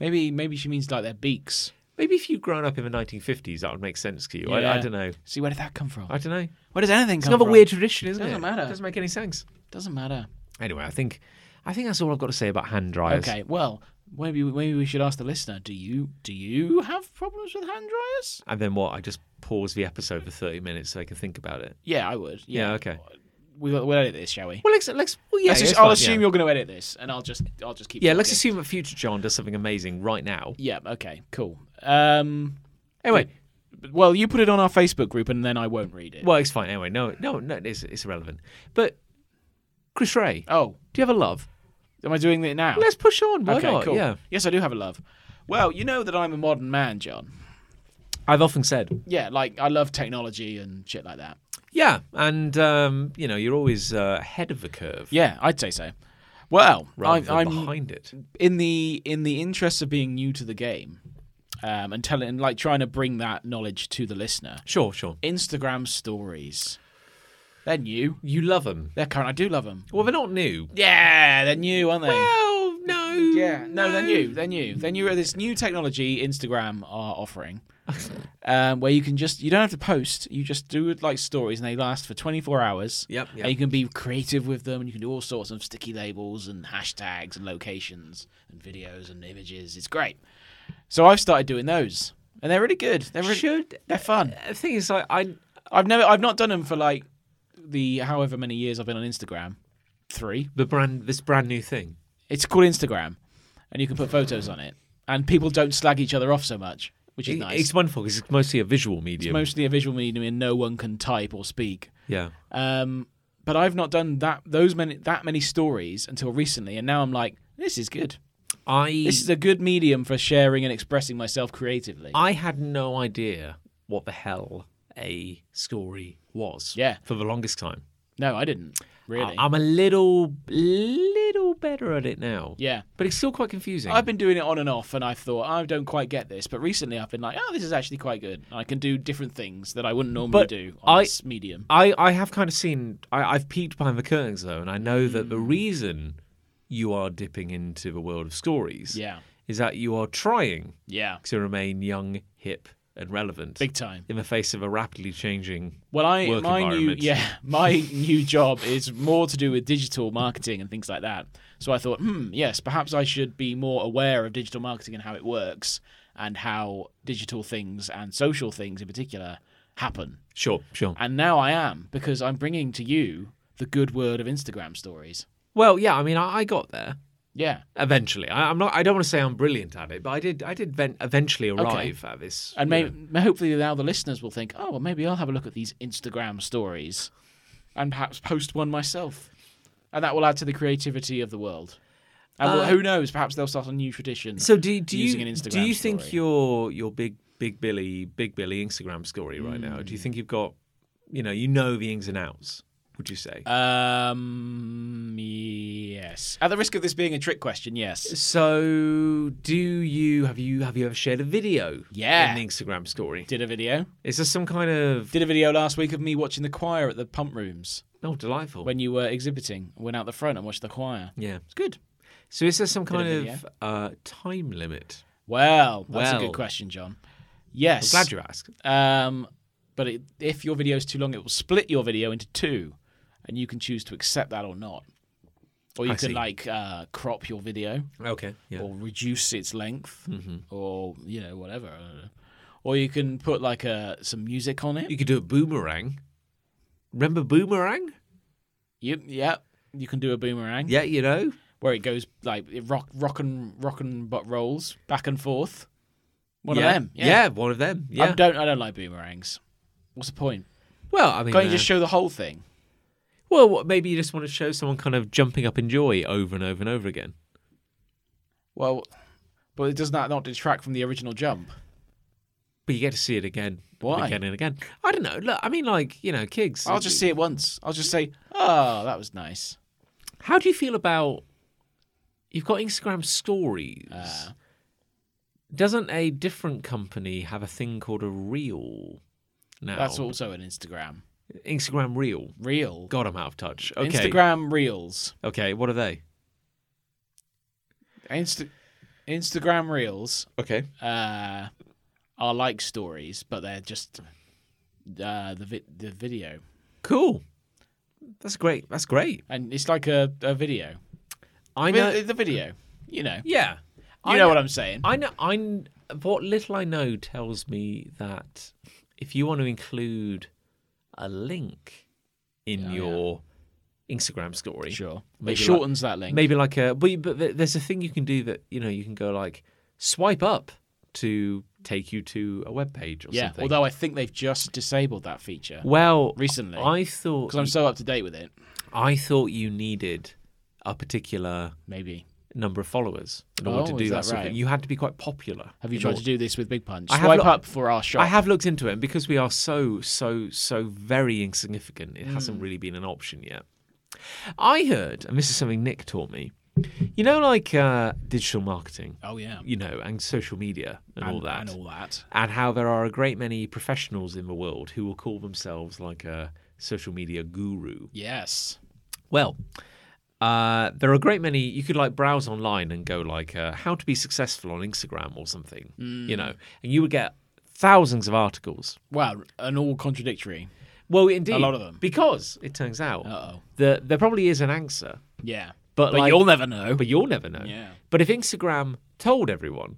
[SPEAKER 2] Maybe maybe she means like their beaks.
[SPEAKER 1] Maybe if you'd grown up in the 1950s, that would make sense to you. I, I
[SPEAKER 2] Yeah.
[SPEAKER 1] don't know.
[SPEAKER 2] See where did that come from?
[SPEAKER 1] I don't know.
[SPEAKER 2] Where does anything
[SPEAKER 1] It's
[SPEAKER 2] come
[SPEAKER 1] another
[SPEAKER 2] from?
[SPEAKER 1] weird tradition, isn't
[SPEAKER 2] Doesn't
[SPEAKER 1] it?
[SPEAKER 2] matter.
[SPEAKER 1] Doesn't make any sense.
[SPEAKER 2] Doesn't matter.
[SPEAKER 1] Anyway, I think I think that's all I've got to say about hand dryers.
[SPEAKER 2] Okay. Well, maybe maybe we should ask the listener. Do you do you have problems with hand dryers?
[SPEAKER 1] And then what? I just pause the episode for thirty minutes so I can think about it.
[SPEAKER 2] Yeah, I would.
[SPEAKER 1] Yeah.
[SPEAKER 2] Yeah.
[SPEAKER 1] okay.
[SPEAKER 2] We will we'll edit this, shall we?
[SPEAKER 1] Well, let's let's. Well, yeah.
[SPEAKER 2] Let's just-
[SPEAKER 1] it's
[SPEAKER 2] I'll
[SPEAKER 1] fine,
[SPEAKER 2] assume
[SPEAKER 1] yeah.
[SPEAKER 2] you're going to edit this, and I'll just I'll just keep.
[SPEAKER 1] Yeah, let's
[SPEAKER 2] talking.
[SPEAKER 1] assume that future John does something amazing right now.
[SPEAKER 2] Yeah. Okay. Cool. Um.
[SPEAKER 1] Anyway,
[SPEAKER 2] but- Well, you put it on our Facebook group, and then I won't read it.
[SPEAKER 1] well, it's fine. Anyway, no, no, no, it's it's irrelevant. But Chris Ray,
[SPEAKER 2] Oh,
[SPEAKER 1] do you have a love?
[SPEAKER 2] am I doing it now?
[SPEAKER 1] Let's push on. Why
[SPEAKER 2] okay.
[SPEAKER 1] not?
[SPEAKER 2] Cool.
[SPEAKER 1] Yeah,
[SPEAKER 2] Yes, I do have a love. Well, you know that I'm a modern man, John.
[SPEAKER 1] I've often said.
[SPEAKER 2] Yeah, like I love technology and shit like that.
[SPEAKER 1] Yeah, and um, you know, you're always uh, ahead of the curve
[SPEAKER 2] Yeah, I'd say so. Well,
[SPEAKER 1] rather
[SPEAKER 2] I'm,
[SPEAKER 1] than
[SPEAKER 2] I'm
[SPEAKER 1] behind it.
[SPEAKER 2] in the in the interest of being new to the game um, and telling and like trying to bring that knowledge to the listener.
[SPEAKER 1] Sure, sure.
[SPEAKER 2] Instagram stories, they're new.
[SPEAKER 1] You love them.
[SPEAKER 2] They're current. I do love them.
[SPEAKER 1] Well, they're not new.
[SPEAKER 2] Yeah, they're new, aren't they?
[SPEAKER 1] Well, no.
[SPEAKER 2] yeah, no, they're new. They're new. They're new. This new technology Instagram are offering, um, where you can just you don't have to post. You just do it like stories, and they last for 24 hours.
[SPEAKER 1] Yep, yep.
[SPEAKER 2] And you can be creative with them, and you can do all sorts of sticky labels and hashtags and locations and videos and images. It's great. So I've started doing those, and they're really good. They're really,
[SPEAKER 1] Should
[SPEAKER 2] they're fun.
[SPEAKER 1] the thing is, like, I
[SPEAKER 2] I've never I've not done them for like the however many years I've been on Instagram, three.
[SPEAKER 1] the brand this brand new thing.
[SPEAKER 2] It's called Instagram, and you can put photos on it, and people don't slag each other off so much, which is
[SPEAKER 1] It-
[SPEAKER 2] nice.
[SPEAKER 1] It's wonderful because it's mostly a visual medium.
[SPEAKER 2] Mostly a visual medium, and no one can type or speak.
[SPEAKER 1] yeah,
[SPEAKER 2] Um, but I've not done that those many that many stories until recently, and now I'm like, this is good.
[SPEAKER 1] I
[SPEAKER 2] This is a good medium for sharing and expressing myself creatively.
[SPEAKER 1] I had no idea what the hell a story was.
[SPEAKER 2] Yeah.
[SPEAKER 1] for the longest time.
[SPEAKER 2] no, I didn't really.
[SPEAKER 1] I, am a little little better at it now.
[SPEAKER 2] yeah.
[SPEAKER 1] but it's still quite confusing.
[SPEAKER 2] I've been doing it on and off, and I've thought I don't quite get this. But recently, I've been like, "Oh, this is actually quite good. I can do different things that I wouldn't normally
[SPEAKER 1] But
[SPEAKER 2] do on
[SPEAKER 1] I-
[SPEAKER 2] this medium."
[SPEAKER 1] I, I have kind of seen I, I've peeked behind the curtains though, and I know that
[SPEAKER 2] Hmm.
[SPEAKER 1] the reason you are dipping into the world of stories
[SPEAKER 2] Yeah,
[SPEAKER 1] is that you are trying
[SPEAKER 2] yeah,
[SPEAKER 1] to remain young, hip, and relevant.
[SPEAKER 2] big time.
[SPEAKER 1] in the face of a rapidly changing.
[SPEAKER 2] Well, I
[SPEAKER 1] work
[SPEAKER 2] my new
[SPEAKER 1] environment.
[SPEAKER 2] yeah my new job is more to do with digital marketing and things like that. So I thought, hmm, yes, perhaps I should be more aware of digital marketing and how it works and how digital things and social things in particular happen.
[SPEAKER 1] Sure, sure.
[SPEAKER 2] And now I am because I'm bringing to you the good word of Instagram stories.
[SPEAKER 1] Well, yeah. I mean, I, I got there
[SPEAKER 2] Yeah,
[SPEAKER 1] eventually. I, I'm not. I don't want to say I'm brilliant at it, but I did. I did ven- eventually arrive at this.
[SPEAKER 2] and
[SPEAKER 1] you
[SPEAKER 2] maybe hopefully now the listeners will think, oh, well, maybe I'll have a look at these Instagram stories and perhaps post one myself, and that will add to the creativity of the world. And well,
[SPEAKER 1] Uh,
[SPEAKER 2] who knows? Perhaps they'll start a new tradition.
[SPEAKER 1] know. So do do
[SPEAKER 2] using an
[SPEAKER 1] you do
[SPEAKER 2] Instagram
[SPEAKER 1] you think
[SPEAKER 2] story.
[SPEAKER 1] your your big big Hmm. Billy big Billy Instagram story right now? Do you think you've got you know you know the ins and outs? Would you say?
[SPEAKER 2] Um, yes. At the risk of this being a trick question, yes.
[SPEAKER 1] so, do you have you have you ever shared a video?
[SPEAKER 2] Yeah.
[SPEAKER 1] in the Instagram story.
[SPEAKER 2] Did a video.
[SPEAKER 1] Is there some kind of
[SPEAKER 2] Did a video last week of me watching the choir at the pump rooms
[SPEAKER 1] oh delightful?
[SPEAKER 2] when you were exhibiting. Went out the front and watched the choir.
[SPEAKER 1] yeah.
[SPEAKER 2] It's good.
[SPEAKER 1] So, is there some kind
[SPEAKER 2] video.
[SPEAKER 1] of uh, time limit?
[SPEAKER 2] Well, that's a
[SPEAKER 1] Well.
[SPEAKER 2] good question, John. Yes.
[SPEAKER 1] Glad you asked.
[SPEAKER 2] Um, but it, if your video is too long, it will split your video into two, and you can choose to accept that or not. Or you
[SPEAKER 1] I
[SPEAKER 2] can
[SPEAKER 1] see.
[SPEAKER 2] like uh, crop your video
[SPEAKER 1] Okay. Yeah. Mm-hmm.
[SPEAKER 2] or reduce its length, or you know whatever. I don't know. Or you can put like a some music on it.
[SPEAKER 1] You could do a boomerang. Remember boomerang?
[SPEAKER 2] You, yeah, you can do a boomerang
[SPEAKER 1] Yeah, you know.
[SPEAKER 2] where it goes like it rock, rock and rock and but rolls back and forth. One
[SPEAKER 1] yeah.
[SPEAKER 2] of them. Yeah.
[SPEAKER 1] one of them.
[SPEAKER 2] I
[SPEAKER 1] Yeah.
[SPEAKER 2] don't. I don't like boomerangs. What's the point?
[SPEAKER 1] Well, I mean,
[SPEAKER 2] Can't
[SPEAKER 1] uh,
[SPEAKER 2] you just show the whole thing?
[SPEAKER 1] well, what, maybe you just want to show someone kind of jumping up in joy over and over and over again.
[SPEAKER 2] Well, but it does not not detract from the original jump.
[SPEAKER 1] But you get to see it again, and
[SPEAKER 2] Why?
[SPEAKER 1] again and again. I don't know. Look, I mean, like you know, kids.
[SPEAKER 2] I'll just see it once. I'll just say, "Oh, that was nice."
[SPEAKER 1] How do you feel about? You've got Instagram stories.
[SPEAKER 2] Uh,
[SPEAKER 1] Doesn't a different company have a thing called a reel? Now
[SPEAKER 2] That's also an Instagram
[SPEAKER 1] Instagram reel.
[SPEAKER 2] reel.
[SPEAKER 1] God, I'm out of touch. Okay,
[SPEAKER 2] Instagram reels.
[SPEAKER 1] Okay, what are they?
[SPEAKER 2] Insta- Instagram reels
[SPEAKER 1] Okay.
[SPEAKER 2] uh, are like stories, but they're just uh, the vi- the video,
[SPEAKER 1] Cool. That's great. That's great.
[SPEAKER 2] and it's like a, a video.
[SPEAKER 1] I
[SPEAKER 2] I
[SPEAKER 1] know.
[SPEAKER 2] mean, the video. You know.
[SPEAKER 1] yeah.
[SPEAKER 2] You
[SPEAKER 1] I
[SPEAKER 2] know, what I'm saying.
[SPEAKER 1] I know. I kn- what little I know tells me that if you want to include a link in your Instagram story,
[SPEAKER 2] sure.
[SPEAKER 1] Maybe
[SPEAKER 2] it shortens that link.
[SPEAKER 1] maybe like a but, but th- there's a thing you can do that you know you can go like swipe up to take you to a web page or
[SPEAKER 2] yeah.
[SPEAKER 1] something.
[SPEAKER 2] Although I think they've just disabled that feature
[SPEAKER 1] well,
[SPEAKER 2] recently.
[SPEAKER 1] I thought
[SPEAKER 2] because I'm so up to date with it.
[SPEAKER 1] I thought you needed a particular
[SPEAKER 2] Maybe.
[SPEAKER 1] number of followers in order
[SPEAKER 2] Oh,
[SPEAKER 1] to do
[SPEAKER 2] is
[SPEAKER 1] that,
[SPEAKER 2] that
[SPEAKER 1] sort of
[SPEAKER 2] right?
[SPEAKER 1] thing. You had to be quite popular.
[SPEAKER 2] Have you
[SPEAKER 1] in
[SPEAKER 2] tried
[SPEAKER 1] order-
[SPEAKER 2] to do this with Big Punch?
[SPEAKER 1] I have
[SPEAKER 2] Swipe
[SPEAKER 1] lo-
[SPEAKER 2] up for our shop.
[SPEAKER 1] I have looked into it, and because we are so, so, so very insignificant, it
[SPEAKER 2] Mm.
[SPEAKER 1] hasn't really been an option yet. I heard, and this is something Nick taught me. You know, like uh, digital marketing,
[SPEAKER 2] Oh yeah.
[SPEAKER 1] you know, and social media and, all that,
[SPEAKER 2] And all that.
[SPEAKER 1] and how there are a great many professionals in the world who will call themselves like a social media guru.
[SPEAKER 2] Yes.
[SPEAKER 1] Well, uh, there are a great many. You could like browse online and go like uh, how to be successful on Instagram or something, you know, and you would get thousands of articles.
[SPEAKER 2] Wow. And all contradictory.
[SPEAKER 1] Well, indeed,
[SPEAKER 2] A lot of them.
[SPEAKER 1] because it turns out
[SPEAKER 2] Uh oh.
[SPEAKER 1] that there probably is an answer,
[SPEAKER 2] Yeah.
[SPEAKER 1] but,
[SPEAKER 2] But
[SPEAKER 1] like,
[SPEAKER 2] you'll never know.
[SPEAKER 1] but you'll never know.
[SPEAKER 2] Yeah. Hmm.
[SPEAKER 1] But if Instagram told everyone,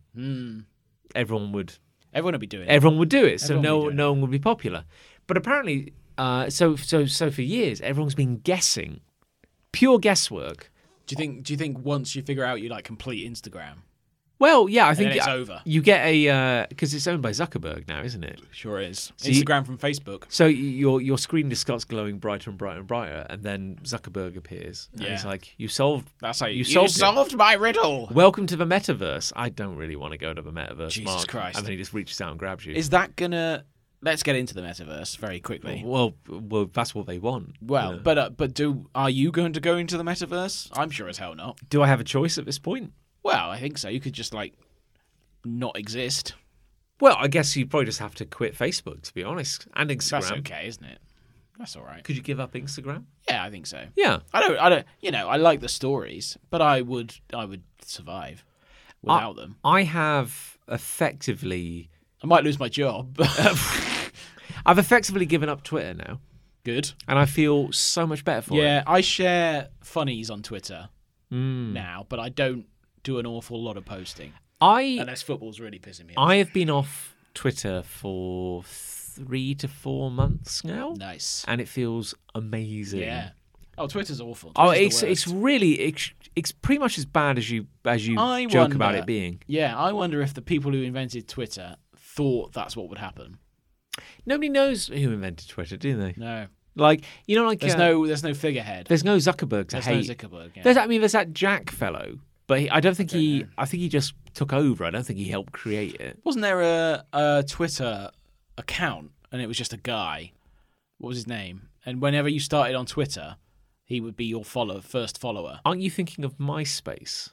[SPEAKER 1] everyone would
[SPEAKER 2] Everyone will be doing it.
[SPEAKER 1] everyone would do it, so
[SPEAKER 2] Everyone
[SPEAKER 1] no
[SPEAKER 2] would do it.
[SPEAKER 1] no one would be popular. But apparently, uh, so so so for years, everyone's been guessing, pure guesswork.
[SPEAKER 2] Do you think? Do you think once you figure out you like complete Instagram,
[SPEAKER 1] Well, yeah, I think
[SPEAKER 2] then it's
[SPEAKER 1] uh,
[SPEAKER 2] over.
[SPEAKER 1] You get a because it's owned by Zuckerberg now, isn't it?
[SPEAKER 2] sure is
[SPEAKER 1] you-
[SPEAKER 2] Instagram from Facebook.
[SPEAKER 1] So y- your your screen just starts glowing brighter and brighter and brighter, and then Zuckerberg appears. And he's
[SPEAKER 2] Yeah.
[SPEAKER 1] like, "You solved.
[SPEAKER 2] That's how you,
[SPEAKER 1] You solved it.
[SPEAKER 2] my riddle.
[SPEAKER 1] Welcome to the metaverse." I don't really want to go to the metaverse.
[SPEAKER 2] Jesus
[SPEAKER 1] Mark.
[SPEAKER 2] Christ.
[SPEAKER 1] And then he just reaches out and grabs you.
[SPEAKER 2] Is that gonna? Let's get into the metaverse very quickly.
[SPEAKER 1] well, well, that's what they want.
[SPEAKER 2] Oh, Well, but uh, but do are you going to go into the metaverse? I'm sure as hell not.
[SPEAKER 1] Do I have a choice at this point?
[SPEAKER 2] Well, I think so. You could just like not exist.
[SPEAKER 1] Well, I guess you probably just have to quit Facebook, to be honest, and Instagram.
[SPEAKER 2] That's okay, isn't it? That's all right.
[SPEAKER 1] Could you give up Instagram?
[SPEAKER 2] Yeah, I think so.
[SPEAKER 1] Yeah.
[SPEAKER 2] I don't. I don't. You know, I like the stories, but I would. I would survive without them.
[SPEAKER 1] I have effectively,
[SPEAKER 2] I might lose my job. but-
[SPEAKER 1] I've effectively given up Twitter now.
[SPEAKER 2] Good.
[SPEAKER 1] and I feel so much better for it.
[SPEAKER 2] Yeah, I share funnies on Twitter now, but I don't do an awful lot of posting
[SPEAKER 1] I
[SPEAKER 2] unless football's really pissing me off.
[SPEAKER 1] I have been off Twitter for three to four months now,
[SPEAKER 2] Nice.
[SPEAKER 1] and it feels amazing.
[SPEAKER 2] Yeah. Oh, Twitter's awful.
[SPEAKER 1] Oh,
[SPEAKER 2] Twitter's the
[SPEAKER 1] it's it's
[SPEAKER 2] worst.
[SPEAKER 1] really it's, it's pretty much as bad as you as you
[SPEAKER 2] I
[SPEAKER 1] joke about
[SPEAKER 2] wonder-
[SPEAKER 1] it being.
[SPEAKER 2] Yeah, I wonder if the people who invented Twitter thought that's what would happen.
[SPEAKER 1] Nobody knows who invented Twitter, do they?
[SPEAKER 2] No,
[SPEAKER 1] Like you know, like
[SPEAKER 2] there's
[SPEAKER 1] uh,
[SPEAKER 2] no, there's no figurehead.
[SPEAKER 1] there's no Zuckerberg to
[SPEAKER 2] There's
[SPEAKER 1] hate.
[SPEAKER 2] no Zuckerberg. Yeah.
[SPEAKER 1] There's I mean, there's that Jack fellow, but he, I don't think he. I think he just took over. I don't think he helped create it.
[SPEAKER 2] Wasn't there a, a Twitter account and it was just a guy what was his name? And whenever you started on Twitter, he would be your follower, first follower.
[SPEAKER 1] Aren't you thinking of MySpace?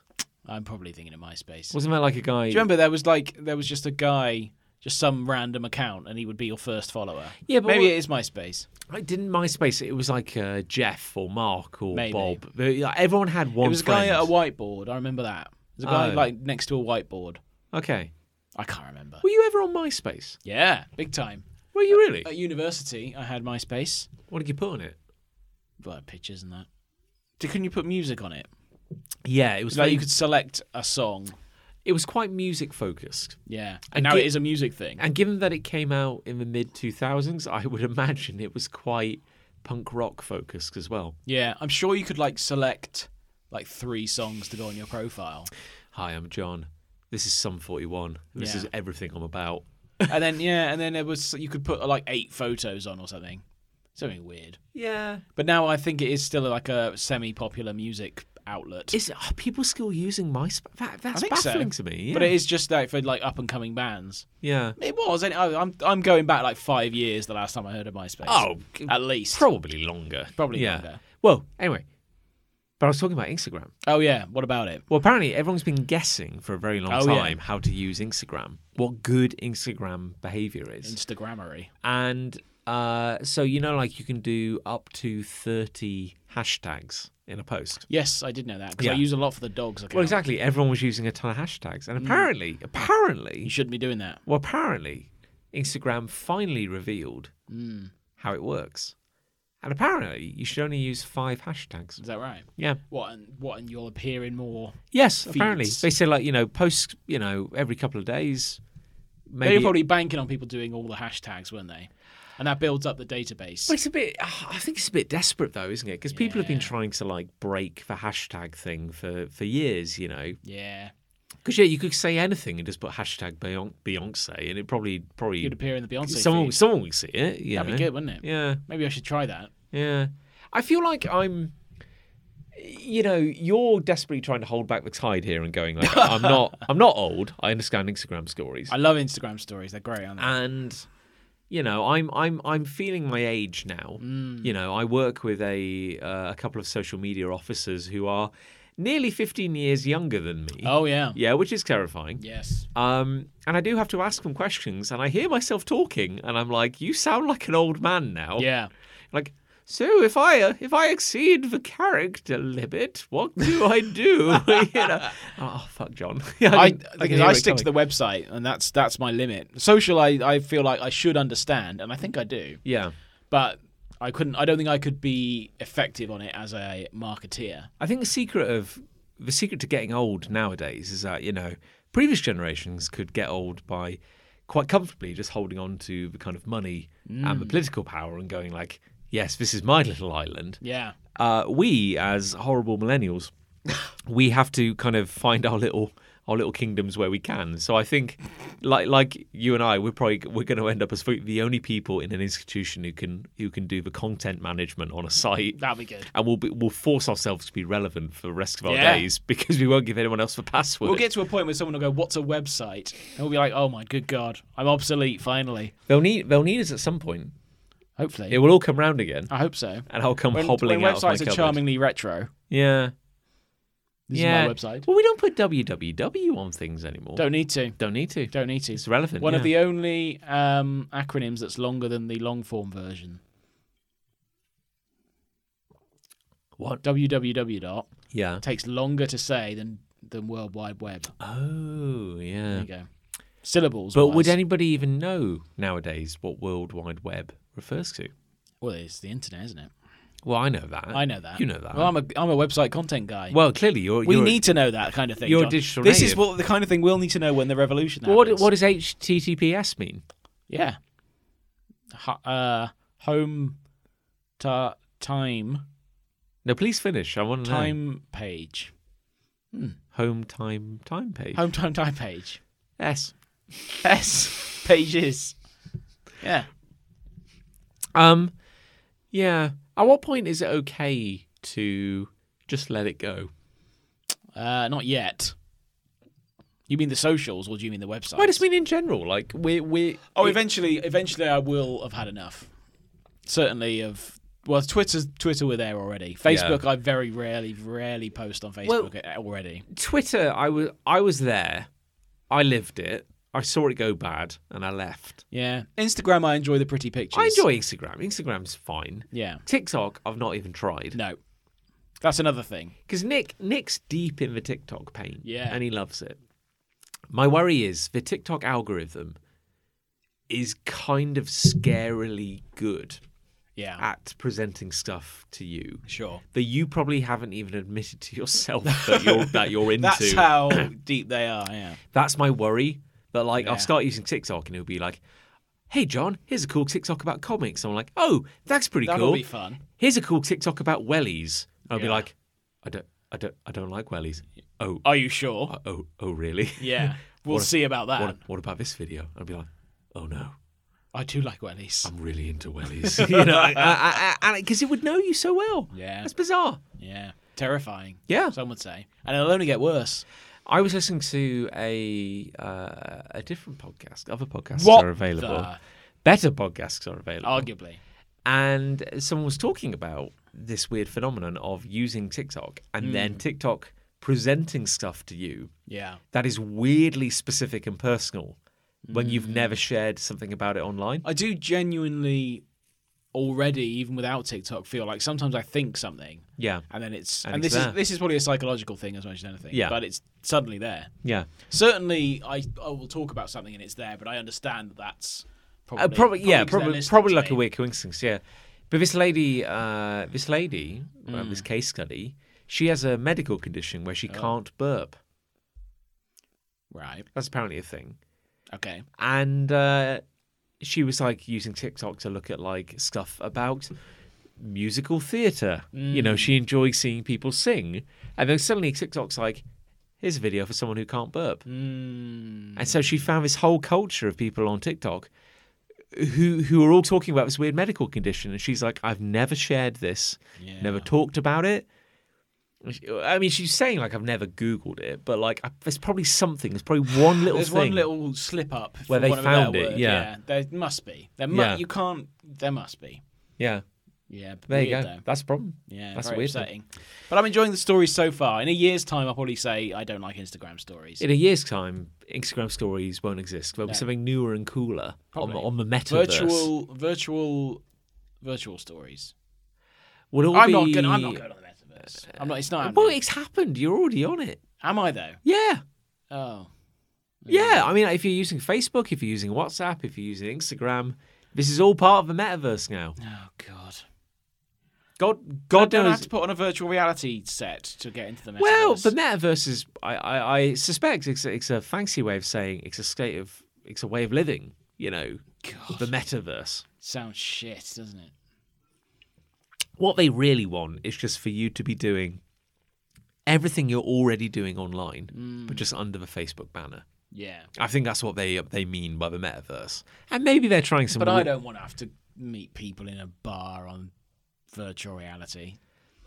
[SPEAKER 2] I'm probably thinking of MySpace.
[SPEAKER 1] Wasn't there like a guy?
[SPEAKER 2] Do you remember there was like there was just a guy, just some random account, and he would be your first follower.
[SPEAKER 1] Yeah, but
[SPEAKER 2] maybe
[SPEAKER 1] what-
[SPEAKER 2] it is MySpace.
[SPEAKER 1] I didn't MySpace. It was like uh, Jeff or Mark or
[SPEAKER 2] Maybe.
[SPEAKER 1] Bob. They- like, everyone had one.
[SPEAKER 2] It was a guy
[SPEAKER 1] friend.
[SPEAKER 2] at a whiteboard. I remember that. There's a guy
[SPEAKER 1] Oh.
[SPEAKER 2] like next to a whiteboard.
[SPEAKER 1] okay.
[SPEAKER 2] I can't remember.
[SPEAKER 1] Were you ever on MySpace?
[SPEAKER 2] Yeah, big time.
[SPEAKER 1] Were you really?
[SPEAKER 2] At university, I had MySpace.
[SPEAKER 1] What did you put on it?
[SPEAKER 2] Well, pictures and that. Did, couldn't you put music on it?
[SPEAKER 1] Yeah, it was.
[SPEAKER 2] Like
[SPEAKER 1] very-
[SPEAKER 2] you could select a song.
[SPEAKER 1] It was quite music focused.
[SPEAKER 2] Yeah.
[SPEAKER 1] And
[SPEAKER 2] And now
[SPEAKER 1] get-
[SPEAKER 2] it is a music thing.
[SPEAKER 1] And given that it came out in the mid 2000s, I would imagine it was quite punk rock focused as well.
[SPEAKER 2] Yeah, I'm sure you could like select like three songs to go on your profile.
[SPEAKER 1] Hi, I'm John. This is Sum 41. This
[SPEAKER 2] Yeah.
[SPEAKER 1] is everything I'm about.
[SPEAKER 2] and then yeah, and then there was you could put like eight photos on or something. Something weird.
[SPEAKER 1] Yeah.
[SPEAKER 2] But now I think it is still like a semi-popular music outlet.
[SPEAKER 1] Is are people still using MySpace? That,
[SPEAKER 2] I
[SPEAKER 1] that's
[SPEAKER 2] think so.
[SPEAKER 1] baffling to me. Yeah.
[SPEAKER 2] But it is just like for like up and coming bands.
[SPEAKER 1] yeah.
[SPEAKER 2] It was. and I- I'm I'm going back like five years. The last time I heard of MySpace.
[SPEAKER 1] Oh, g-
[SPEAKER 2] at least.
[SPEAKER 1] Probably longer.
[SPEAKER 2] Probably
[SPEAKER 1] yeah.
[SPEAKER 2] longer.
[SPEAKER 1] Well, anyway. But I was talking about Instagram.
[SPEAKER 2] oh yeah. What about it?
[SPEAKER 1] Well, apparently everyone's been guessing for a very long
[SPEAKER 2] Oh, yeah.
[SPEAKER 1] time how to use Instagram, what good Instagram behavior is.
[SPEAKER 2] Instagrammery.
[SPEAKER 1] and uh, so you know, like you can do up to thirty hashtags in a post.
[SPEAKER 2] Yes, I did know that because I
[SPEAKER 1] Yeah.
[SPEAKER 2] use a lot for the dogs. Account.
[SPEAKER 1] Well, exactly. Everyone was using a ton of hashtags, and apparently,
[SPEAKER 2] You
[SPEAKER 1] apparently,
[SPEAKER 2] shouldn't be doing that.
[SPEAKER 1] well, apparently, Instagram finally revealed how it works. And apparently, you should only use five hashtags.
[SPEAKER 2] Is that right?
[SPEAKER 1] Yeah.
[SPEAKER 2] What? And, what? And you'll appear in more.
[SPEAKER 1] Yes. Apparently,
[SPEAKER 2] Feeds.
[SPEAKER 1] they say like you know, post you know every couple of days.
[SPEAKER 2] They
[SPEAKER 1] Maybe
[SPEAKER 2] were probably banking on people doing all the hashtags, weren't they? And that builds up the database.
[SPEAKER 1] But it's a bit. ah, I think it's a bit desperate, though, isn't it? Because people have been
[SPEAKER 2] Yeah.
[SPEAKER 1] trying to like break the hashtag thing for for years, you know.
[SPEAKER 2] Yeah,
[SPEAKER 1] Because yeah, you could say anything and just put hashtag Beyon- Beyonce, and it probably probably
[SPEAKER 2] you'd appear in the Beyonce.
[SPEAKER 1] someone
[SPEAKER 2] feed.
[SPEAKER 1] someone would see it. You
[SPEAKER 2] That'd
[SPEAKER 1] know?
[SPEAKER 2] be good, wouldn't it?
[SPEAKER 1] Yeah,
[SPEAKER 2] Maybe I should try that.
[SPEAKER 1] yeah. I feel like I'm. You know, you're desperately trying to hold back the tide here and going like, I'm not, I'm not old. I understand Instagram stories,
[SPEAKER 2] I love Instagram stories. They're great, aren't they?
[SPEAKER 1] and you know i'm i'm i'm feeling my age now
[SPEAKER 2] Mm.
[SPEAKER 1] you know i work with a uh, a couple of social media officers who are nearly 15 years younger than me
[SPEAKER 2] oh yeah.
[SPEAKER 1] yeah which is terrifying
[SPEAKER 2] Yes.
[SPEAKER 1] um and i do have to ask them questions and i hear myself talking and i'm like you sound like an old man now
[SPEAKER 2] Yeah.
[SPEAKER 1] like so if I uh, if I exceed the character limit, what do I do? you know, oh fuck, John. Yeah,
[SPEAKER 2] I
[SPEAKER 1] can- can
[SPEAKER 2] because
[SPEAKER 1] hear
[SPEAKER 2] I
[SPEAKER 1] it
[SPEAKER 2] stick to
[SPEAKER 1] coming.
[SPEAKER 2] the website, and that's that's my limit. Social, I, I feel like I should understand, and I think I do,
[SPEAKER 1] yeah.
[SPEAKER 2] but I couldn't. I don't think I could be effective on it as a marketeer.
[SPEAKER 1] I think the secret of the secret to getting old nowadays is that you know previous generations could get old by quite comfortably just holding on to the kind of money and
[SPEAKER 2] Mm.
[SPEAKER 1] the political power and going like, yes, this is my little island.
[SPEAKER 2] Yeah.
[SPEAKER 1] Uh, we as horrible millennials, we have to kind of find our little our little kingdoms where we can. So I think, like like you and I, we're probably we're going to end up as the only people in an institution who can who can do the content management on a site
[SPEAKER 2] That'd be good.
[SPEAKER 1] and we'll be, we'll force ourselves to be relevant for the rest of our
[SPEAKER 2] Yeah.
[SPEAKER 1] days because we won't give anyone else the password.
[SPEAKER 2] We'll get to a point where someone will go, "What's a website?" and we'll be like, "Oh my good god, I'm obsolete finally."
[SPEAKER 1] they'll need they'll need us at some point.
[SPEAKER 2] Hopefully,
[SPEAKER 1] It will all come round again,
[SPEAKER 2] I hope so.
[SPEAKER 1] and I'll come
[SPEAKER 2] Uh, When,
[SPEAKER 1] hobbling
[SPEAKER 2] when
[SPEAKER 1] out of my
[SPEAKER 2] websites are
[SPEAKER 1] cupboard.
[SPEAKER 2] charmingly retro,
[SPEAKER 1] Yeah,
[SPEAKER 2] this
[SPEAKER 1] yeah.
[SPEAKER 2] is my website.
[SPEAKER 1] Well, we don't put www on things anymore.
[SPEAKER 2] Don't need to.
[SPEAKER 1] Don't need to.
[SPEAKER 2] Don't need to.
[SPEAKER 1] It's relevant.
[SPEAKER 2] One of
[SPEAKER 1] yeah.
[SPEAKER 2] the only um, acronyms that's longer than the long form version.
[SPEAKER 1] what?
[SPEAKER 2] www dot
[SPEAKER 1] Yeah.
[SPEAKER 2] takes longer to say than than World Wide Web.
[SPEAKER 1] Oh,
[SPEAKER 2] There
[SPEAKER 1] yeah.
[SPEAKER 2] you go. Syllables.
[SPEAKER 1] But
[SPEAKER 2] wise.
[SPEAKER 1] would anybody even know nowadays what World Wide Web refers to?
[SPEAKER 2] well, it's the internet, isn't it?
[SPEAKER 1] Well, I know that.
[SPEAKER 2] I know that.
[SPEAKER 1] You know that.
[SPEAKER 2] Well, I'm a I'm a website content guy.
[SPEAKER 1] Well, clearly you're.
[SPEAKER 2] we
[SPEAKER 1] you're-
[SPEAKER 2] need to know that kind of thing.
[SPEAKER 1] you're a
[SPEAKER 2] John.
[SPEAKER 1] digital
[SPEAKER 2] This is
[SPEAKER 1] native.
[SPEAKER 2] what the kind of thing we'll need to know when the revolution
[SPEAKER 1] Well, What
[SPEAKER 2] happens.
[SPEAKER 1] what does HTTPS mean?
[SPEAKER 2] Yeah. Ho- uh, home ta- time
[SPEAKER 1] No, please finish. I want to know.
[SPEAKER 2] time page.
[SPEAKER 1] home time time page.
[SPEAKER 2] Home time time page.
[SPEAKER 1] Yes.
[SPEAKER 2] S pages. Yeah.
[SPEAKER 1] Um. Yeah. At what point is it okay to just let it go?
[SPEAKER 2] Uh, not yet. You mean the socials, or do you mean the website?
[SPEAKER 1] I just mean in general. Like we we.
[SPEAKER 2] oh, eventually, eventually, I will have had enough. certainly of well, Twitter's Twitter were there already. Facebook, I very rarely, rarely post on
[SPEAKER 1] Well-
[SPEAKER 2] Facebook a- already.
[SPEAKER 1] Twitter, I was I was there, I lived it, I saw it go bad, and I left.
[SPEAKER 2] Yeah, Instagram, I enjoy the pretty pictures.
[SPEAKER 1] I enjoy Instagram. Instagram's fine.
[SPEAKER 2] Yeah,
[SPEAKER 1] TikTok, I've not even tried
[SPEAKER 2] no, that's another thing.
[SPEAKER 1] because Nick Nick's deep in the TikTok paint,
[SPEAKER 2] Yeah.
[SPEAKER 1] and he loves it. My worry is the TikTok algorithm is kind of scarily good
[SPEAKER 2] Yeah,
[SPEAKER 1] at presenting stuff to you
[SPEAKER 2] sure.
[SPEAKER 1] that you probably haven't even admitted to yourself that you're that you're into.
[SPEAKER 2] That's how deep they are. Yeah,
[SPEAKER 1] That's my worry. That like
[SPEAKER 2] Yeah.
[SPEAKER 1] I'll start using TikTok and it'll be like, "Hey John, here's a cool TikTok about comics." I'm like, "Oh, that's pretty
[SPEAKER 2] that'll
[SPEAKER 1] cool."
[SPEAKER 2] be fun.
[SPEAKER 1] Here's a cool TikTok about wellies. I'll be
[SPEAKER 2] Yeah.
[SPEAKER 1] like, "I don't, I don't, I don't like wellies." Oh,
[SPEAKER 2] Are you sure?
[SPEAKER 1] oh, oh, really?
[SPEAKER 2] Yeah, we'll
[SPEAKER 1] What a-
[SPEAKER 2] see about that.
[SPEAKER 1] What, what about this video? I'll be like, "Oh no,
[SPEAKER 2] I do like wellies.
[SPEAKER 1] I'm really into wellies." you know, because I, I, I, 'cause it would know you so well.
[SPEAKER 2] Yeah.
[SPEAKER 1] that's bizarre.
[SPEAKER 2] Yeah, terrifying.
[SPEAKER 1] Yeah.
[SPEAKER 2] some would say, and it'll only get worse.
[SPEAKER 1] I was listening to a uh, a different podcast. Other podcasts
[SPEAKER 2] What
[SPEAKER 1] are available.
[SPEAKER 2] the-
[SPEAKER 1] Better podcasts are available.
[SPEAKER 2] Arguably,
[SPEAKER 1] and someone was talking about this weird phenomenon of using TikTok and
[SPEAKER 2] Hmm.
[SPEAKER 1] then TikTok presenting stuff to you
[SPEAKER 2] yeah,
[SPEAKER 1] that is weirdly specific and personal when
[SPEAKER 2] Hmm.
[SPEAKER 1] you've never shared something about it online.
[SPEAKER 2] I do genuinely already, even without TikTok, feel like sometimes I think something,
[SPEAKER 1] Yeah,
[SPEAKER 2] and then it's
[SPEAKER 1] And
[SPEAKER 2] and,
[SPEAKER 1] it's
[SPEAKER 2] this is
[SPEAKER 1] there.
[SPEAKER 2] this is probably a psychological thing as much as anything.
[SPEAKER 1] Yeah.
[SPEAKER 2] but it's suddenly there.
[SPEAKER 1] yeah. Uh,
[SPEAKER 2] Certainly, I I will talk about something and it's there, but I understand that that's probably
[SPEAKER 1] Uh, probably, yeah,
[SPEAKER 2] 'cause they're
[SPEAKER 1] probably,
[SPEAKER 2] listening
[SPEAKER 1] probably
[SPEAKER 2] to
[SPEAKER 1] like a
[SPEAKER 2] me.
[SPEAKER 1] weird coincidence, yeah. But this lady, uh, this lady, uh, this
[SPEAKER 2] Hmm.
[SPEAKER 1] case study, she has a medical condition where
[SPEAKER 2] Oh.
[SPEAKER 1] she can't burp.
[SPEAKER 2] Right.
[SPEAKER 1] That's apparently a thing.
[SPEAKER 2] Okay.
[SPEAKER 1] and uh, she was like using TikTok to look at like stuff about musical theatre. You know,
[SPEAKER 2] Mm.
[SPEAKER 1] she enjoys seeing people sing, and then suddenly TikTok's like, "Here's a video for someone who can't burp,"
[SPEAKER 2] Mm,
[SPEAKER 1] and so she found this whole culture of people on TikTok who who are all talking about this weird medical condition, and she's like, "I've never shared this,
[SPEAKER 2] yeah.
[SPEAKER 1] never talked about it." I mean, she's saying like I've never Googled it, but like I, there's probably something. There's probably one little
[SPEAKER 2] There's
[SPEAKER 1] thing.
[SPEAKER 2] one little slip up
[SPEAKER 1] Where
[SPEAKER 2] for
[SPEAKER 1] they
[SPEAKER 2] want of a
[SPEAKER 1] found
[SPEAKER 2] better
[SPEAKER 1] it,
[SPEAKER 2] word,
[SPEAKER 1] yeah.
[SPEAKER 2] There must be. There mu-
[SPEAKER 1] Yeah.
[SPEAKER 2] You can't. There must be.
[SPEAKER 1] yeah,
[SPEAKER 2] Yeah. but
[SPEAKER 1] there you go.
[SPEAKER 2] weird though.
[SPEAKER 1] That's a problem.
[SPEAKER 2] Yeah,
[SPEAKER 1] That's
[SPEAKER 2] very
[SPEAKER 1] weird.
[SPEAKER 2] upsetting. But I'm enjoying the stories so far. In a year's time, I'll probably say I don't like Instagram stories.
[SPEAKER 1] in a year's time, Instagram stories won't exist. There'll be
[SPEAKER 2] No.
[SPEAKER 1] something newer and cooler on the,
[SPEAKER 2] Probably.
[SPEAKER 1] on the metaverse.
[SPEAKER 2] virtual, virtual, virtual stories.
[SPEAKER 1] Would all
[SPEAKER 2] I'm
[SPEAKER 1] be...
[SPEAKER 2] not going. I'm not going on the metaverse. I'm not. It's not.
[SPEAKER 1] Well,
[SPEAKER 2] happening.
[SPEAKER 1] it's happened. You're already on it.
[SPEAKER 2] Am I though?
[SPEAKER 1] Yeah.
[SPEAKER 2] Oh,
[SPEAKER 1] Yeah. I mean, if you're using Facebook, if you're using WhatsApp, if you're using Instagram, this is all part of the metaverse now.
[SPEAKER 2] oh God.
[SPEAKER 1] God,
[SPEAKER 2] I
[SPEAKER 1] God
[SPEAKER 2] don't have
[SPEAKER 1] knows.
[SPEAKER 2] to put on a virtual reality set to get into the metaverse.
[SPEAKER 1] Well, the metaverse is, I, I, I suspect, it's, a- it's a fancy way of saying it's a state of, it's a way of living. You know,
[SPEAKER 2] God,
[SPEAKER 1] the metaverse.
[SPEAKER 2] sounds shit, doesn't it?
[SPEAKER 1] what they really want is just for you to be doing everything you're already doing online,
[SPEAKER 2] Mm.
[SPEAKER 1] but just under the Facebook banner.
[SPEAKER 2] Yeah.
[SPEAKER 1] I think that's what they they mean by the metaverse, and maybe they're trying some.
[SPEAKER 2] But I
[SPEAKER 1] weird-
[SPEAKER 2] don't want to have to meet people in a bar on virtual reality.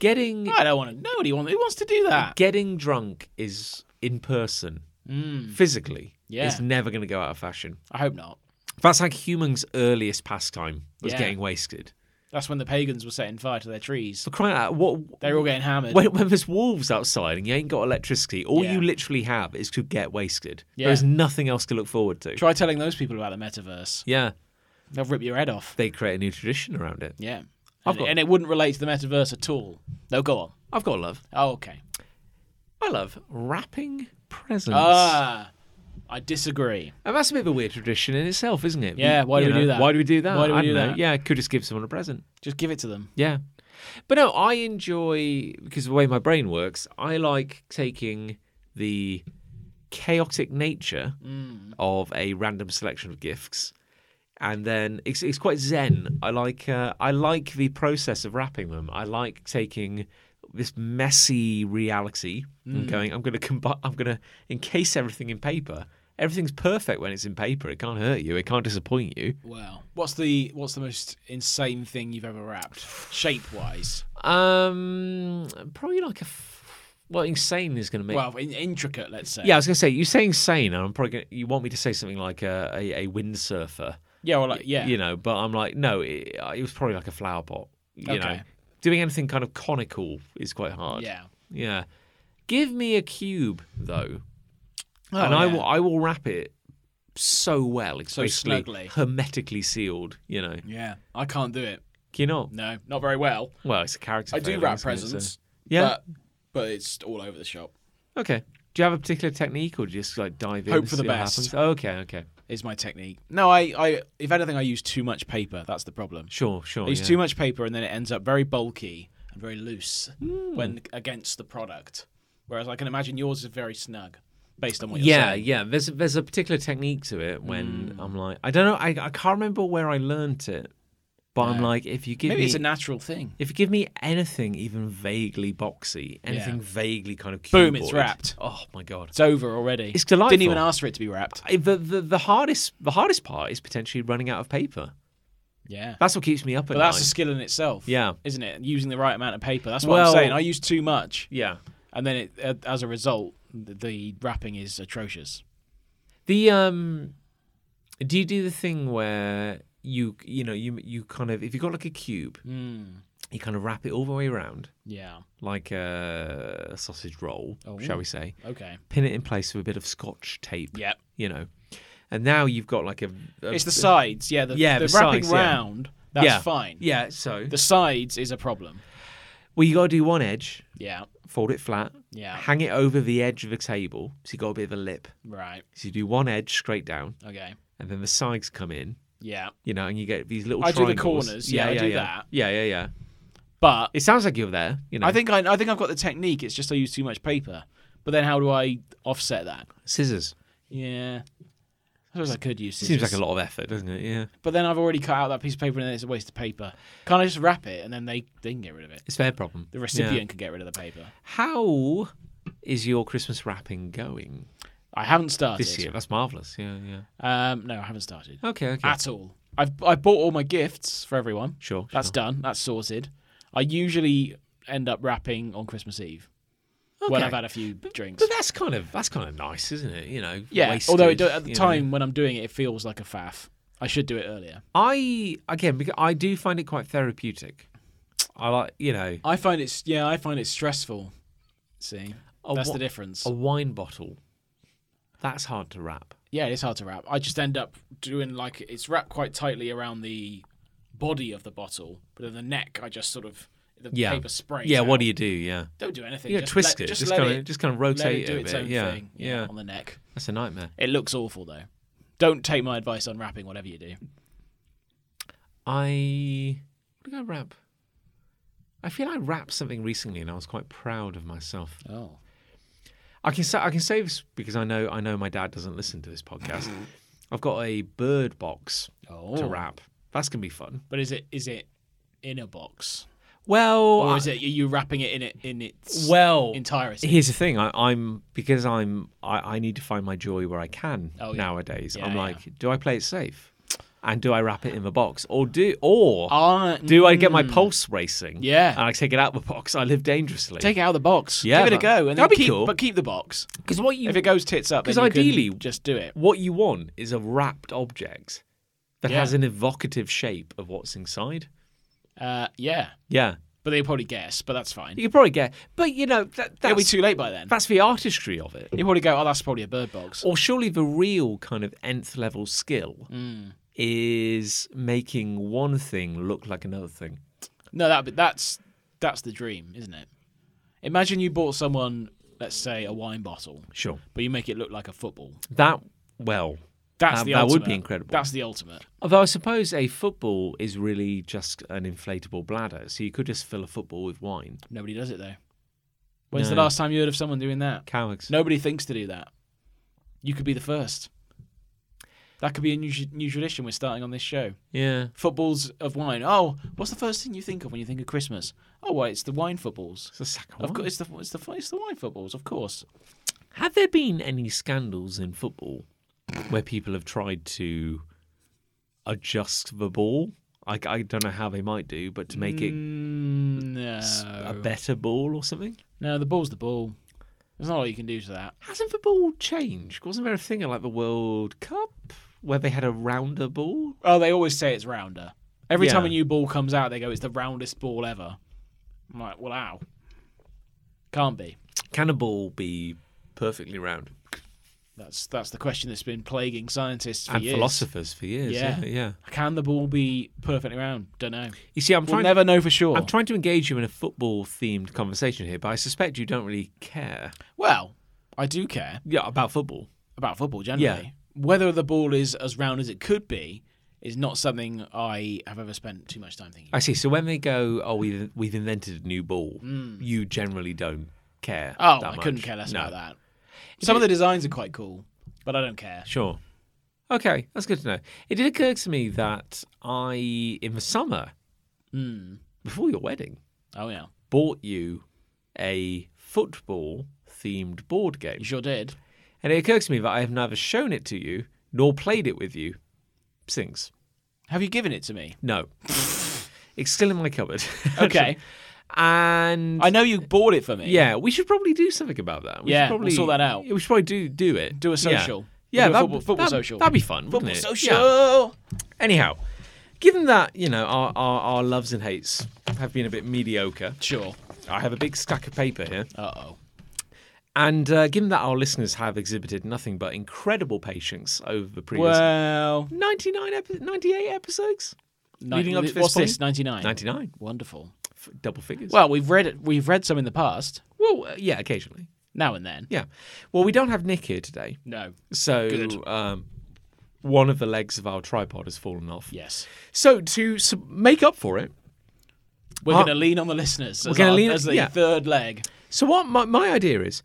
[SPEAKER 1] getting
[SPEAKER 2] I don't want to. Nobody wants. Who wants to do that?
[SPEAKER 1] getting drunk is in person,
[SPEAKER 2] Mm,
[SPEAKER 1] physically.
[SPEAKER 2] Yeah.
[SPEAKER 1] it's never going to go out of fashion.
[SPEAKER 2] I hope not.
[SPEAKER 1] That's like humans' earliest pastime was
[SPEAKER 2] Yeah.
[SPEAKER 1] getting wasted.
[SPEAKER 2] That's when the pagans were setting fire to their trees.
[SPEAKER 1] For crying out, what?
[SPEAKER 2] They were all getting hammered.
[SPEAKER 1] When, when there's wolves outside and you ain't got electricity, all
[SPEAKER 2] Yeah.
[SPEAKER 1] you literally have is to get wasted.
[SPEAKER 2] Yeah.
[SPEAKER 1] There's nothing else to look forward to.
[SPEAKER 2] Try telling those people about the metaverse.
[SPEAKER 1] Yeah.
[SPEAKER 2] They'll rip your head off.
[SPEAKER 1] they create a new tradition around it.
[SPEAKER 2] Yeah.
[SPEAKER 1] I've
[SPEAKER 2] And,
[SPEAKER 1] got-
[SPEAKER 2] and it wouldn't relate to the metaverse at all. No, go on.
[SPEAKER 1] I've got love.
[SPEAKER 2] Oh, okay.
[SPEAKER 1] I love wrapping presents.
[SPEAKER 2] Ah, I disagree.
[SPEAKER 1] and that's a bit of a weird tradition in itself, isn't it?
[SPEAKER 2] Yeah,
[SPEAKER 1] You-
[SPEAKER 2] why do
[SPEAKER 1] you
[SPEAKER 2] we do that?
[SPEAKER 1] Why do we do that?
[SPEAKER 2] Why do we
[SPEAKER 1] I don't
[SPEAKER 2] do
[SPEAKER 1] know.
[SPEAKER 2] that?
[SPEAKER 1] Yeah, I could just give someone a present.
[SPEAKER 2] Just give it to them.
[SPEAKER 1] Yeah. But no, I enjoy, because of the way my brain works, I like taking the chaotic nature of a random selection of gifts. And then it's, it's quite zen. I like uh, I like the process of wrapping them. I like taking this messy reality and going. I'm gonna combi- I'm gonna encase everything in paper. Everything's perfect when it's in paper. It can't hurt you. It can't disappoint you.
[SPEAKER 2] Wow. What's the What's the most insane thing you've ever wrapped, shape wise?
[SPEAKER 1] Um, probably like a. F- well, insane is going to make.
[SPEAKER 2] Well, in, intricate, let's say.
[SPEAKER 1] yeah, I was going to say you say insane, and I'm probably gonna, you want me to say something like a, a, a windsurfer
[SPEAKER 2] Yeah, well, like, yeah.
[SPEAKER 1] you know. But I'm like, no, it, it was probably like a flower pot, you know.
[SPEAKER 2] Okay.
[SPEAKER 1] Doing anything kind of conical is quite hard.
[SPEAKER 2] Yeah.
[SPEAKER 1] Yeah. Give me a cube though,
[SPEAKER 2] Oh,
[SPEAKER 1] and I
[SPEAKER 2] yeah.
[SPEAKER 1] will I will wrap it so well, it's
[SPEAKER 2] So
[SPEAKER 1] basically
[SPEAKER 2] snugly.
[SPEAKER 1] hermetically sealed. You know,
[SPEAKER 2] Yeah, I can't do it.
[SPEAKER 1] Can you not?
[SPEAKER 2] No, not very well.
[SPEAKER 1] Well, it's a character.
[SPEAKER 2] I do
[SPEAKER 1] failing,
[SPEAKER 2] wrap
[SPEAKER 1] isn't it? So-
[SPEAKER 2] presents.
[SPEAKER 1] Yeah.
[SPEAKER 2] But, but it's all over the shop.
[SPEAKER 1] Okay. Do you have a particular technique, or do you just like dive in?
[SPEAKER 2] Hope
[SPEAKER 1] and
[SPEAKER 2] for the
[SPEAKER 1] see what
[SPEAKER 2] best.
[SPEAKER 1] happens? Okay. Okay.
[SPEAKER 2] Is my technique. No, I, I if anything, I use too much paper. That's the problem.
[SPEAKER 1] Sure. Sure.
[SPEAKER 2] I use
[SPEAKER 1] yeah.
[SPEAKER 2] too much paper, and then it ends up very bulky and very loose
[SPEAKER 1] Hmm.
[SPEAKER 2] when against the product. Whereas I can imagine yours is very snug, based on what you're
[SPEAKER 1] yeah
[SPEAKER 2] saying.
[SPEAKER 1] yeah there's there's a particular technique to it when
[SPEAKER 2] Mm.
[SPEAKER 1] i'm like i don't know i, I can't remember where i learnt it but i'm like if you give
[SPEAKER 2] Maybe
[SPEAKER 1] me
[SPEAKER 2] it's a natural thing.
[SPEAKER 1] if you give me anything even vaguely boxy anything vaguely kind of
[SPEAKER 2] Boom, it's
[SPEAKER 1] cuboid,
[SPEAKER 2] wrapped.
[SPEAKER 1] oh my god
[SPEAKER 2] It's over already.
[SPEAKER 1] It's delightful.
[SPEAKER 2] Didn't even ask for it to be wrapped.
[SPEAKER 1] I- the, the the hardest the hardest part is potentially running out of paper
[SPEAKER 2] Yeah.
[SPEAKER 1] that's what keeps me up at
[SPEAKER 2] But that's a
[SPEAKER 1] night
[SPEAKER 2] skill in itself.
[SPEAKER 1] Yeah.
[SPEAKER 2] Isn't it? Using the right amount of paper. That's what
[SPEAKER 1] Well-
[SPEAKER 2] I'm saying. I use too much,
[SPEAKER 1] yeah
[SPEAKER 2] and then it, uh, as a result, the, the wrapping is atrocious.
[SPEAKER 1] The um, do you do the thing where you you know you you kind of if you have got like a cube,
[SPEAKER 2] Hmm.
[SPEAKER 1] you kind of wrap it all the way around
[SPEAKER 2] Yeah.
[SPEAKER 1] like a sausage roll,
[SPEAKER 2] Oh.
[SPEAKER 1] shall we say?
[SPEAKER 2] Okay.
[SPEAKER 1] Pin it in place with a bit of scotch tape.
[SPEAKER 2] Yep.
[SPEAKER 1] you know, and now you've got like a. a-
[SPEAKER 2] It's the sides. Yeah. The,
[SPEAKER 1] Yeah,
[SPEAKER 2] the,
[SPEAKER 1] the
[SPEAKER 2] wrapping
[SPEAKER 1] sides, yeah.
[SPEAKER 2] round. That's
[SPEAKER 1] yeah.
[SPEAKER 2] fine.
[SPEAKER 1] Yeah, so
[SPEAKER 2] The sides is a problem.
[SPEAKER 1] well you got to do one edge,
[SPEAKER 2] Yeah.
[SPEAKER 1] fold it flat,
[SPEAKER 2] Yeah.
[SPEAKER 1] hang it over the edge of a table, so you got a bit of a lip.
[SPEAKER 2] Right.
[SPEAKER 1] So you do one edge straight down,
[SPEAKER 2] Okay.
[SPEAKER 1] and then the sides come in.
[SPEAKER 2] Yeah.
[SPEAKER 1] You know, and you get these little.
[SPEAKER 2] I do the
[SPEAKER 1] triangles.
[SPEAKER 2] corners, yeah, I do that.
[SPEAKER 1] Yeah, yeah, yeah.
[SPEAKER 2] But
[SPEAKER 1] It sounds like you're there. You know,
[SPEAKER 2] I think I, I think I've got the technique. It's just I use too much paper. But then how do I offset that?
[SPEAKER 1] scissors
[SPEAKER 2] Yeah. I suppose I could use
[SPEAKER 1] seems
[SPEAKER 2] scissors.
[SPEAKER 1] like a lot of effort, doesn't it? Yeah,
[SPEAKER 2] But then I've already cut out that piece of paper and then it's a waste of paper. Can't I just wrap it and then they, they can get rid of it?
[SPEAKER 1] it's their problem.
[SPEAKER 2] The
[SPEAKER 1] Yeah.
[SPEAKER 2] recipient can get rid of the paper.
[SPEAKER 1] How is your Christmas wrapping going
[SPEAKER 2] I haven't started.
[SPEAKER 1] this year? That's marvelous. Yeah, yeah.
[SPEAKER 2] Um, no, I haven't started
[SPEAKER 1] Okay, okay.
[SPEAKER 2] at all. I've I bought all my gifts for everyone.
[SPEAKER 1] sure.
[SPEAKER 2] That's
[SPEAKER 1] sure.
[SPEAKER 2] done. That's sorted. I usually end up wrapping on Christmas Eve when
[SPEAKER 1] Okay.
[SPEAKER 2] I've had a few drinks.
[SPEAKER 1] But that's kind of that's kind of nice, isn't it? You know.
[SPEAKER 2] Yeah,
[SPEAKER 1] wasted,
[SPEAKER 2] although it do, at the
[SPEAKER 1] you know.
[SPEAKER 2] time when I'm doing it, it feels like a faff. I should do it earlier.
[SPEAKER 1] I again because I do find it quite therapeutic. I like you know
[SPEAKER 2] I find it's yeah, I find it stressful. See,
[SPEAKER 1] A
[SPEAKER 2] that's
[SPEAKER 1] wha-
[SPEAKER 2] the difference.
[SPEAKER 1] a wine bottle. That's hard to wrap.
[SPEAKER 2] Yeah, it's hard to wrap. I just end up doing like it's wrapped quite tightly around the body of the bottle, but at the neck, I just sort of the
[SPEAKER 1] Yeah.
[SPEAKER 2] paper sprays.
[SPEAKER 1] Yeah. What
[SPEAKER 2] out.
[SPEAKER 1] do you do? Yeah.
[SPEAKER 2] Don't do anything.
[SPEAKER 1] Yeah.
[SPEAKER 2] just
[SPEAKER 1] twist
[SPEAKER 2] let,
[SPEAKER 1] it.
[SPEAKER 2] Just,
[SPEAKER 1] Just,
[SPEAKER 2] let
[SPEAKER 1] kind
[SPEAKER 2] it,
[SPEAKER 1] of just kind of
[SPEAKER 2] let
[SPEAKER 1] rotate
[SPEAKER 2] it do
[SPEAKER 1] a
[SPEAKER 2] its
[SPEAKER 1] bit.
[SPEAKER 2] own
[SPEAKER 1] yeah.
[SPEAKER 2] thing.
[SPEAKER 1] Yeah.
[SPEAKER 2] on the neck.
[SPEAKER 1] That's a nightmare.
[SPEAKER 2] It looks awful though. Don't take my advice on wrapping whatever you do.
[SPEAKER 1] I what did I wrap? I feel I wrapped something recently, and I was quite proud of myself.
[SPEAKER 2] Oh,
[SPEAKER 1] I can say I can say this because I know I know my dad doesn't listen to this podcast. I've got a bird box
[SPEAKER 2] oh.
[SPEAKER 1] to wrap. That's gonna be fun.
[SPEAKER 2] But is it is it in a box
[SPEAKER 1] Well,
[SPEAKER 2] or
[SPEAKER 1] I-
[SPEAKER 2] is it are you wrapping it in it in its
[SPEAKER 1] well.
[SPEAKER 2] entirety?
[SPEAKER 1] Here's the thing. I, I'm because I'm I, I need to find my joy where I can
[SPEAKER 2] Oh, yeah.
[SPEAKER 1] nowadays.
[SPEAKER 2] Yeah,
[SPEAKER 1] I'm
[SPEAKER 2] yeah.
[SPEAKER 1] like, do I play it safe, and do I wrap it in the box, or do or
[SPEAKER 2] Ah,
[SPEAKER 1] do I get my pulse racing?
[SPEAKER 2] Yeah.
[SPEAKER 1] and I take it out of the box. I live dangerously.
[SPEAKER 2] Take it out of the box.
[SPEAKER 1] Yeah,
[SPEAKER 2] give it a
[SPEAKER 1] but-
[SPEAKER 2] go, and then
[SPEAKER 1] that'd be
[SPEAKER 2] keep,
[SPEAKER 1] cool.
[SPEAKER 2] but keep the box.
[SPEAKER 1] Because what you
[SPEAKER 2] If it goes tits up,
[SPEAKER 1] 'Cause
[SPEAKER 2] then you can
[SPEAKER 1] ideally-
[SPEAKER 2] just do it.
[SPEAKER 1] what you want is a wrapped object that
[SPEAKER 2] Yeah.
[SPEAKER 1] has an evocative shape of what's inside.
[SPEAKER 2] Uh, yeah,
[SPEAKER 1] Yeah,
[SPEAKER 2] but they probably guess, but that's fine.
[SPEAKER 1] you could probably get, but you know that,
[SPEAKER 2] It'll be
[SPEAKER 1] that's
[SPEAKER 2] too late by then.
[SPEAKER 1] that's the artistry of it.
[SPEAKER 2] You probably go, oh, that's probably a bird box.
[SPEAKER 1] Or surely the real kind of nth level skill
[SPEAKER 2] Mm.
[SPEAKER 1] is making one thing look like another thing.
[SPEAKER 2] No, that that's that's the dream, isn't it? Imagine you bought someone, let's say, a wine bottle,
[SPEAKER 1] Sure,
[SPEAKER 2] but you make it look like a football.
[SPEAKER 1] that well.
[SPEAKER 2] That's
[SPEAKER 1] Um,
[SPEAKER 2] the
[SPEAKER 1] that would
[SPEAKER 2] ultimate.
[SPEAKER 1] be incredible.
[SPEAKER 2] That's the ultimate.
[SPEAKER 1] Although I suppose a football is really just an inflatable bladder, so you could just fill a football with wine.
[SPEAKER 2] Nobody does it though. When's the
[SPEAKER 1] No.
[SPEAKER 2] last time you heard of someone doing that?
[SPEAKER 1] Cowards.
[SPEAKER 2] Nobody thinks to do that. You could be the first. That could be a new, new tradition we're starting on this show.
[SPEAKER 1] Yeah.
[SPEAKER 2] footballs of wine. Oh, what's the first thing you think of when you think of Christmas? Oh, well, it's the wine footballs.
[SPEAKER 1] It's a sack of
[SPEAKER 2] Of
[SPEAKER 1] wine.
[SPEAKER 2] course, it's the it's the it's the wine footballs, of course.
[SPEAKER 1] Have there been any scandals in football where people have tried to adjust the ball? I, I don't know how they might do, but to make it s- a
[SPEAKER 2] Mm, No,
[SPEAKER 1] better ball or something?
[SPEAKER 2] no, the ball's the ball. There's not a lot you can do to that.
[SPEAKER 1] Hasn't the ball changed? Wasn't there a thing like the World Cup where they had a rounder ball?
[SPEAKER 2] Oh, they always say it's rounder. Every
[SPEAKER 1] Yeah.
[SPEAKER 2] time a new ball comes out, they go, "It's the roundest ball ever." I'm like, "Well, ow, can't be."
[SPEAKER 1] Can a ball be perfectly round?
[SPEAKER 2] That's that's the question that's been plaguing scientists for
[SPEAKER 1] and
[SPEAKER 2] years.
[SPEAKER 1] philosophers for years. Yeah.
[SPEAKER 2] Yeah.
[SPEAKER 1] yeah,
[SPEAKER 2] Can the ball be perfectly round? Don't know.
[SPEAKER 1] You see, I'm
[SPEAKER 2] We'll
[SPEAKER 1] trying.
[SPEAKER 2] never know for sure.
[SPEAKER 1] I'm trying to engage you in a football-themed conversation here, but I suspect you don't really care.
[SPEAKER 2] well, I do care
[SPEAKER 1] Yeah, about football.
[SPEAKER 2] about football generally.
[SPEAKER 1] Yeah.
[SPEAKER 2] Whether the ball is as round as it could be is not something I have ever spent too much time thinking.
[SPEAKER 1] I see. So when they go, oh, we've we've invented a new ball, you generally don't care.
[SPEAKER 2] Mm. Oh,
[SPEAKER 1] that
[SPEAKER 2] I couldn't
[SPEAKER 1] much.
[SPEAKER 2] care less
[SPEAKER 1] No.
[SPEAKER 2] about that. Some of the designs are quite cool, but I don't care.
[SPEAKER 1] Sure. Okay, that's good to know. It did occur to me that I, in the summer,
[SPEAKER 2] Mm.
[SPEAKER 1] before your wedding,
[SPEAKER 2] Oh yeah,
[SPEAKER 1] bought you a football-themed board game.
[SPEAKER 2] you sure did.
[SPEAKER 1] And it occurred to me that I have neither shown it to you nor played it with you since.
[SPEAKER 2] Have you given it to me?
[SPEAKER 1] No. it's still in my cupboard.
[SPEAKER 2] Okay.
[SPEAKER 1] actually. and
[SPEAKER 2] I know you bought it for me.
[SPEAKER 1] yeah, we should probably do something about that. We
[SPEAKER 2] Yeah,
[SPEAKER 1] should
[SPEAKER 2] we'll
[SPEAKER 1] probably,
[SPEAKER 2] sort that out.
[SPEAKER 1] Yeah, We should probably do do it.
[SPEAKER 2] Do a
[SPEAKER 1] Yeah.
[SPEAKER 2] social.
[SPEAKER 1] Yeah,
[SPEAKER 2] We'll do a
[SPEAKER 1] that,
[SPEAKER 2] football- football
[SPEAKER 1] that-
[SPEAKER 2] social.
[SPEAKER 1] That'd be fun,
[SPEAKER 2] Football
[SPEAKER 1] wouldn't it?
[SPEAKER 2] social.
[SPEAKER 1] Yeah. Anyhow, given that you know our, our our loves and hates have been a bit mediocre,
[SPEAKER 2] Sure.
[SPEAKER 1] I have a big stack of paper here.
[SPEAKER 2] Uh oh.
[SPEAKER 1] And uh, given that our listeners have exhibited nothing but incredible patience over the previous
[SPEAKER 2] Well,
[SPEAKER 1] 99 epi- 98 episodes Leading up to this
[SPEAKER 2] what's
[SPEAKER 1] point?
[SPEAKER 2] this? Ninety nine.
[SPEAKER 1] 99
[SPEAKER 2] Wonderful.
[SPEAKER 1] F- double figures well,
[SPEAKER 2] Well, we've read it. We've read some in the past,
[SPEAKER 1] well uh, yeah occasionally
[SPEAKER 2] now and then.
[SPEAKER 1] yeah well we don't have nick here today
[SPEAKER 2] No.
[SPEAKER 1] so
[SPEAKER 2] Good.
[SPEAKER 1] um one of the legs of our tripod has fallen off
[SPEAKER 2] Yes.
[SPEAKER 1] so to s make up for it
[SPEAKER 2] We're
[SPEAKER 1] Uh,
[SPEAKER 2] going to lean on the listeners. We're
[SPEAKER 1] gonna
[SPEAKER 2] going to
[SPEAKER 1] lean-
[SPEAKER 2] lean as the
[SPEAKER 1] yeah.
[SPEAKER 2] third leg.
[SPEAKER 1] so what my, my idea is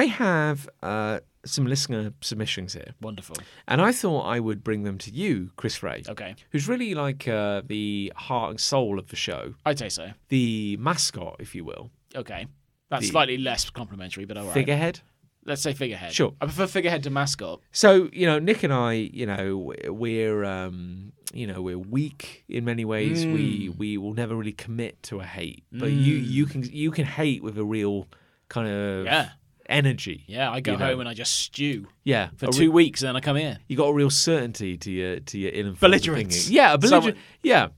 [SPEAKER 1] i have uh some listener submissions here
[SPEAKER 2] Wonderful.
[SPEAKER 1] and i thought i would bring them to you chris ray
[SPEAKER 2] Okay.
[SPEAKER 1] who's really like uh, the heart and soul of the show
[SPEAKER 2] I'd say so.
[SPEAKER 1] the mascot if you will
[SPEAKER 2] Okay. That's
[SPEAKER 1] The-
[SPEAKER 2] slightly less complimentary, but all right.
[SPEAKER 1] figurehead
[SPEAKER 2] Let's say figurehead.
[SPEAKER 1] Sure.
[SPEAKER 2] I prefer figurehead to mascot.
[SPEAKER 1] So you know, Nick and I, you know, we're um, you know we're weak in many ways. We
[SPEAKER 2] Mm.
[SPEAKER 1] we will never really commit to a hate, but you you can you can hate with a real kind of
[SPEAKER 2] Yeah.
[SPEAKER 1] energy.
[SPEAKER 2] Yeah, I go
[SPEAKER 1] You know.
[SPEAKER 2] home and I just stew
[SPEAKER 1] yeah.
[SPEAKER 2] for
[SPEAKER 1] A re-
[SPEAKER 2] two weeks, and then I come here.
[SPEAKER 1] you got a real certainty to your to your ill
[SPEAKER 2] Belligerence.
[SPEAKER 1] Yeah, a belligerent.
[SPEAKER 2] Someone-
[SPEAKER 1] Yeah,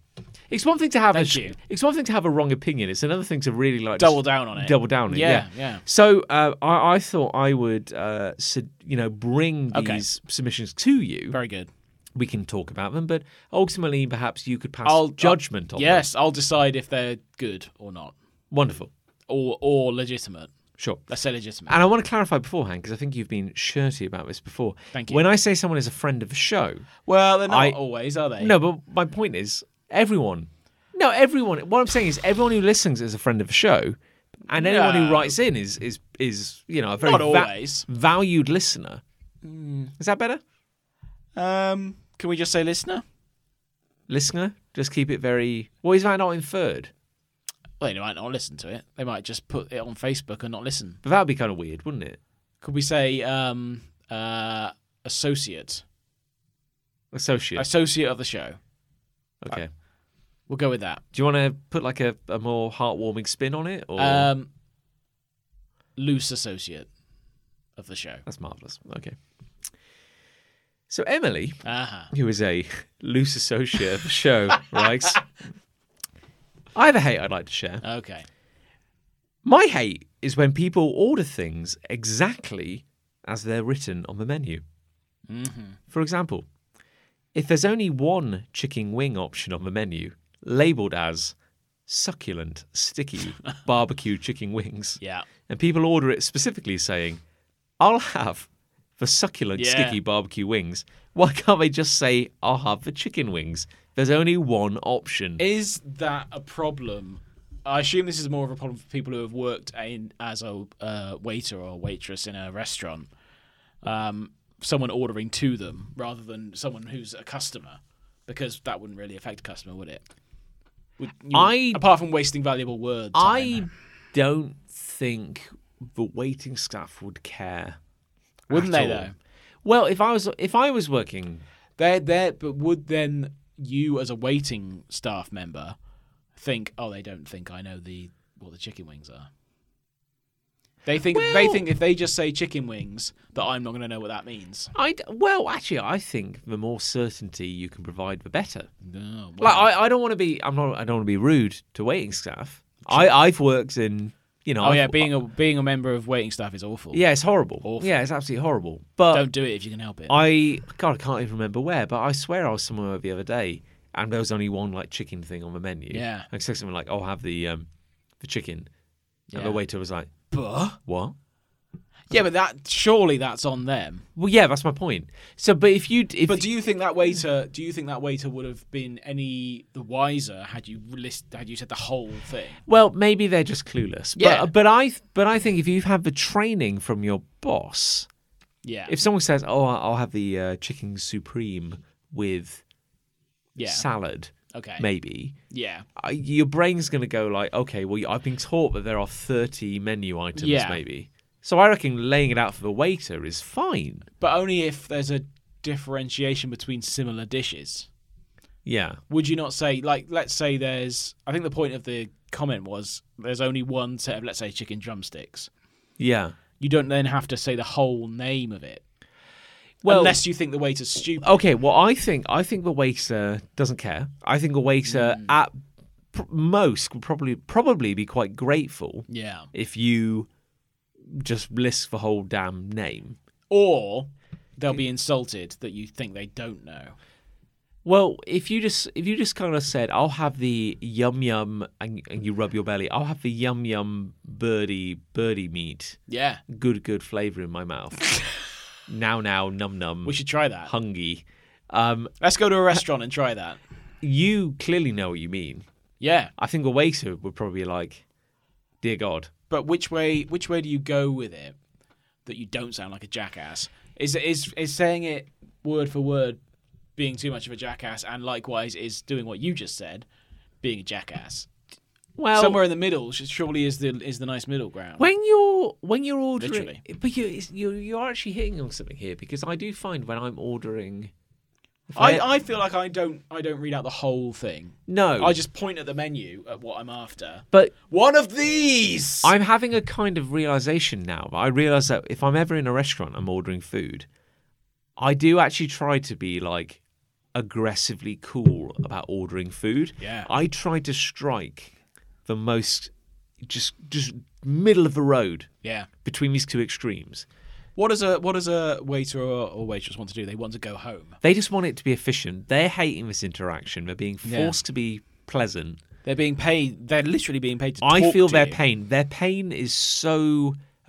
[SPEAKER 1] it's one thing to have a
[SPEAKER 2] Thank
[SPEAKER 1] sh-
[SPEAKER 2] you.
[SPEAKER 1] it's one thing to have a wrong opinion. It's another thing to really like
[SPEAKER 2] Double down on it.
[SPEAKER 1] double down. on it,
[SPEAKER 2] Yeah,
[SPEAKER 1] Yeah,
[SPEAKER 2] yeah.
[SPEAKER 1] So uh, I I thought I would uh, su- you know bring these
[SPEAKER 2] Okay.
[SPEAKER 1] submissions to you.
[SPEAKER 2] Very good.
[SPEAKER 1] we can talk about them, but ultimately, perhaps you could pass
[SPEAKER 2] I'll-
[SPEAKER 1] judgment on them.
[SPEAKER 2] Yes, I'll decide if they're good or not,
[SPEAKER 1] Wonderful.
[SPEAKER 2] or or legitimate.
[SPEAKER 1] Sure.
[SPEAKER 2] Let's say legitimate.
[SPEAKER 1] And I want to clarify beforehand because I think you've been shirty about this before.
[SPEAKER 2] Thank you.
[SPEAKER 1] When I say someone is a friend of the show,
[SPEAKER 2] Well, they're not
[SPEAKER 1] I-
[SPEAKER 2] always, are they?
[SPEAKER 1] no, but my point is everyone. No, everyone. What I'm saying is everyone who listens is a friend of the show, and anyone
[SPEAKER 2] No.
[SPEAKER 1] who writes in is is is you know a very
[SPEAKER 2] Not
[SPEAKER 1] va-
[SPEAKER 2] always. Mm.
[SPEAKER 1] valued listener. Is that better,
[SPEAKER 2] Um, can we just say listener?
[SPEAKER 1] listener? Just keep it very. Well, is that not inferred?
[SPEAKER 2] Well, they might not listen to it. They might just put it on Facebook and not listen.
[SPEAKER 1] But that would be kind of weird, wouldn't it?
[SPEAKER 2] Could we say um, uh, associate,
[SPEAKER 1] Associate.
[SPEAKER 2] associate of the show?
[SPEAKER 1] okay.
[SPEAKER 2] We'll go with that.
[SPEAKER 1] Do you want to put like a, a more heartwarming spin on it? Or
[SPEAKER 2] Um, loose associate of the show.
[SPEAKER 1] that's marvelous. Okay. So Emily,
[SPEAKER 2] Uh-huh.
[SPEAKER 1] who is a loose associate of the show, writes, "I have a hate I'd like to share.
[SPEAKER 2] Okay.
[SPEAKER 1] My hate is when people order things exactly as they're written on the menu. For example, if there's only one chicken wing option on the menu, labelled as succulent, sticky barbecue chicken wings."
[SPEAKER 2] Yeah.
[SPEAKER 1] and people order it specifically saying, "I'll have the succulent,
[SPEAKER 2] Yeah.
[SPEAKER 1] sticky barbecue wings." Why can't they just say, "I'll have the chicken wings"? There's only one option.
[SPEAKER 2] Is that a problem? I assume this is more of a problem for people who have worked in, as a uh, waiter or waitress in a restaurant. Um, someone ordering to them rather than someone who's a customer, because that wouldn't really affect a customer, would it? Would you-
[SPEAKER 1] I-
[SPEAKER 2] apart from wasting valuable words.
[SPEAKER 1] I don't think the waiting staff would care.
[SPEAKER 2] wouldn't
[SPEAKER 1] at
[SPEAKER 2] they
[SPEAKER 1] all.
[SPEAKER 2] though?
[SPEAKER 1] Well, if I was if I was working,
[SPEAKER 2] They're there, but would then you as a waiting staff member think, oh, they don't think I know the what the chicken wings are? They think they
[SPEAKER 1] Well-
[SPEAKER 2] think if they just say chicken wings, that I'm not going to know what that means.
[SPEAKER 1] I well, actually, I think the more certainty you can provide, the better.
[SPEAKER 2] No,
[SPEAKER 1] Like, I, I don't want to be. I'm not. I don't want to be rude to waiting staff. I, I've worked in. You know.
[SPEAKER 2] oh
[SPEAKER 1] I've-
[SPEAKER 2] yeah, being a being a member of waiting staff is awful.
[SPEAKER 1] Yeah, it's horrible.
[SPEAKER 2] Awful.
[SPEAKER 1] Yeah, it's absolutely horrible. But
[SPEAKER 2] don't do it if you can help it.
[SPEAKER 1] I God, I can't even remember where, but I swear I was somewhere the other day, and there was only one like chicken thing on the menu.
[SPEAKER 2] Yeah.
[SPEAKER 1] like said something like, "I'll have the um, the chicken," and
[SPEAKER 2] Yeah.
[SPEAKER 1] the waiter was like,
[SPEAKER 2] But-
[SPEAKER 1] "What?"
[SPEAKER 2] yeah, but that surely that's on them.
[SPEAKER 1] Well, yeah, that's my point. So, but if you, if
[SPEAKER 2] But do you think that waiter? Do you think that waiter would have been any the wiser had you list had you said the whole thing?
[SPEAKER 1] well, maybe they're just clueless.
[SPEAKER 2] Yeah.
[SPEAKER 1] But, but I, but I think if you've had the training from your boss,
[SPEAKER 2] Yeah,
[SPEAKER 1] if someone says, "Oh, I'll have the uh, chicken supreme with
[SPEAKER 2] yeah,
[SPEAKER 1] salad,"
[SPEAKER 2] okay,
[SPEAKER 1] maybe.
[SPEAKER 2] yeah,
[SPEAKER 1] I- your brain's going to go like, okay, well, I've been taught that there are 30 menu items,
[SPEAKER 2] Yeah.
[SPEAKER 1] maybe. So I reckon laying it out for the waiter is fine.
[SPEAKER 2] but only if there's a differentiation between similar dishes.
[SPEAKER 1] Yeah.
[SPEAKER 2] would you not say like let's say there's i think the point of the comment was there's only one set of let's say chicken drumsticks
[SPEAKER 1] Yeah.
[SPEAKER 2] you don't then have to say the whole name of it
[SPEAKER 1] Well-
[SPEAKER 2] unless you think the waiter's stupid
[SPEAKER 1] Okay. Well, I think I think the waiter doesn't care. I think a waiter at pr- most would probably probably be quite grateful
[SPEAKER 2] yeah
[SPEAKER 1] if you just list the whole damn name.
[SPEAKER 2] or they'll be insulted that you think they don't know
[SPEAKER 1] Well, if you just if you just kind of said, "I'll have the yum yum," and, and you rub your belly, "I'll have the yum yum birdie birdie meat."
[SPEAKER 2] yeah
[SPEAKER 1] good, good flavour in my mouth. now, now, num num,
[SPEAKER 2] we should try that
[SPEAKER 1] hungy. Um,
[SPEAKER 2] let's go to a restaurant and try that
[SPEAKER 1] you clearly know what you mean.
[SPEAKER 2] yeah
[SPEAKER 1] I think a waiter would probably be like, "Dear God,
[SPEAKER 2] but which way which way do you go with it that you don't sound like a jackass is is is saying it word for word being too much of a jackass and likewise is doing what you just said being a jackass
[SPEAKER 1] well,
[SPEAKER 2] somewhere in the middle sh- surely is the is the nice middle ground
[SPEAKER 1] when you're when you're ordering,
[SPEAKER 2] Literally.
[SPEAKER 1] but you it's- you you are actually hitting on something here because I do find when I'm ordering, if
[SPEAKER 2] I, I feel like i don't i don't read out the whole thing
[SPEAKER 1] no,
[SPEAKER 2] i just point at the menu at what i'm after
[SPEAKER 1] but
[SPEAKER 2] one of these
[SPEAKER 1] I'm having a kind of realization now. I realize that if I'm ever in a restaurant, I'm ordering food. I do actually try to be like aggressively cool about ordering food.
[SPEAKER 2] Yeah.
[SPEAKER 1] I try to strike the most just just middle of the road
[SPEAKER 2] yeah
[SPEAKER 1] between these two extremes.
[SPEAKER 2] what does a what does a waiter or, or waitress want to do they want to go home
[SPEAKER 1] They just want it to be efficient. They're hating this interaction. They're being
[SPEAKER 2] Yeah.
[SPEAKER 1] forced to be pleasant.
[SPEAKER 2] they're being paid they're literally being paid to
[SPEAKER 1] I
[SPEAKER 2] talk
[SPEAKER 1] feel
[SPEAKER 2] to
[SPEAKER 1] their
[SPEAKER 2] you.
[SPEAKER 1] pain. Their pain is so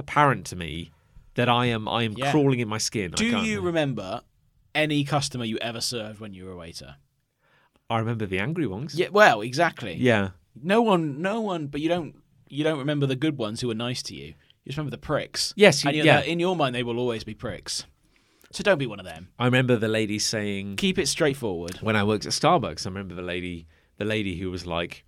[SPEAKER 1] apparent to me that I am I am
[SPEAKER 2] Yeah.
[SPEAKER 1] crawling in my skin. I
[SPEAKER 2] Do
[SPEAKER 1] can't-
[SPEAKER 2] you remember any customer you ever served when you were a waiter?
[SPEAKER 1] I remember the angry ones.
[SPEAKER 2] Yeah, well, exactly.
[SPEAKER 1] Yeah.
[SPEAKER 2] No one, no one, but you don't, you don't remember the good ones who were nice to you. You just remember the pricks.
[SPEAKER 1] Yes, you-
[SPEAKER 2] and you
[SPEAKER 1] yeah.
[SPEAKER 2] know, in your mind they will always be pricks. So don't be one of them.
[SPEAKER 1] I remember the lady saying
[SPEAKER 2] Keep it straightforward.
[SPEAKER 1] when I worked at Starbucks, I remember the lady the lady who was like,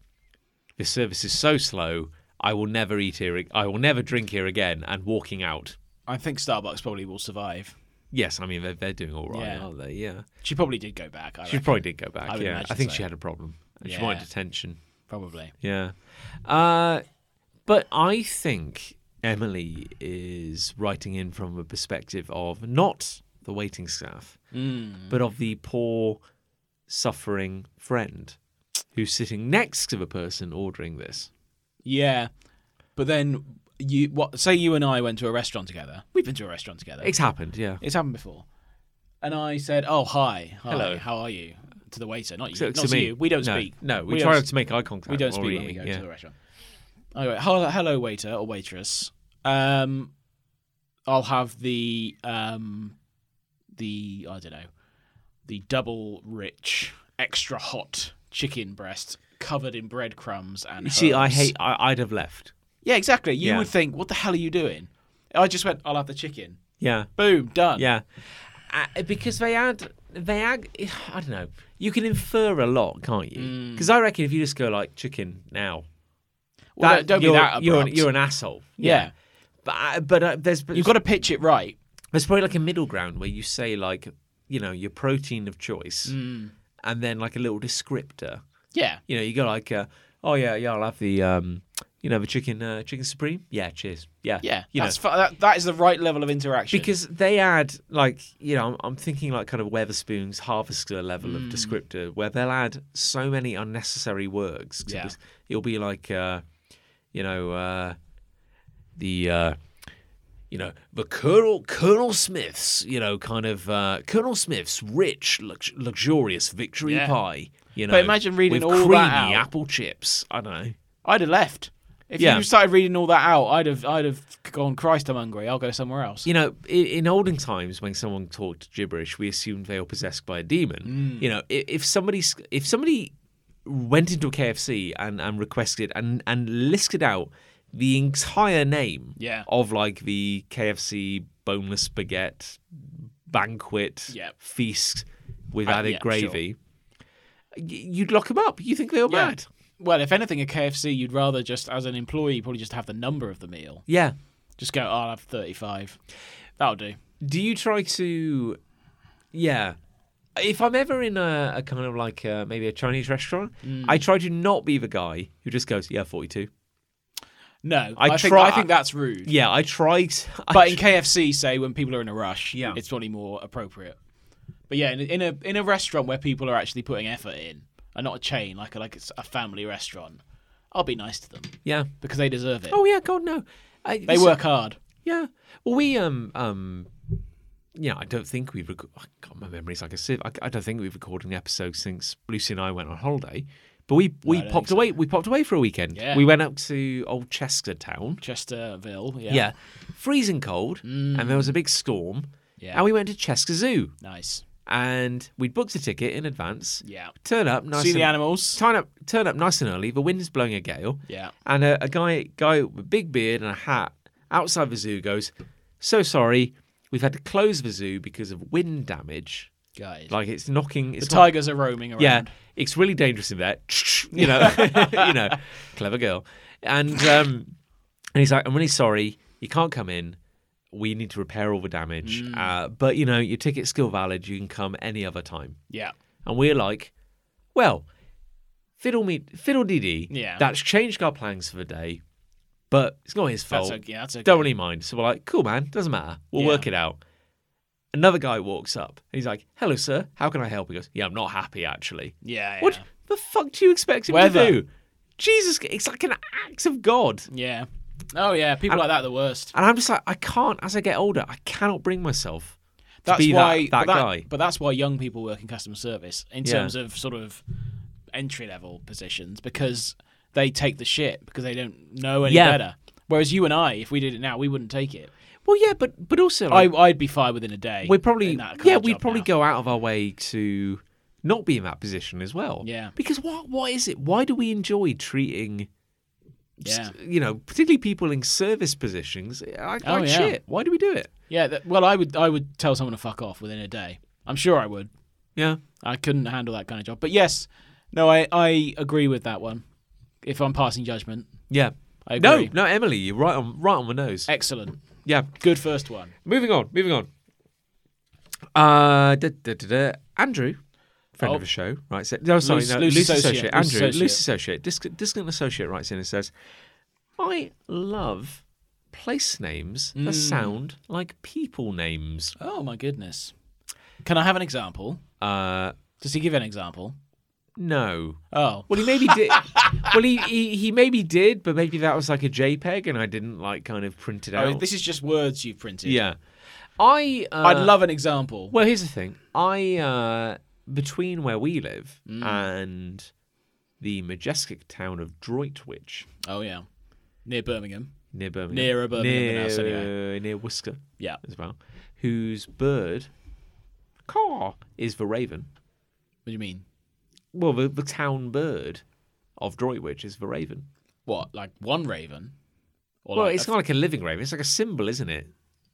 [SPEAKER 1] This service is so slow, I will never eat here ag- I will never drink here again and walking out.
[SPEAKER 2] I think Starbucks probably will survive.
[SPEAKER 1] Yes, I mean they're, they're doing all right,
[SPEAKER 2] Yeah.
[SPEAKER 1] aren't they? Yeah.
[SPEAKER 2] She probably did go back. I
[SPEAKER 1] She
[SPEAKER 2] reckon.
[SPEAKER 1] probably did go back.
[SPEAKER 2] I would
[SPEAKER 1] yeah.
[SPEAKER 2] imagine
[SPEAKER 1] I think
[SPEAKER 2] so.
[SPEAKER 1] she had a problem. And She
[SPEAKER 2] Yeah.
[SPEAKER 1] wanted attention.
[SPEAKER 2] probably.
[SPEAKER 1] Yeah. Uh, but I think Emily is writing in from a perspective of not the waiting staff,
[SPEAKER 2] Mm.
[SPEAKER 1] but of the poor, suffering friend who's sitting next to the person ordering this.
[SPEAKER 2] Yeah, but then you what? Say you and I went to a restaurant together. We've been to a restaurant together.
[SPEAKER 1] It's happened, yeah.
[SPEAKER 2] It's happened before. And I said, "Oh, hi, hi
[SPEAKER 1] Hello.
[SPEAKER 2] how are you?" To the waiter, not you,
[SPEAKER 1] So-
[SPEAKER 2] not to,
[SPEAKER 1] me.
[SPEAKER 2] you. We don't
[SPEAKER 1] no,
[SPEAKER 2] speak.
[SPEAKER 1] No, we,
[SPEAKER 2] We
[SPEAKER 1] try
[SPEAKER 2] don't-
[SPEAKER 1] not to make eye contact.
[SPEAKER 2] We don't
[SPEAKER 1] while
[SPEAKER 2] speak
[SPEAKER 1] we're
[SPEAKER 2] when we go
[SPEAKER 1] eating, yeah.
[SPEAKER 2] to the restaurant. I go, hello, hello, waiter or waitress. Um, I'll have the um, the I don't know, the double rich, extra hot chicken breast covered in breadcrumbs and.
[SPEAKER 1] You see, I
[SPEAKER 2] herbs."
[SPEAKER 1] hate. I, I'd have left.
[SPEAKER 2] Yeah, exactly. You
[SPEAKER 1] Yeah.
[SPEAKER 2] would think, what the hell are you doing? I just went, I'll have the chicken.
[SPEAKER 1] Yeah.
[SPEAKER 2] Boom, done.
[SPEAKER 1] Yeah, uh, because they add they add. I don't know. You can infer a lot, can't you?
[SPEAKER 2] Mm.
[SPEAKER 1] Because I reckon if you just go like chicken now,
[SPEAKER 2] Well, don't be
[SPEAKER 1] you're,
[SPEAKER 2] that
[SPEAKER 1] You're an,
[SPEAKER 2] abrupt.
[SPEAKER 1] you're an asshole.
[SPEAKER 2] yeah.
[SPEAKER 1] but uh, but uh, there's but
[SPEAKER 2] You've got to pitch it right.
[SPEAKER 1] there's probably like a middle ground where you say like you know your protein of choice,
[SPEAKER 2] Mm.
[SPEAKER 1] and then like a little descriptor.
[SPEAKER 2] Yeah.
[SPEAKER 1] You know, you go like, uh, oh yeah, yeah, I'll have the um, you know, the chicken uh, chicken supreme. Yeah, cheers. Yeah,
[SPEAKER 2] Yeah,
[SPEAKER 1] You know,
[SPEAKER 2] that's fi- that, that is the right level of interaction.
[SPEAKER 1] because they add like you know, I'm, I'm thinking like kind of Weatherspoon's Harvester level
[SPEAKER 2] Hmm.
[SPEAKER 1] of descriptor, where they'll add so many unnecessary words. 'Cause
[SPEAKER 2] Yeah.
[SPEAKER 1] it'll, be- it'll be like uh, you know uh, the. Uh, you know the Colonel Colonel Smith's, you know, kind of uh, Colonel Smith's rich, lux- luxurious victory
[SPEAKER 2] Yeah.
[SPEAKER 1] pie. You know,
[SPEAKER 2] But imagine reading
[SPEAKER 1] with
[SPEAKER 2] all that
[SPEAKER 1] creamy
[SPEAKER 2] out.
[SPEAKER 1] apple chips. I don't know.
[SPEAKER 2] I'd have left. If
[SPEAKER 1] Yeah.
[SPEAKER 2] you started reading all that out, I'd have I'd have gone. Christ, I'm hungry. I'll go somewhere else.
[SPEAKER 1] you know, i- in olden times when someone talked gibberish, we assumed they were possessed by a
[SPEAKER 2] Mm.
[SPEAKER 1] demon. You know, i- if somebody s- if somebody went into a KFC and, and requested and and listed out the entire name
[SPEAKER 2] Yeah.
[SPEAKER 1] of like the KFC boneless baguette banquet
[SPEAKER 2] Yeah.
[SPEAKER 1] feast with
[SPEAKER 2] Uh,
[SPEAKER 1] added
[SPEAKER 2] yeah,
[SPEAKER 1] gravy, y- you'd lock them up. You think they were
[SPEAKER 2] Yeah.
[SPEAKER 1] mad?
[SPEAKER 2] Well, if anything, a KFC, you'd rather just as an employee probably just have the number of the meal.
[SPEAKER 1] Yeah.
[SPEAKER 2] Just go. Oh, I'll have thirty-five. That'll do.
[SPEAKER 1] Do you try to, yeah? If I'm ever in a, a kind of like uh maybe a Chinese restaurant,
[SPEAKER 2] Mm.
[SPEAKER 1] I try to not be the guy who just goes, yeah, 42.
[SPEAKER 2] No,
[SPEAKER 1] I
[SPEAKER 2] I, think
[SPEAKER 1] try-
[SPEAKER 2] I think that's rude.
[SPEAKER 1] Yeah, I try. To, I
[SPEAKER 2] But in KFC, say when people are in a rush,
[SPEAKER 1] Yeah.
[SPEAKER 2] it's probably more appropriate. But yeah, in a, in a in a restaurant where people are actually putting effort in, and not a chain like a, like it's a family restaurant, I'll be nice to them
[SPEAKER 1] yeah.
[SPEAKER 2] because they deserve it.
[SPEAKER 1] Oh yeah, God no. I,
[SPEAKER 2] they work hard.
[SPEAKER 1] Yeah. Well, we um um. Yeah, I don't think we've. Rec- oh, God, my memory's like a sieve. I, I don't think we've recorded an episode since Lucy and I went on holiday. But we we
[SPEAKER 2] I don't
[SPEAKER 1] popped
[SPEAKER 2] think so.
[SPEAKER 1] away. We popped away for a weekend.
[SPEAKER 2] Yeah.
[SPEAKER 1] We went up to old Chester town.
[SPEAKER 2] Chesterville, yeah,
[SPEAKER 1] Yeah. Freezing cold, and there was a big storm.
[SPEAKER 2] Yeah.
[SPEAKER 1] And we went to Chester Zoo,
[SPEAKER 2] nice,
[SPEAKER 1] and we'd booked a ticket in advance.
[SPEAKER 2] yeah.
[SPEAKER 1] Turn up nice.
[SPEAKER 2] See
[SPEAKER 1] and,
[SPEAKER 2] the animals.
[SPEAKER 1] Turn up, turn up nice and early. The wind's blowing a gale.
[SPEAKER 2] Yeah.
[SPEAKER 1] And a, a guy, guy with a big beard and a hat outside the zoo goes, "So sorry, we've had to close the zoo because of wind damage.
[SPEAKER 2] Guys,
[SPEAKER 1] Like it's knocking.
[SPEAKER 2] the
[SPEAKER 1] It's not-
[SPEAKER 2] tigers are roaming around.
[SPEAKER 1] yeah, it's really dangerous in there. You know, you know, clever girl. And um, and he's like, I'm really sorry, you can't come in. We need to repair all the damage.
[SPEAKER 2] Mm.
[SPEAKER 1] Uh, but you know, your ticket's still valid. You can come any other time.
[SPEAKER 2] yeah,
[SPEAKER 1] And we're like, well, fiddle me, fiddle dee dee.
[SPEAKER 2] Yeah.
[SPEAKER 1] that's changed our plans for the day. But it's not his fault.
[SPEAKER 2] that's okay. yeah, That's okay.
[SPEAKER 1] Don't really mind. So we're like, cool, man. Doesn't matter. We'll
[SPEAKER 2] Yeah.
[SPEAKER 1] work it out. Another guy walks up. and He's like, hello, sir. How can I help? He goes, yeah, I'm not happy, actually.
[SPEAKER 2] yeah, yeah,
[SPEAKER 1] What the fuck do you expect him
[SPEAKER 2] Weather.
[SPEAKER 1] to do? Jesus, it's like an act of God.
[SPEAKER 2] yeah. Oh yeah, people like that are the worst.
[SPEAKER 1] And I'm just like, I can't, as I get older, I cannot bring myself to
[SPEAKER 2] that's
[SPEAKER 1] be
[SPEAKER 2] why
[SPEAKER 1] that, that
[SPEAKER 2] but
[SPEAKER 1] guy.
[SPEAKER 2] But that's why young people work in customer service in
[SPEAKER 1] Yeah.
[SPEAKER 2] terms of sort of entry level positions because they take the shit because they don't know any
[SPEAKER 1] Yeah.
[SPEAKER 2] better. Whereas you and I, if we did it now, we wouldn't take it.
[SPEAKER 1] Well, yeah, but but also,
[SPEAKER 2] I,
[SPEAKER 1] like,
[SPEAKER 2] I'd be fired within a day.
[SPEAKER 1] we're probably,
[SPEAKER 2] in that kind
[SPEAKER 1] yeah,
[SPEAKER 2] of
[SPEAKER 1] we'd
[SPEAKER 2] job
[SPEAKER 1] probably
[SPEAKER 2] now.
[SPEAKER 1] go out of our way to not be in that position as well.
[SPEAKER 2] Yeah.
[SPEAKER 1] Because what what is it? Why do we enjoy treating
[SPEAKER 2] Yeah,
[SPEAKER 1] you know, particularly people in service positions, eh, like,
[SPEAKER 2] Oh,
[SPEAKER 1] like
[SPEAKER 2] yeah.
[SPEAKER 1] shit. Why do we do it?
[SPEAKER 2] yeah. That, well, I would, I would tell someone to fuck off within a day. I'm sure I would.
[SPEAKER 1] Yeah.
[SPEAKER 2] I couldn't handle that kind of job. But yes, no, I, I agree with that one. If I'm passing judgment,
[SPEAKER 1] Yeah.
[SPEAKER 2] I
[SPEAKER 1] No,
[SPEAKER 2] agree.
[SPEAKER 1] no, Emily, you're right on right on the nose.
[SPEAKER 2] excellent,
[SPEAKER 1] Yeah.
[SPEAKER 2] good first one.
[SPEAKER 1] Moving on, moving on. Uh da, da, da, da. Andrew, friend
[SPEAKER 2] Oh.
[SPEAKER 1] of the show, writes it. No, sorry,
[SPEAKER 2] Loose-
[SPEAKER 1] no,
[SPEAKER 2] loose
[SPEAKER 1] loose associate.
[SPEAKER 2] associate, loose
[SPEAKER 1] Andrew, loose
[SPEAKER 2] associate.
[SPEAKER 1] associate. Disc- distant associate writes in and says, I love place names
[SPEAKER 2] Hmm.
[SPEAKER 1] that sound like people names.
[SPEAKER 2] Oh my goodness! Can I have an example?
[SPEAKER 1] Uh
[SPEAKER 2] Does he give an example?
[SPEAKER 1] no.
[SPEAKER 2] Oh,
[SPEAKER 1] Well, he maybe did. well, he, he he maybe did, but maybe that was like a JPEG, and I didn't like kind of print it out.
[SPEAKER 2] I mean, Oh, this is just words you've printed.
[SPEAKER 1] yeah, I uh,
[SPEAKER 2] I'd love an example.
[SPEAKER 1] Well, here's the thing. I uh, between where we live
[SPEAKER 2] Mm.
[SPEAKER 1] and the majestic town of Droitwich
[SPEAKER 2] Oh yeah, near Birmingham.
[SPEAKER 1] near Birmingham,
[SPEAKER 2] Nearer Birmingham
[SPEAKER 1] near,
[SPEAKER 2] than us, anyway.
[SPEAKER 1] uh, near Worcester
[SPEAKER 2] Yeah.
[SPEAKER 1] as well, whose bird car is the raven.
[SPEAKER 2] What do you mean?
[SPEAKER 1] Well, the, the town bird of Droitwich is the raven.
[SPEAKER 2] What? Like one raven? Or
[SPEAKER 1] Well,
[SPEAKER 2] like
[SPEAKER 1] it's
[SPEAKER 2] a-
[SPEAKER 1] not like a living raven. It's like a symbol, isn't it?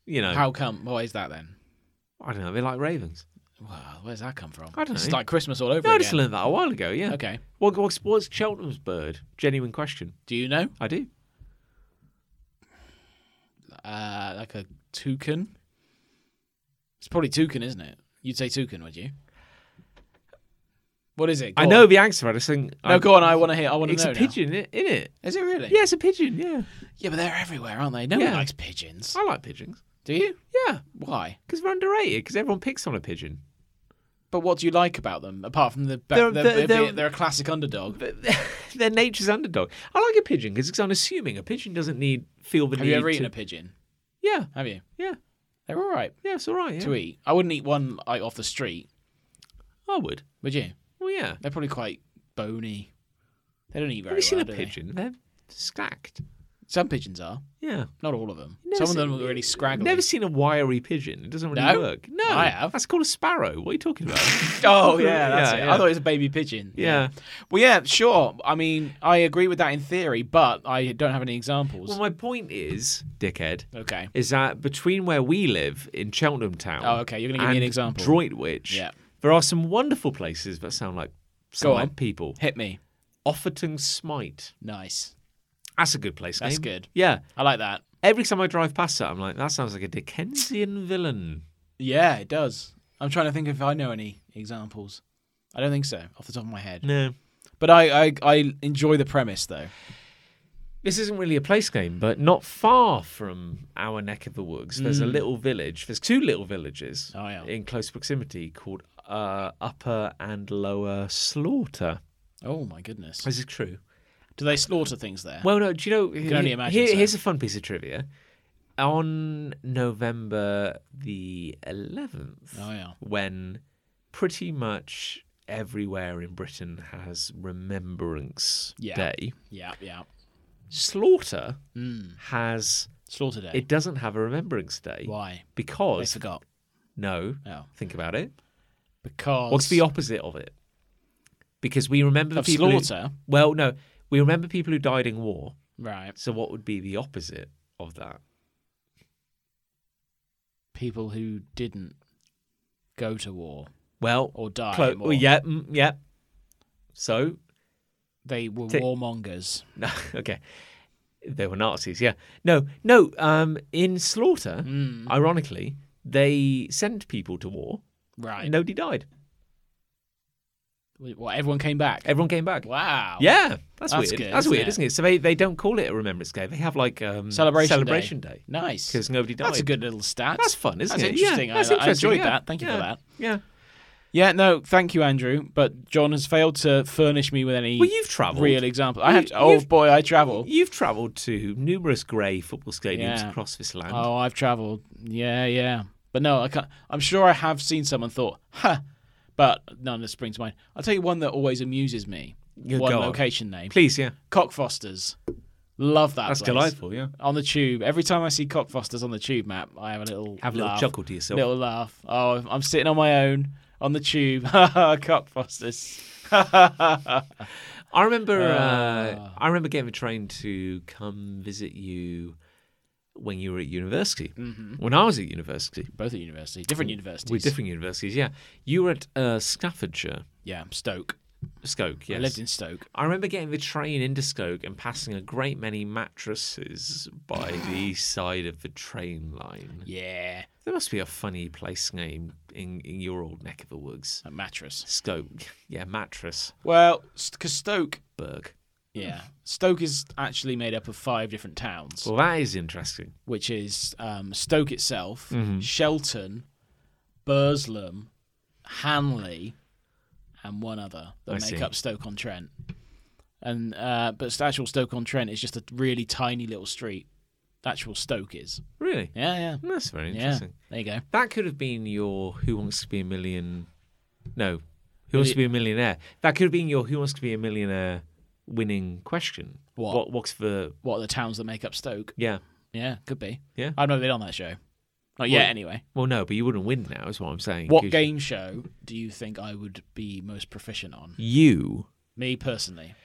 [SPEAKER 1] You know,
[SPEAKER 2] How come? Why is that then?
[SPEAKER 1] I don't know. They like ravens.
[SPEAKER 2] Wow, where's that come from?
[SPEAKER 1] I don't
[SPEAKER 2] It's
[SPEAKER 1] know.
[SPEAKER 2] like Christmas all over
[SPEAKER 1] No, I just
[SPEAKER 2] again.
[SPEAKER 1] learned that a while ago. Yeah.
[SPEAKER 2] Okay.
[SPEAKER 1] What, what's, what's Cheltenham's bird? Genuine question.
[SPEAKER 2] Do you know?
[SPEAKER 1] I do.
[SPEAKER 2] Uh, like a toucan. It's probably toucan, isn't it? You'd say toucan, would you? What is it?
[SPEAKER 1] I
[SPEAKER 2] Go
[SPEAKER 1] know
[SPEAKER 2] on.
[SPEAKER 1] the answer. I just think
[SPEAKER 2] No,
[SPEAKER 1] I'm-
[SPEAKER 2] go on. I want to hear. I want to
[SPEAKER 1] It's
[SPEAKER 2] know.
[SPEAKER 1] a
[SPEAKER 2] now.
[SPEAKER 1] pigeon, in it?
[SPEAKER 2] Is it really?
[SPEAKER 1] Yeah, it's a pigeon. Yeah,
[SPEAKER 2] Yeah, but they're everywhere, aren't they? No one
[SPEAKER 1] Yeah.
[SPEAKER 2] likes pigeons.
[SPEAKER 1] I like pigeons.
[SPEAKER 2] Do you?
[SPEAKER 1] Yeah,
[SPEAKER 2] Why?
[SPEAKER 1] because they're underrated. Because everyone picks on a pigeon.
[SPEAKER 2] But what do you like about them apart from the fact
[SPEAKER 1] They're-
[SPEAKER 2] they're,
[SPEAKER 1] they're- they're-
[SPEAKER 2] they're, a classic underdog?
[SPEAKER 1] They're nature's underdog. I like a pigeon because I'm assuming a pigeon doesn't need feel the
[SPEAKER 2] Have
[SPEAKER 1] need.
[SPEAKER 2] you ever eaten
[SPEAKER 1] to-
[SPEAKER 2] a pigeon?
[SPEAKER 1] Yeah,
[SPEAKER 2] Have you?
[SPEAKER 1] yeah,
[SPEAKER 2] They're all right
[SPEAKER 1] yeah. It's all right.
[SPEAKER 2] to
[SPEAKER 1] Yeah.
[SPEAKER 2] eat. I wouldn't eat one like off the street.
[SPEAKER 1] I would.
[SPEAKER 2] Would you?
[SPEAKER 1] Well, yeah.
[SPEAKER 2] They're probably quite bony. They don't eat very
[SPEAKER 1] Have you seen
[SPEAKER 2] well,
[SPEAKER 1] a
[SPEAKER 2] do they?
[SPEAKER 1] pigeon? They're stacked.
[SPEAKER 2] Some pigeons are.
[SPEAKER 1] Yeah.
[SPEAKER 2] Not all of them.
[SPEAKER 1] Never
[SPEAKER 2] Some of
[SPEAKER 1] seen-
[SPEAKER 2] them are really scraggly.
[SPEAKER 1] Never seen a wiry pigeon. It doesn't really
[SPEAKER 2] No?
[SPEAKER 1] work. No,
[SPEAKER 2] I have.
[SPEAKER 1] That's called a sparrow. What are you talking about?
[SPEAKER 2] Oh yeah, that's
[SPEAKER 1] Yeah,
[SPEAKER 2] it.
[SPEAKER 1] yeah.
[SPEAKER 2] I thought it was a baby pigeon.
[SPEAKER 1] yeah.
[SPEAKER 2] Well, yeah, sure. I mean, I agree with that in theory, but I don't have any examples.
[SPEAKER 1] Well, my point is, dickhead,
[SPEAKER 2] okay.
[SPEAKER 1] is that between where we live in Cheltenham Town,
[SPEAKER 2] Oh, okay, you're gonna give me an
[SPEAKER 1] and
[SPEAKER 2] example.
[SPEAKER 1] Droitwich,
[SPEAKER 2] Yeah.
[SPEAKER 1] there are some wonderful places that sound like sound
[SPEAKER 2] Go
[SPEAKER 1] like
[SPEAKER 2] on.
[SPEAKER 1] people.
[SPEAKER 2] Hit me.
[SPEAKER 1] Offerton Smite.
[SPEAKER 2] Nice.
[SPEAKER 1] That's a good place.
[SPEAKER 2] That's
[SPEAKER 1] name.
[SPEAKER 2] good.
[SPEAKER 1] Yeah.
[SPEAKER 2] I like that.
[SPEAKER 1] Every time I drive past that, I'm like, that sounds like a Dickensian villain.
[SPEAKER 2] Yeah, it does. I'm trying to think if I know any examples. I don't think so, off the top of my head.
[SPEAKER 1] No.
[SPEAKER 2] But I, I, I enjoy the premise though.
[SPEAKER 1] This isn't really a place game, but not far from our neck of the woods, there's a little village. There's two little villages
[SPEAKER 2] Hmm. Oh, yeah.
[SPEAKER 1] in close proximity called uh, Upper and Lower Slaughter.
[SPEAKER 2] Oh my goodness.
[SPEAKER 1] This is true.
[SPEAKER 2] Do they slaughter things there?
[SPEAKER 1] Well, no, do you know? You
[SPEAKER 2] can only imagine so.
[SPEAKER 1] Here's a fun piece of trivia. On November the 11th,
[SPEAKER 2] Oh, yeah.
[SPEAKER 1] when pretty much everywhere in Britain has Remembrance
[SPEAKER 2] Yeah.
[SPEAKER 1] Day,
[SPEAKER 2] yeah, yeah. Mm.
[SPEAKER 1] Slaughter has.
[SPEAKER 2] Slaughter day.
[SPEAKER 1] It doesn't have a Remembrance Day
[SPEAKER 2] Why? I
[SPEAKER 1] because
[SPEAKER 2] forgot.
[SPEAKER 1] no.
[SPEAKER 2] Oh.
[SPEAKER 1] Think about it.
[SPEAKER 2] Because
[SPEAKER 1] What's the opposite of it? Because we remember the
[SPEAKER 2] Of
[SPEAKER 1] people who-
[SPEAKER 2] slaughter?
[SPEAKER 1] well, no, we remember people who died in war.
[SPEAKER 2] right
[SPEAKER 1] So what would be the opposite of that?
[SPEAKER 2] people who didn't go to war
[SPEAKER 1] Well,
[SPEAKER 2] or die?
[SPEAKER 1] clo-
[SPEAKER 2] in war.
[SPEAKER 1] well, yeah, mm, yeah. So,
[SPEAKER 2] They were
[SPEAKER 1] Tick.
[SPEAKER 2] warmongers.
[SPEAKER 1] no, okay, they were Nazis. Yeah, no, no. Um, in slaughter,
[SPEAKER 2] Mm. Mm-hmm.
[SPEAKER 1] ironically, they sent people to war.
[SPEAKER 2] Right.
[SPEAKER 1] and Nobody died.
[SPEAKER 2] Well, everyone came back.
[SPEAKER 1] Everyone came back.
[SPEAKER 2] Wow.
[SPEAKER 1] Yeah, that's,
[SPEAKER 2] That's
[SPEAKER 1] weird.
[SPEAKER 2] good,
[SPEAKER 1] that's
[SPEAKER 2] isn't
[SPEAKER 1] weird,
[SPEAKER 2] it?
[SPEAKER 1] is isn't it? So they, they don't call it a Remembrance Day. They have like um,
[SPEAKER 2] Celebration Day.
[SPEAKER 1] celebration day
[SPEAKER 2] Nice.
[SPEAKER 1] because nobody died.
[SPEAKER 2] That's a good little stat.
[SPEAKER 1] That's fun, isn't
[SPEAKER 2] That's
[SPEAKER 1] it?
[SPEAKER 2] Interesting.
[SPEAKER 1] Yeah, that's
[SPEAKER 2] I,
[SPEAKER 1] interesting.
[SPEAKER 2] I enjoyed
[SPEAKER 1] yeah.
[SPEAKER 2] that. Thank you
[SPEAKER 1] Yeah.
[SPEAKER 2] for that.
[SPEAKER 1] Yeah.
[SPEAKER 2] Yeah, no, thank you, Andrew. But John has failed to furnish me with any
[SPEAKER 1] Well, you've travelled.
[SPEAKER 2] real example. I have. To,
[SPEAKER 1] You-
[SPEAKER 2] oh
[SPEAKER 1] you've-
[SPEAKER 2] boy, I travel.
[SPEAKER 1] You've travelled to numerous grey football stadiums
[SPEAKER 2] Yeah.
[SPEAKER 1] across this land.
[SPEAKER 2] Oh, I've travelled. Yeah, yeah. But no, I can't. I'm sure I have seen someone thought, "Ha," but none that springs to mind. I'll tell you one that always amuses me.
[SPEAKER 1] Yeah,
[SPEAKER 2] one
[SPEAKER 1] go on.
[SPEAKER 2] location name:
[SPEAKER 1] Please, yeah.
[SPEAKER 2] Cockfosters. Love that.
[SPEAKER 1] That's
[SPEAKER 2] place.
[SPEAKER 1] delightful, yeah.
[SPEAKER 2] On the tube, every time I see Cockfosters on the tube map, I have a little
[SPEAKER 1] Have a little
[SPEAKER 2] laugh.
[SPEAKER 1] chuckle to yourself.
[SPEAKER 2] Little laugh. Oh, I'm sitting on my own on the tube. Ha ha, Cockfosters.
[SPEAKER 1] I remember uh, I remember getting a train to come visit you when you were at university. When I was at university.
[SPEAKER 2] Both at university, different universities.
[SPEAKER 1] We're different universities, yeah. You were at uh, Staffordshire,
[SPEAKER 2] Yeah, Stoke.
[SPEAKER 1] Stoke, yes.
[SPEAKER 2] I lived in Stoke.
[SPEAKER 1] I remember getting the train into Stoke and passing a great many mattresses by the side of the train line.
[SPEAKER 2] Yeah,
[SPEAKER 1] There must be a funny place name in, in your old neck of the woods.
[SPEAKER 2] a mattress.
[SPEAKER 1] Stoke. Yeah, mattress.
[SPEAKER 2] Well, because Stoke,
[SPEAKER 1] Berg.
[SPEAKER 2] yeah, Stoke is actually made up of five different towns,
[SPEAKER 1] Well, that is interesting.
[SPEAKER 2] which is um, Stoke itself,
[SPEAKER 1] Mm-hmm.
[SPEAKER 2] Shelton, Burslem, Hanley, and one other that
[SPEAKER 1] I
[SPEAKER 2] make
[SPEAKER 1] see.
[SPEAKER 2] up Stoke on Trent. And uh, but actual Stoke on Trent is just a really tiny little street. Actual Stoke is.
[SPEAKER 1] Really?
[SPEAKER 2] Yeah, yeah,
[SPEAKER 1] That's very
[SPEAKER 2] yeah.
[SPEAKER 1] interesting.
[SPEAKER 2] There you go.
[SPEAKER 1] That could have been your Who Wants to Be a Million. No. Who Wants to Be a Millionaire? That could have been your Who Wants to Be a Millionaire winning question.
[SPEAKER 2] What?
[SPEAKER 1] What's the.
[SPEAKER 2] What are the towns that make up Stoke?
[SPEAKER 1] Yeah.
[SPEAKER 2] Yeah, could be.
[SPEAKER 1] Yeah.
[SPEAKER 2] I've never been on that show. Not yet,
[SPEAKER 1] Well,
[SPEAKER 2] anyway.
[SPEAKER 1] Well, no, but you wouldn't win now, is what I'm saying.
[SPEAKER 2] What
[SPEAKER 1] 'cause
[SPEAKER 2] game show do you think I would be most proficient on?
[SPEAKER 1] You.
[SPEAKER 2] Me personally.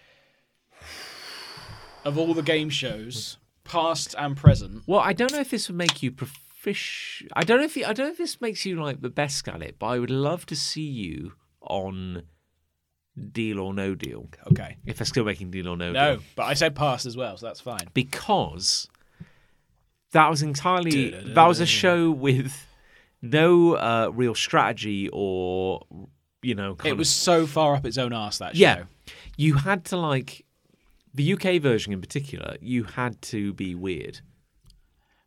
[SPEAKER 2] Of all the game shows, past and present,
[SPEAKER 1] Well, I don't know if this would make you proficient. I don't know if you, I don't know if this makes you like the best at it, but I would love to see you on Deal or No Deal.
[SPEAKER 2] okay.
[SPEAKER 1] If they're still making Deal or No,
[SPEAKER 2] No,
[SPEAKER 1] Deal,
[SPEAKER 2] but I said past as well, so that's fine.
[SPEAKER 1] because that was entirely that was a show with no uh, real strategy or you know, kind
[SPEAKER 2] It
[SPEAKER 1] of
[SPEAKER 2] was so far up its own arse that show.
[SPEAKER 1] Yeah. You had to like the UK version in particular, you had to be weird.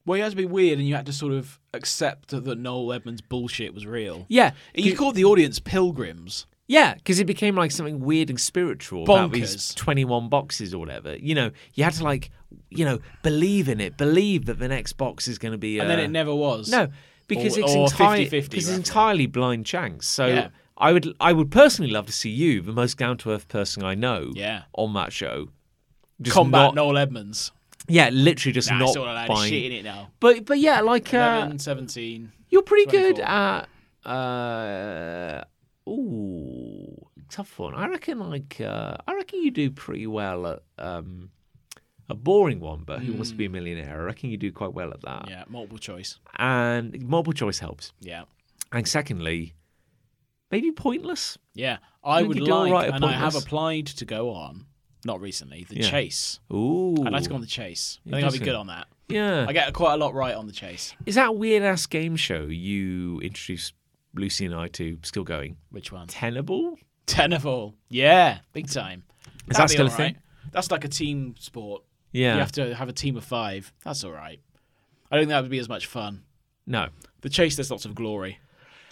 [SPEAKER 2] Well, you had to be weird, and you had to sort of accept that, that Noel Edmonds' bullshit was real.
[SPEAKER 1] Yeah.
[SPEAKER 2] You called the audience pilgrims.
[SPEAKER 1] Yeah, because it became like something weird and spiritual about these
[SPEAKER 2] Bonkers.
[SPEAKER 1] 21 boxes or whatever. You know, you had to like, you know, believe in it, believe that the next box is going to be.
[SPEAKER 2] And then
[SPEAKER 1] uh,
[SPEAKER 2] it never was.
[SPEAKER 1] No, because
[SPEAKER 2] Or-
[SPEAKER 1] it's,
[SPEAKER 2] or
[SPEAKER 1] entirely
[SPEAKER 2] 50-50
[SPEAKER 1] because it's
[SPEAKER 2] roughly.
[SPEAKER 1] entirely blind chance. So
[SPEAKER 2] Yeah.
[SPEAKER 1] I would I would personally love to see you, the most down to earth person I know,
[SPEAKER 2] Yeah.
[SPEAKER 1] on that show. Just
[SPEAKER 2] Combat
[SPEAKER 1] not-
[SPEAKER 2] Noel Edmonds.
[SPEAKER 1] Yeah, literally just
[SPEAKER 2] Nah,
[SPEAKER 1] not
[SPEAKER 2] it's all allowed
[SPEAKER 1] buying.
[SPEAKER 2] shit in it now.
[SPEAKER 1] But but yeah, like uh,
[SPEAKER 2] 11, 17.
[SPEAKER 1] you're pretty
[SPEAKER 2] 24.
[SPEAKER 1] good at. Uh, ooh, tough one. I reckon like uh, I reckon you do pretty well at um, a boring one, but who wants to be a millionaire? I reckon you do quite well at that.
[SPEAKER 2] Hmm. Yeah, multiple choice.
[SPEAKER 1] And multiple choice helps.
[SPEAKER 2] Yeah.
[SPEAKER 1] And secondly, maybe pointless.
[SPEAKER 2] Yeah. I
[SPEAKER 1] think
[SPEAKER 2] would
[SPEAKER 1] you do all
[SPEAKER 2] like,
[SPEAKER 1] right at
[SPEAKER 2] and I have
[SPEAKER 1] Pointless.
[SPEAKER 2] applied to go on, not recently, The
[SPEAKER 1] Yeah.
[SPEAKER 2] Chase.
[SPEAKER 1] Ooh,
[SPEAKER 2] I'd like to go on The Chase. I think I'd be
[SPEAKER 1] Interesting.
[SPEAKER 2] good on that.
[SPEAKER 1] yeah.
[SPEAKER 2] I get quite a lot right on The Chase.
[SPEAKER 1] Is that weird ass game show you introduced Lucy and I to still going?
[SPEAKER 2] Which one?
[SPEAKER 1] Tenable?
[SPEAKER 2] Ten of all. Yeah, big time.
[SPEAKER 1] Is
[SPEAKER 2] That'd
[SPEAKER 1] that
[SPEAKER 2] be
[SPEAKER 1] still a
[SPEAKER 2] all right.
[SPEAKER 1] thing?
[SPEAKER 2] That's like a team sport.
[SPEAKER 1] Yeah.
[SPEAKER 2] You have to have a team of five. That's all right. I don't think that would be as much fun.
[SPEAKER 1] no.
[SPEAKER 2] The Chase, there's lots of glory.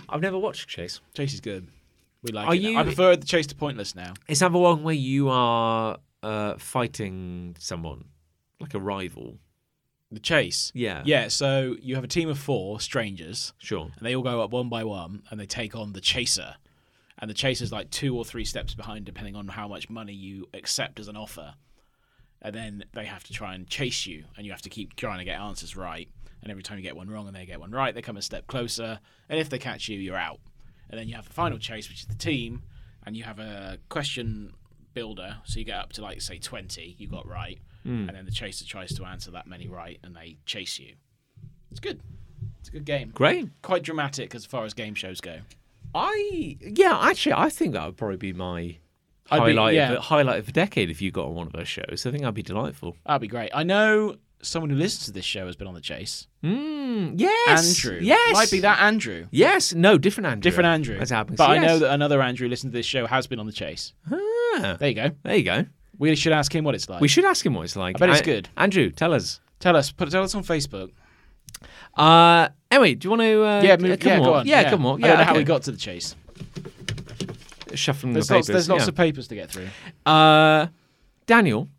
[SPEAKER 1] I've never watched Chase.
[SPEAKER 2] Chase is good. We like
[SPEAKER 1] Are
[SPEAKER 2] it. now.
[SPEAKER 1] you-
[SPEAKER 2] I prefer the Chase to Pointless now.
[SPEAKER 1] Is that the one where you are uh, fighting someone, like a rival?
[SPEAKER 2] The Chase.
[SPEAKER 1] Yeah.
[SPEAKER 2] Yeah, so you have a team of four strangers,
[SPEAKER 1] Sure.
[SPEAKER 2] and they all go up one by one, and they take on the Chaser. And the Chaser's like two or three steps behind, depending on how much money you accept as an offer. And then they have to try and chase you, and you have to keep trying to get answers right. And every time you get one wrong and they get one right, they come a step closer. And if they catch you, you're out. And then you have the final chase, which is the team, and you have a question builder. So you get up to, like, say, 20 you got right. And then the chaser tries to answer that many right, and they chase you. It's good. It's a good game
[SPEAKER 1] Great.
[SPEAKER 2] quite dramatic as far as game shows go.
[SPEAKER 1] I yeah. Actually, I think that would probably be my
[SPEAKER 2] I'd be-
[SPEAKER 1] highlight
[SPEAKER 2] yeah.
[SPEAKER 1] of, highlight of the decade if you got on one of those shows. I think that'd be delightful.
[SPEAKER 2] That'd be great. I know someone who listens to this show has been on the chase.
[SPEAKER 1] Mm, yes.
[SPEAKER 2] Andrew.
[SPEAKER 1] Yes.
[SPEAKER 2] Might be that Andrew.
[SPEAKER 1] Yes. No. Different Andrew.
[SPEAKER 2] Different Andrew.
[SPEAKER 1] That's happened.
[SPEAKER 2] But I
[SPEAKER 1] Yes.
[SPEAKER 2] know that another Andrew listening to this show has been on the chase.
[SPEAKER 1] Ah,
[SPEAKER 2] There you go.
[SPEAKER 1] there you go.
[SPEAKER 2] We should ask him what it's like.
[SPEAKER 1] We should ask him what it's like.
[SPEAKER 2] I bet it's
[SPEAKER 1] An-
[SPEAKER 2] good.
[SPEAKER 1] Andrew, tell us.
[SPEAKER 2] tell us. Put tell us on Facebook.
[SPEAKER 1] Uh, anyway, do you want to? Uh,
[SPEAKER 2] Yeah,
[SPEAKER 1] uh,
[SPEAKER 2] move,
[SPEAKER 1] come
[SPEAKER 2] yeah,
[SPEAKER 1] on.
[SPEAKER 2] go on.
[SPEAKER 1] Yeah, come on.
[SPEAKER 2] I
[SPEAKER 1] Yeah,
[SPEAKER 2] don't know how
[SPEAKER 1] okay.
[SPEAKER 2] we got to the chase.
[SPEAKER 1] shuffling
[SPEAKER 2] There's
[SPEAKER 1] the
[SPEAKER 2] lots,
[SPEAKER 1] papers.
[SPEAKER 2] there's lots
[SPEAKER 1] yeah.
[SPEAKER 2] of papers to get through.
[SPEAKER 1] Uh, Daniel,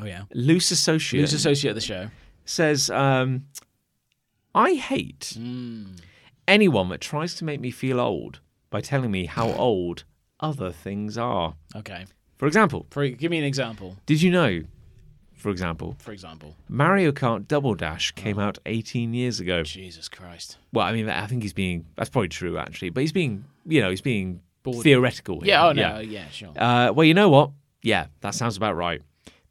[SPEAKER 2] Oh yeah.
[SPEAKER 1] loose associate,
[SPEAKER 2] Who's associate of the show?
[SPEAKER 1] says, um, "I hate
[SPEAKER 2] Hmm.
[SPEAKER 1] anyone that tries to make me feel old by telling me how old other things are.
[SPEAKER 2] Okay.
[SPEAKER 1] For example,
[SPEAKER 2] For, give me an example.
[SPEAKER 1] did you know? For example,
[SPEAKER 2] For example.
[SPEAKER 1] Mario Kart Double Dash
[SPEAKER 2] Oh.
[SPEAKER 1] came out 18 years ago.
[SPEAKER 2] Jesus Christ.
[SPEAKER 1] Well, I mean, I think he's being that's probably true actually, but he's being, you know, he's being
[SPEAKER 2] Bored.
[SPEAKER 1] theoretical. here.
[SPEAKER 2] Yeah. Oh no. Yeah. sure.
[SPEAKER 1] Uh, well, you know what? Yeah, that sounds about right.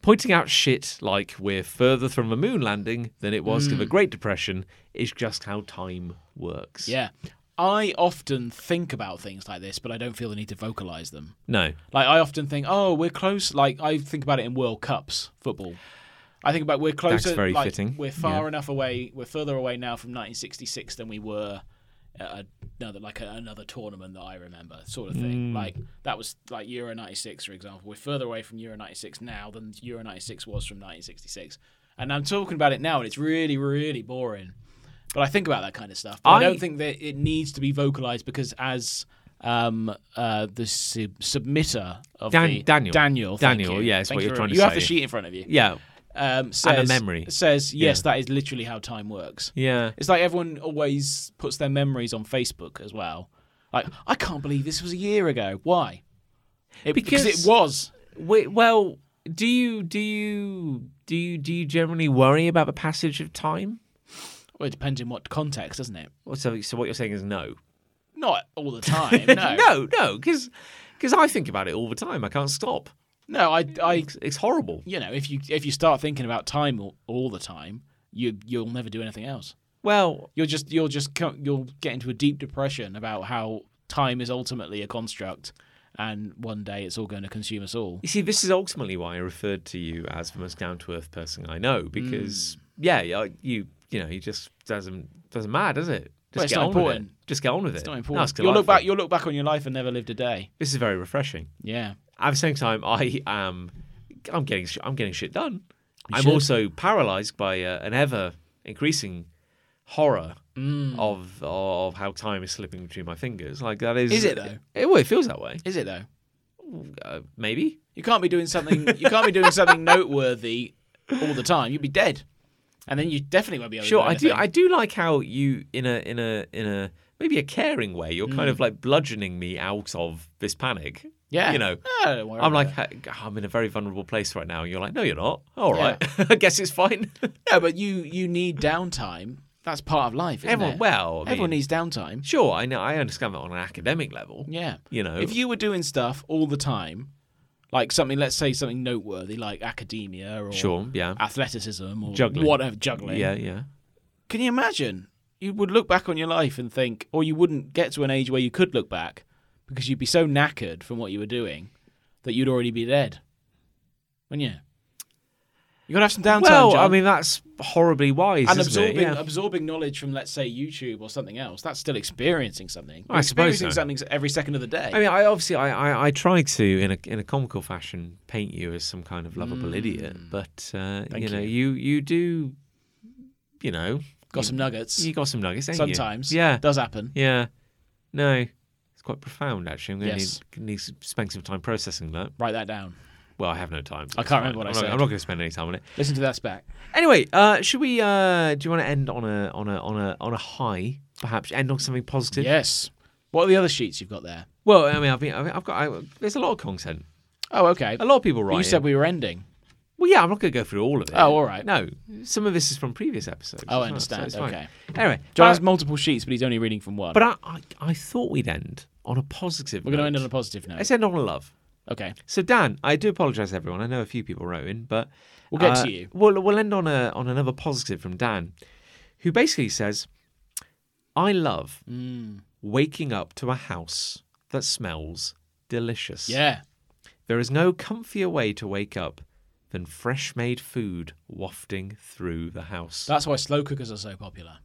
[SPEAKER 1] Pointing out shit like we're further from the moon landing than it was
[SPEAKER 2] Mm.
[SPEAKER 1] to the Great Depression is just how time works.
[SPEAKER 2] yeah. I often think about things like this, but I don't feel the need to vocalize them.
[SPEAKER 1] No.
[SPEAKER 2] Like I often think, oh, we're close. Like I think about it in World Cups football. I think about we're closer.
[SPEAKER 1] very
[SPEAKER 2] like,
[SPEAKER 1] fitting.
[SPEAKER 2] We're far enough away. We're further away now from 1966 than we were at another like a, another tournament that I remember, sort of thing.
[SPEAKER 1] Mm.
[SPEAKER 2] Like that was like Euro '96, for example. We're further away from Euro '96 now than Euro '96 was from 1966. And I'm talking about it now, and it's really, really boring. But I think about that kind of stuff. But I,
[SPEAKER 1] I-
[SPEAKER 2] don't think that it needs to be vocalized because as um, uh, the sub- submitter of
[SPEAKER 1] Dan-
[SPEAKER 2] the
[SPEAKER 1] Daniel.
[SPEAKER 2] Daniel, thank
[SPEAKER 1] Daniel,
[SPEAKER 2] you.
[SPEAKER 1] yeah, it's
[SPEAKER 2] Thank
[SPEAKER 1] what
[SPEAKER 2] you
[SPEAKER 1] you're
[SPEAKER 2] very
[SPEAKER 1] trying
[SPEAKER 2] much.
[SPEAKER 1] to
[SPEAKER 2] You have
[SPEAKER 1] say.
[SPEAKER 2] the sheet in front of you.
[SPEAKER 1] Yeah.
[SPEAKER 2] Um, says,
[SPEAKER 1] memory.
[SPEAKER 2] says yes, that is literally how time works.
[SPEAKER 1] Yeah.
[SPEAKER 2] It's like everyone always puts their memories on Facebook as well. Like I can't believe this was a year ago. Why? It,
[SPEAKER 1] Because-
[SPEAKER 2] it was.
[SPEAKER 1] Wait, well, do you do you do you do you generally worry about the passage of time?
[SPEAKER 2] Well, it depends in what context, doesn't it?
[SPEAKER 1] Well, So, so what you're saying is no.
[SPEAKER 2] Not all the time. No.
[SPEAKER 1] no, no, because I think about it all the time. I can't stop.
[SPEAKER 2] No, I, I,
[SPEAKER 1] It's, it's horrible.
[SPEAKER 2] you know, if you if you start thinking about time all, all the time, you you'll never do anything else.
[SPEAKER 1] Well,
[SPEAKER 2] you're just you're just co- you'll get into a deep depression about how time is ultimately a construct and one day it's all going to consume us all
[SPEAKER 1] You see, this is ultimately why I referred to you as the most down to earth
[SPEAKER 2] Mm.
[SPEAKER 1] person I know, because yeah, yeah, you you know, you just doesn't doesn't matter, does it? Just
[SPEAKER 2] Well, it's
[SPEAKER 1] get
[SPEAKER 2] not
[SPEAKER 1] on
[SPEAKER 2] important.
[SPEAKER 1] with it. Just get on with it.
[SPEAKER 2] It's
[SPEAKER 1] No,
[SPEAKER 2] not important. you'll
[SPEAKER 1] delightful.
[SPEAKER 2] look back. You'll look back on your life and never lived a day.
[SPEAKER 1] This is very refreshing.
[SPEAKER 2] Yeah.
[SPEAKER 1] At the same time, I am. I'm getting. sh- I'm getting shit done. I'm
[SPEAKER 2] should.
[SPEAKER 1] also paralysed by uh, an ever increasing horror
[SPEAKER 2] Mm.
[SPEAKER 1] of of how time is slipping between my fingers. Like that is.
[SPEAKER 2] Is it, though?
[SPEAKER 1] It, well, it feels that way.
[SPEAKER 2] Is it though?
[SPEAKER 1] Uh, maybe.
[SPEAKER 2] You can't be doing something. You can't be doing something noteworthy all the time. You'd be dead, and then you definitely won't be able.
[SPEAKER 1] Sure,
[SPEAKER 2] to
[SPEAKER 1] I
[SPEAKER 2] do
[SPEAKER 1] do.
[SPEAKER 2] anything.
[SPEAKER 1] I do like how you, in a, in a, in a maybe a caring way, you're kind of like bludgeoning me out of this panic.
[SPEAKER 2] Mm. Yeah.
[SPEAKER 1] you know,
[SPEAKER 2] No, don't worry
[SPEAKER 1] I'm
[SPEAKER 2] about
[SPEAKER 1] like,
[SPEAKER 2] it.
[SPEAKER 1] "Ha- I'm in a very vulnerable place right now. And you're like, no, you're not. All
[SPEAKER 2] Yeah.
[SPEAKER 1] right, I guess it's fine.
[SPEAKER 2] No, but you you need downtime. That's part of life. Isn't
[SPEAKER 1] Everyone,
[SPEAKER 2] it?
[SPEAKER 1] well, I
[SPEAKER 2] everyone
[SPEAKER 1] mean,
[SPEAKER 2] needs downtime.
[SPEAKER 1] Sure, I know. I understand that on an academic level.
[SPEAKER 2] Yeah.
[SPEAKER 1] You know,
[SPEAKER 2] If you were doing stuff all the time, like something, let's say something noteworthy, like academia or
[SPEAKER 1] sure, yeah,
[SPEAKER 2] athleticism or
[SPEAKER 1] Juggling.
[SPEAKER 2] whatever juggling.
[SPEAKER 1] yeah, yeah.
[SPEAKER 2] Can you imagine? You would look back on your life and think, or you wouldn't get to an age where you could look back because you'd be so knackered from what you were doing that you'd already be dead. Wouldn't you? You gotta have some downtime.
[SPEAKER 1] Well,
[SPEAKER 2] John.
[SPEAKER 1] I mean, that's horribly wise,
[SPEAKER 2] and
[SPEAKER 1] isn't
[SPEAKER 2] absorbing
[SPEAKER 1] it? Yeah.
[SPEAKER 2] absorbing knowledge from let's say YouTube or something else, that's still experiencing something.
[SPEAKER 1] I suppose
[SPEAKER 2] experiencing
[SPEAKER 1] so.
[SPEAKER 2] something every second of the day.
[SPEAKER 1] I mean, I obviously, I, I, I try to, in a in a comical fashion, paint you as some kind of lovable idiot,
[SPEAKER 2] Mm.
[SPEAKER 1] but uh, you know, you. you do, you know,
[SPEAKER 2] Got some nuggets.
[SPEAKER 1] you got some nuggets, ain't you?
[SPEAKER 2] sometimes.
[SPEAKER 1] yeah,
[SPEAKER 2] Does happen.
[SPEAKER 1] yeah, no, it's quite profound actually. I'm gonna
[SPEAKER 2] Yes.
[SPEAKER 1] need, need to spend some time processing that.
[SPEAKER 2] Write that down.
[SPEAKER 1] Well, I have no time. so
[SPEAKER 2] I
[SPEAKER 1] it's
[SPEAKER 2] can't
[SPEAKER 1] fine.
[SPEAKER 2] remember what I
[SPEAKER 1] I'm not-
[SPEAKER 2] said.
[SPEAKER 1] I'm not going to spend any time on it.
[SPEAKER 2] Listen to that back.
[SPEAKER 1] Anyway, uh, should we? Uh, do you want to end on a on a on a on a high? Perhaps end on something positive.
[SPEAKER 2] Yes. What are the other sheets you've got there?
[SPEAKER 1] Well, I mean, I've been, I've I've got. I, there's a lot of content.
[SPEAKER 2] Oh, okay.
[SPEAKER 1] A lot of people
[SPEAKER 2] But
[SPEAKER 1] write.
[SPEAKER 2] you said we were ending.
[SPEAKER 1] Well, yeah, I'm not going to go through all of it.
[SPEAKER 2] Oh, all right.
[SPEAKER 1] No, some of this is from previous episodes.
[SPEAKER 2] Oh, I
[SPEAKER 1] as well, so
[SPEAKER 2] understand.
[SPEAKER 1] it's fine.
[SPEAKER 2] Okay.
[SPEAKER 1] Anyway,
[SPEAKER 2] John has
[SPEAKER 1] but,
[SPEAKER 2] multiple sheets, but he's only reading from one.
[SPEAKER 1] but I, I, I thought we'd end on a positive.
[SPEAKER 2] we're going to
[SPEAKER 1] note.
[SPEAKER 2] end on a positive note.
[SPEAKER 1] Let's end on a love.
[SPEAKER 2] Okay.
[SPEAKER 1] So, Dan, I do apologise, everyone. I know a few people wrote in, but uh,
[SPEAKER 2] We'll get to you.
[SPEAKER 1] We'll, we'll end on a on another positive from Dan, who basically says, "I love
[SPEAKER 2] Mm.
[SPEAKER 1] waking up to a house that smells delicious.
[SPEAKER 2] Yeah.
[SPEAKER 1] There is no comfier way to wake up than fresh made food wafting through the house.
[SPEAKER 2] That's why slow cookers are so popular.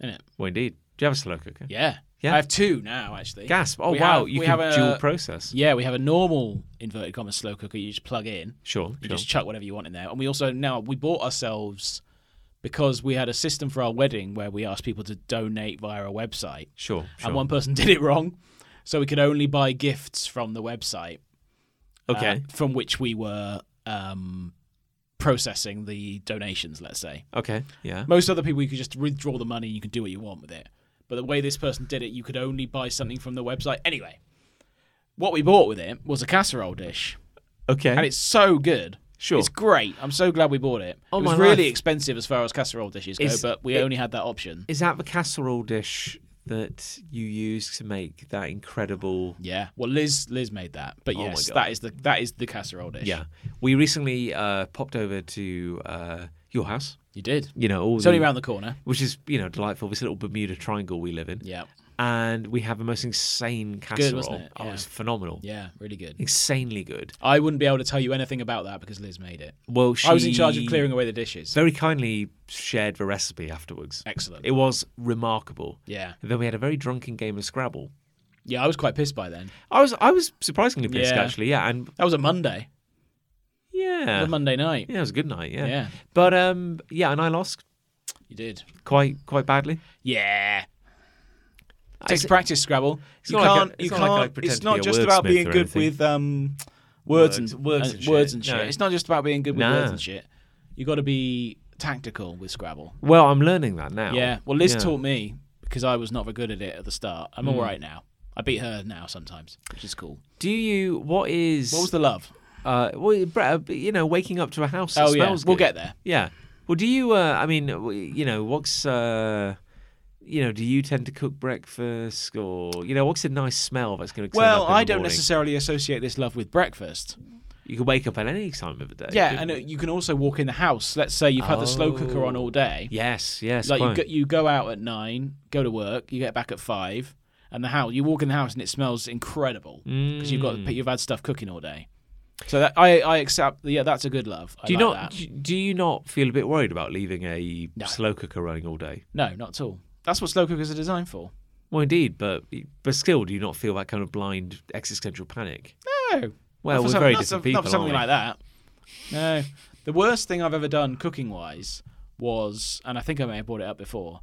[SPEAKER 2] Isn't it?
[SPEAKER 1] well, indeed. Do you have a slow cooker?
[SPEAKER 2] Yeah.
[SPEAKER 1] Yeah.
[SPEAKER 2] I have two now, actually.
[SPEAKER 1] Gasp! Oh
[SPEAKER 2] We
[SPEAKER 1] wow,
[SPEAKER 2] have-
[SPEAKER 1] you
[SPEAKER 2] we
[SPEAKER 1] can
[SPEAKER 2] have a-
[SPEAKER 1] dual process.
[SPEAKER 2] Yeah, we have a normal inverted commas slow cooker you just plug in.
[SPEAKER 1] Sure,
[SPEAKER 2] You
[SPEAKER 1] sure.
[SPEAKER 2] just chuck whatever you want in there. And we also now we bought ourselves because we had a system for our wedding where we asked people to donate via a website.
[SPEAKER 1] Sure, sure.
[SPEAKER 2] And one person did it wrong. So we could only buy gifts from the website uh,
[SPEAKER 1] okay,
[SPEAKER 2] from which we were um, processing the donations, let's say.
[SPEAKER 1] okay, yeah.
[SPEAKER 2] Most other people, you could just withdraw the money and you could do what you want with it. But the way this person did it, you could only buy something from the website. Anyway, what we bought with it was a casserole dish,
[SPEAKER 1] Okay,
[SPEAKER 2] and it's so good.
[SPEAKER 1] Sure.
[SPEAKER 2] It's great. I'm so glad we bought it.
[SPEAKER 1] Oh,
[SPEAKER 2] it was
[SPEAKER 1] my
[SPEAKER 2] really
[SPEAKER 1] life.
[SPEAKER 2] expensive as far as casserole dishes go,
[SPEAKER 1] Is-
[SPEAKER 2] but we
[SPEAKER 1] it-
[SPEAKER 2] only had that option.
[SPEAKER 1] Is that the casserole dish that you use to make that incredible?
[SPEAKER 2] yeah. Well, Liz Liz made that. But
[SPEAKER 1] Oh my
[SPEAKER 2] yes,
[SPEAKER 1] God.
[SPEAKER 2] that is the that is the casserole dish.
[SPEAKER 1] Yeah, we recently uh, popped over to uh, your house.
[SPEAKER 2] You did.
[SPEAKER 1] You know, all
[SPEAKER 2] It's
[SPEAKER 1] the-
[SPEAKER 2] only around the corner.
[SPEAKER 1] which is you know delightful. This little Bermuda Triangle we live in,
[SPEAKER 2] Yeah.
[SPEAKER 1] and we have the most insane casserole.
[SPEAKER 2] good, wasn't it?
[SPEAKER 1] Oh,
[SPEAKER 2] Yeah.
[SPEAKER 1] it's phenomenal,
[SPEAKER 2] Yeah, really good.
[SPEAKER 1] insanely good.
[SPEAKER 2] I wouldn't be able to tell you anything about that because Liz made it.
[SPEAKER 1] Well, she
[SPEAKER 2] I was in charge of clearing away the dishes.
[SPEAKER 1] Very kindly shared the recipe afterwards.
[SPEAKER 2] Excellent.
[SPEAKER 1] It was remarkable.
[SPEAKER 2] yeah.
[SPEAKER 1] And then we had a very drunken game of Scrabble.
[SPEAKER 2] Yeah, I was quite pissed by then.
[SPEAKER 1] I was I was surprisingly pissed
[SPEAKER 2] Yeah.
[SPEAKER 1] actually. Yeah, and
[SPEAKER 2] That was a Monday. It
[SPEAKER 1] yeah,
[SPEAKER 2] was a Monday night.
[SPEAKER 1] yeah, it was a good night.
[SPEAKER 2] Yeah.
[SPEAKER 1] But um, yeah, and I lost
[SPEAKER 2] you did.
[SPEAKER 1] quite quite badly.
[SPEAKER 2] Yeah.
[SPEAKER 1] It's-
[SPEAKER 2] Takes practice, Scrabble.
[SPEAKER 1] it's
[SPEAKER 2] you
[SPEAKER 1] not like
[SPEAKER 2] can't.
[SPEAKER 1] I- it's
[SPEAKER 2] you
[SPEAKER 1] not
[SPEAKER 2] can't.
[SPEAKER 1] like I pretend
[SPEAKER 2] it's
[SPEAKER 1] to
[SPEAKER 2] not
[SPEAKER 1] be a
[SPEAKER 2] just about
[SPEAKER 1] wordsmith
[SPEAKER 2] being
[SPEAKER 1] or
[SPEAKER 2] good
[SPEAKER 1] anything.
[SPEAKER 2] with um, words
[SPEAKER 1] Words-
[SPEAKER 2] and
[SPEAKER 1] words and
[SPEAKER 2] words
[SPEAKER 1] shit.
[SPEAKER 2] and shit.
[SPEAKER 1] No.
[SPEAKER 2] It's not just about being good with
[SPEAKER 1] No.
[SPEAKER 2] words and shit. You got to be tactical with Scrabble.
[SPEAKER 1] Well, I'm learning that now.
[SPEAKER 2] Yeah. Well, Liz
[SPEAKER 1] Oh. Yeah. Hmm.
[SPEAKER 2] taught me because I was not very good at it at the start. I'm all right now. I beat her now sometimes, which is cool.
[SPEAKER 1] Do you? What is?
[SPEAKER 2] What was the love?
[SPEAKER 1] Uh, well, Brett, uh, but, you know, waking up to a house. That
[SPEAKER 2] oh yeah,
[SPEAKER 1] smells
[SPEAKER 2] we'll
[SPEAKER 1] good.
[SPEAKER 2] get there.
[SPEAKER 1] Yeah. Well, do you? Uh, I mean, w- you know, what's? Uh, you know, do you tend to cook breakfast, or you know, what's a nice smell that's going to?
[SPEAKER 2] Well, I don't
[SPEAKER 1] morning?
[SPEAKER 2] necessarily associate this love with breakfast.
[SPEAKER 1] You can wake up at any time of the day.
[SPEAKER 2] Yeah,
[SPEAKER 1] couldn't
[SPEAKER 2] and uh,
[SPEAKER 1] you?
[SPEAKER 2] you can also walk in the house. Let's say you've had the slow cooker
[SPEAKER 1] Oh.
[SPEAKER 2] on all day.
[SPEAKER 1] Yes, yes.
[SPEAKER 2] like you
[SPEAKER 1] quite.
[SPEAKER 2] go, you go out at nine, go to work, you get back at five, and the house you walk in the house and it smells incredible because you've
[SPEAKER 1] Mm.
[SPEAKER 2] got you've had stuff cooking all day. So that I I accept. Yeah, that's a good love. I
[SPEAKER 1] do you
[SPEAKER 2] like
[SPEAKER 1] not?
[SPEAKER 2] that.
[SPEAKER 1] Do you not feel a bit worried about leaving a
[SPEAKER 2] No.
[SPEAKER 1] slow cooker running all day?
[SPEAKER 2] No, not at all. That's what slow cookers are designed for.
[SPEAKER 1] Well, indeed, but but still, do you not feel that kind of blind existential panic?
[SPEAKER 2] No.
[SPEAKER 1] Well,
[SPEAKER 2] Not for
[SPEAKER 1] we're
[SPEAKER 2] some-
[SPEAKER 1] very
[SPEAKER 2] not
[SPEAKER 1] different
[SPEAKER 2] some-
[SPEAKER 1] people.
[SPEAKER 2] Not for something like
[SPEAKER 1] aren't
[SPEAKER 2] that. No. The worst thing I've ever done cooking wise was, and I think I may have brought it up before,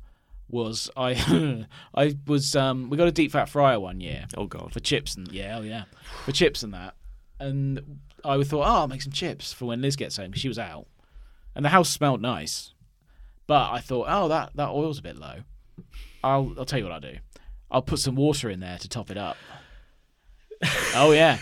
[SPEAKER 2] was I I was um we got a deep fat fryer one year
[SPEAKER 1] we? Oh God.
[SPEAKER 2] for chips and yeah oh yeah for chips and that, and I thought oh I'll make some chips for when Liz gets home because she was out, and the house smelled nice, but I thought oh that that oil's a bit low, I'll I'll tell you what I'll do, I'll put some water in there to top it up. oh yeah,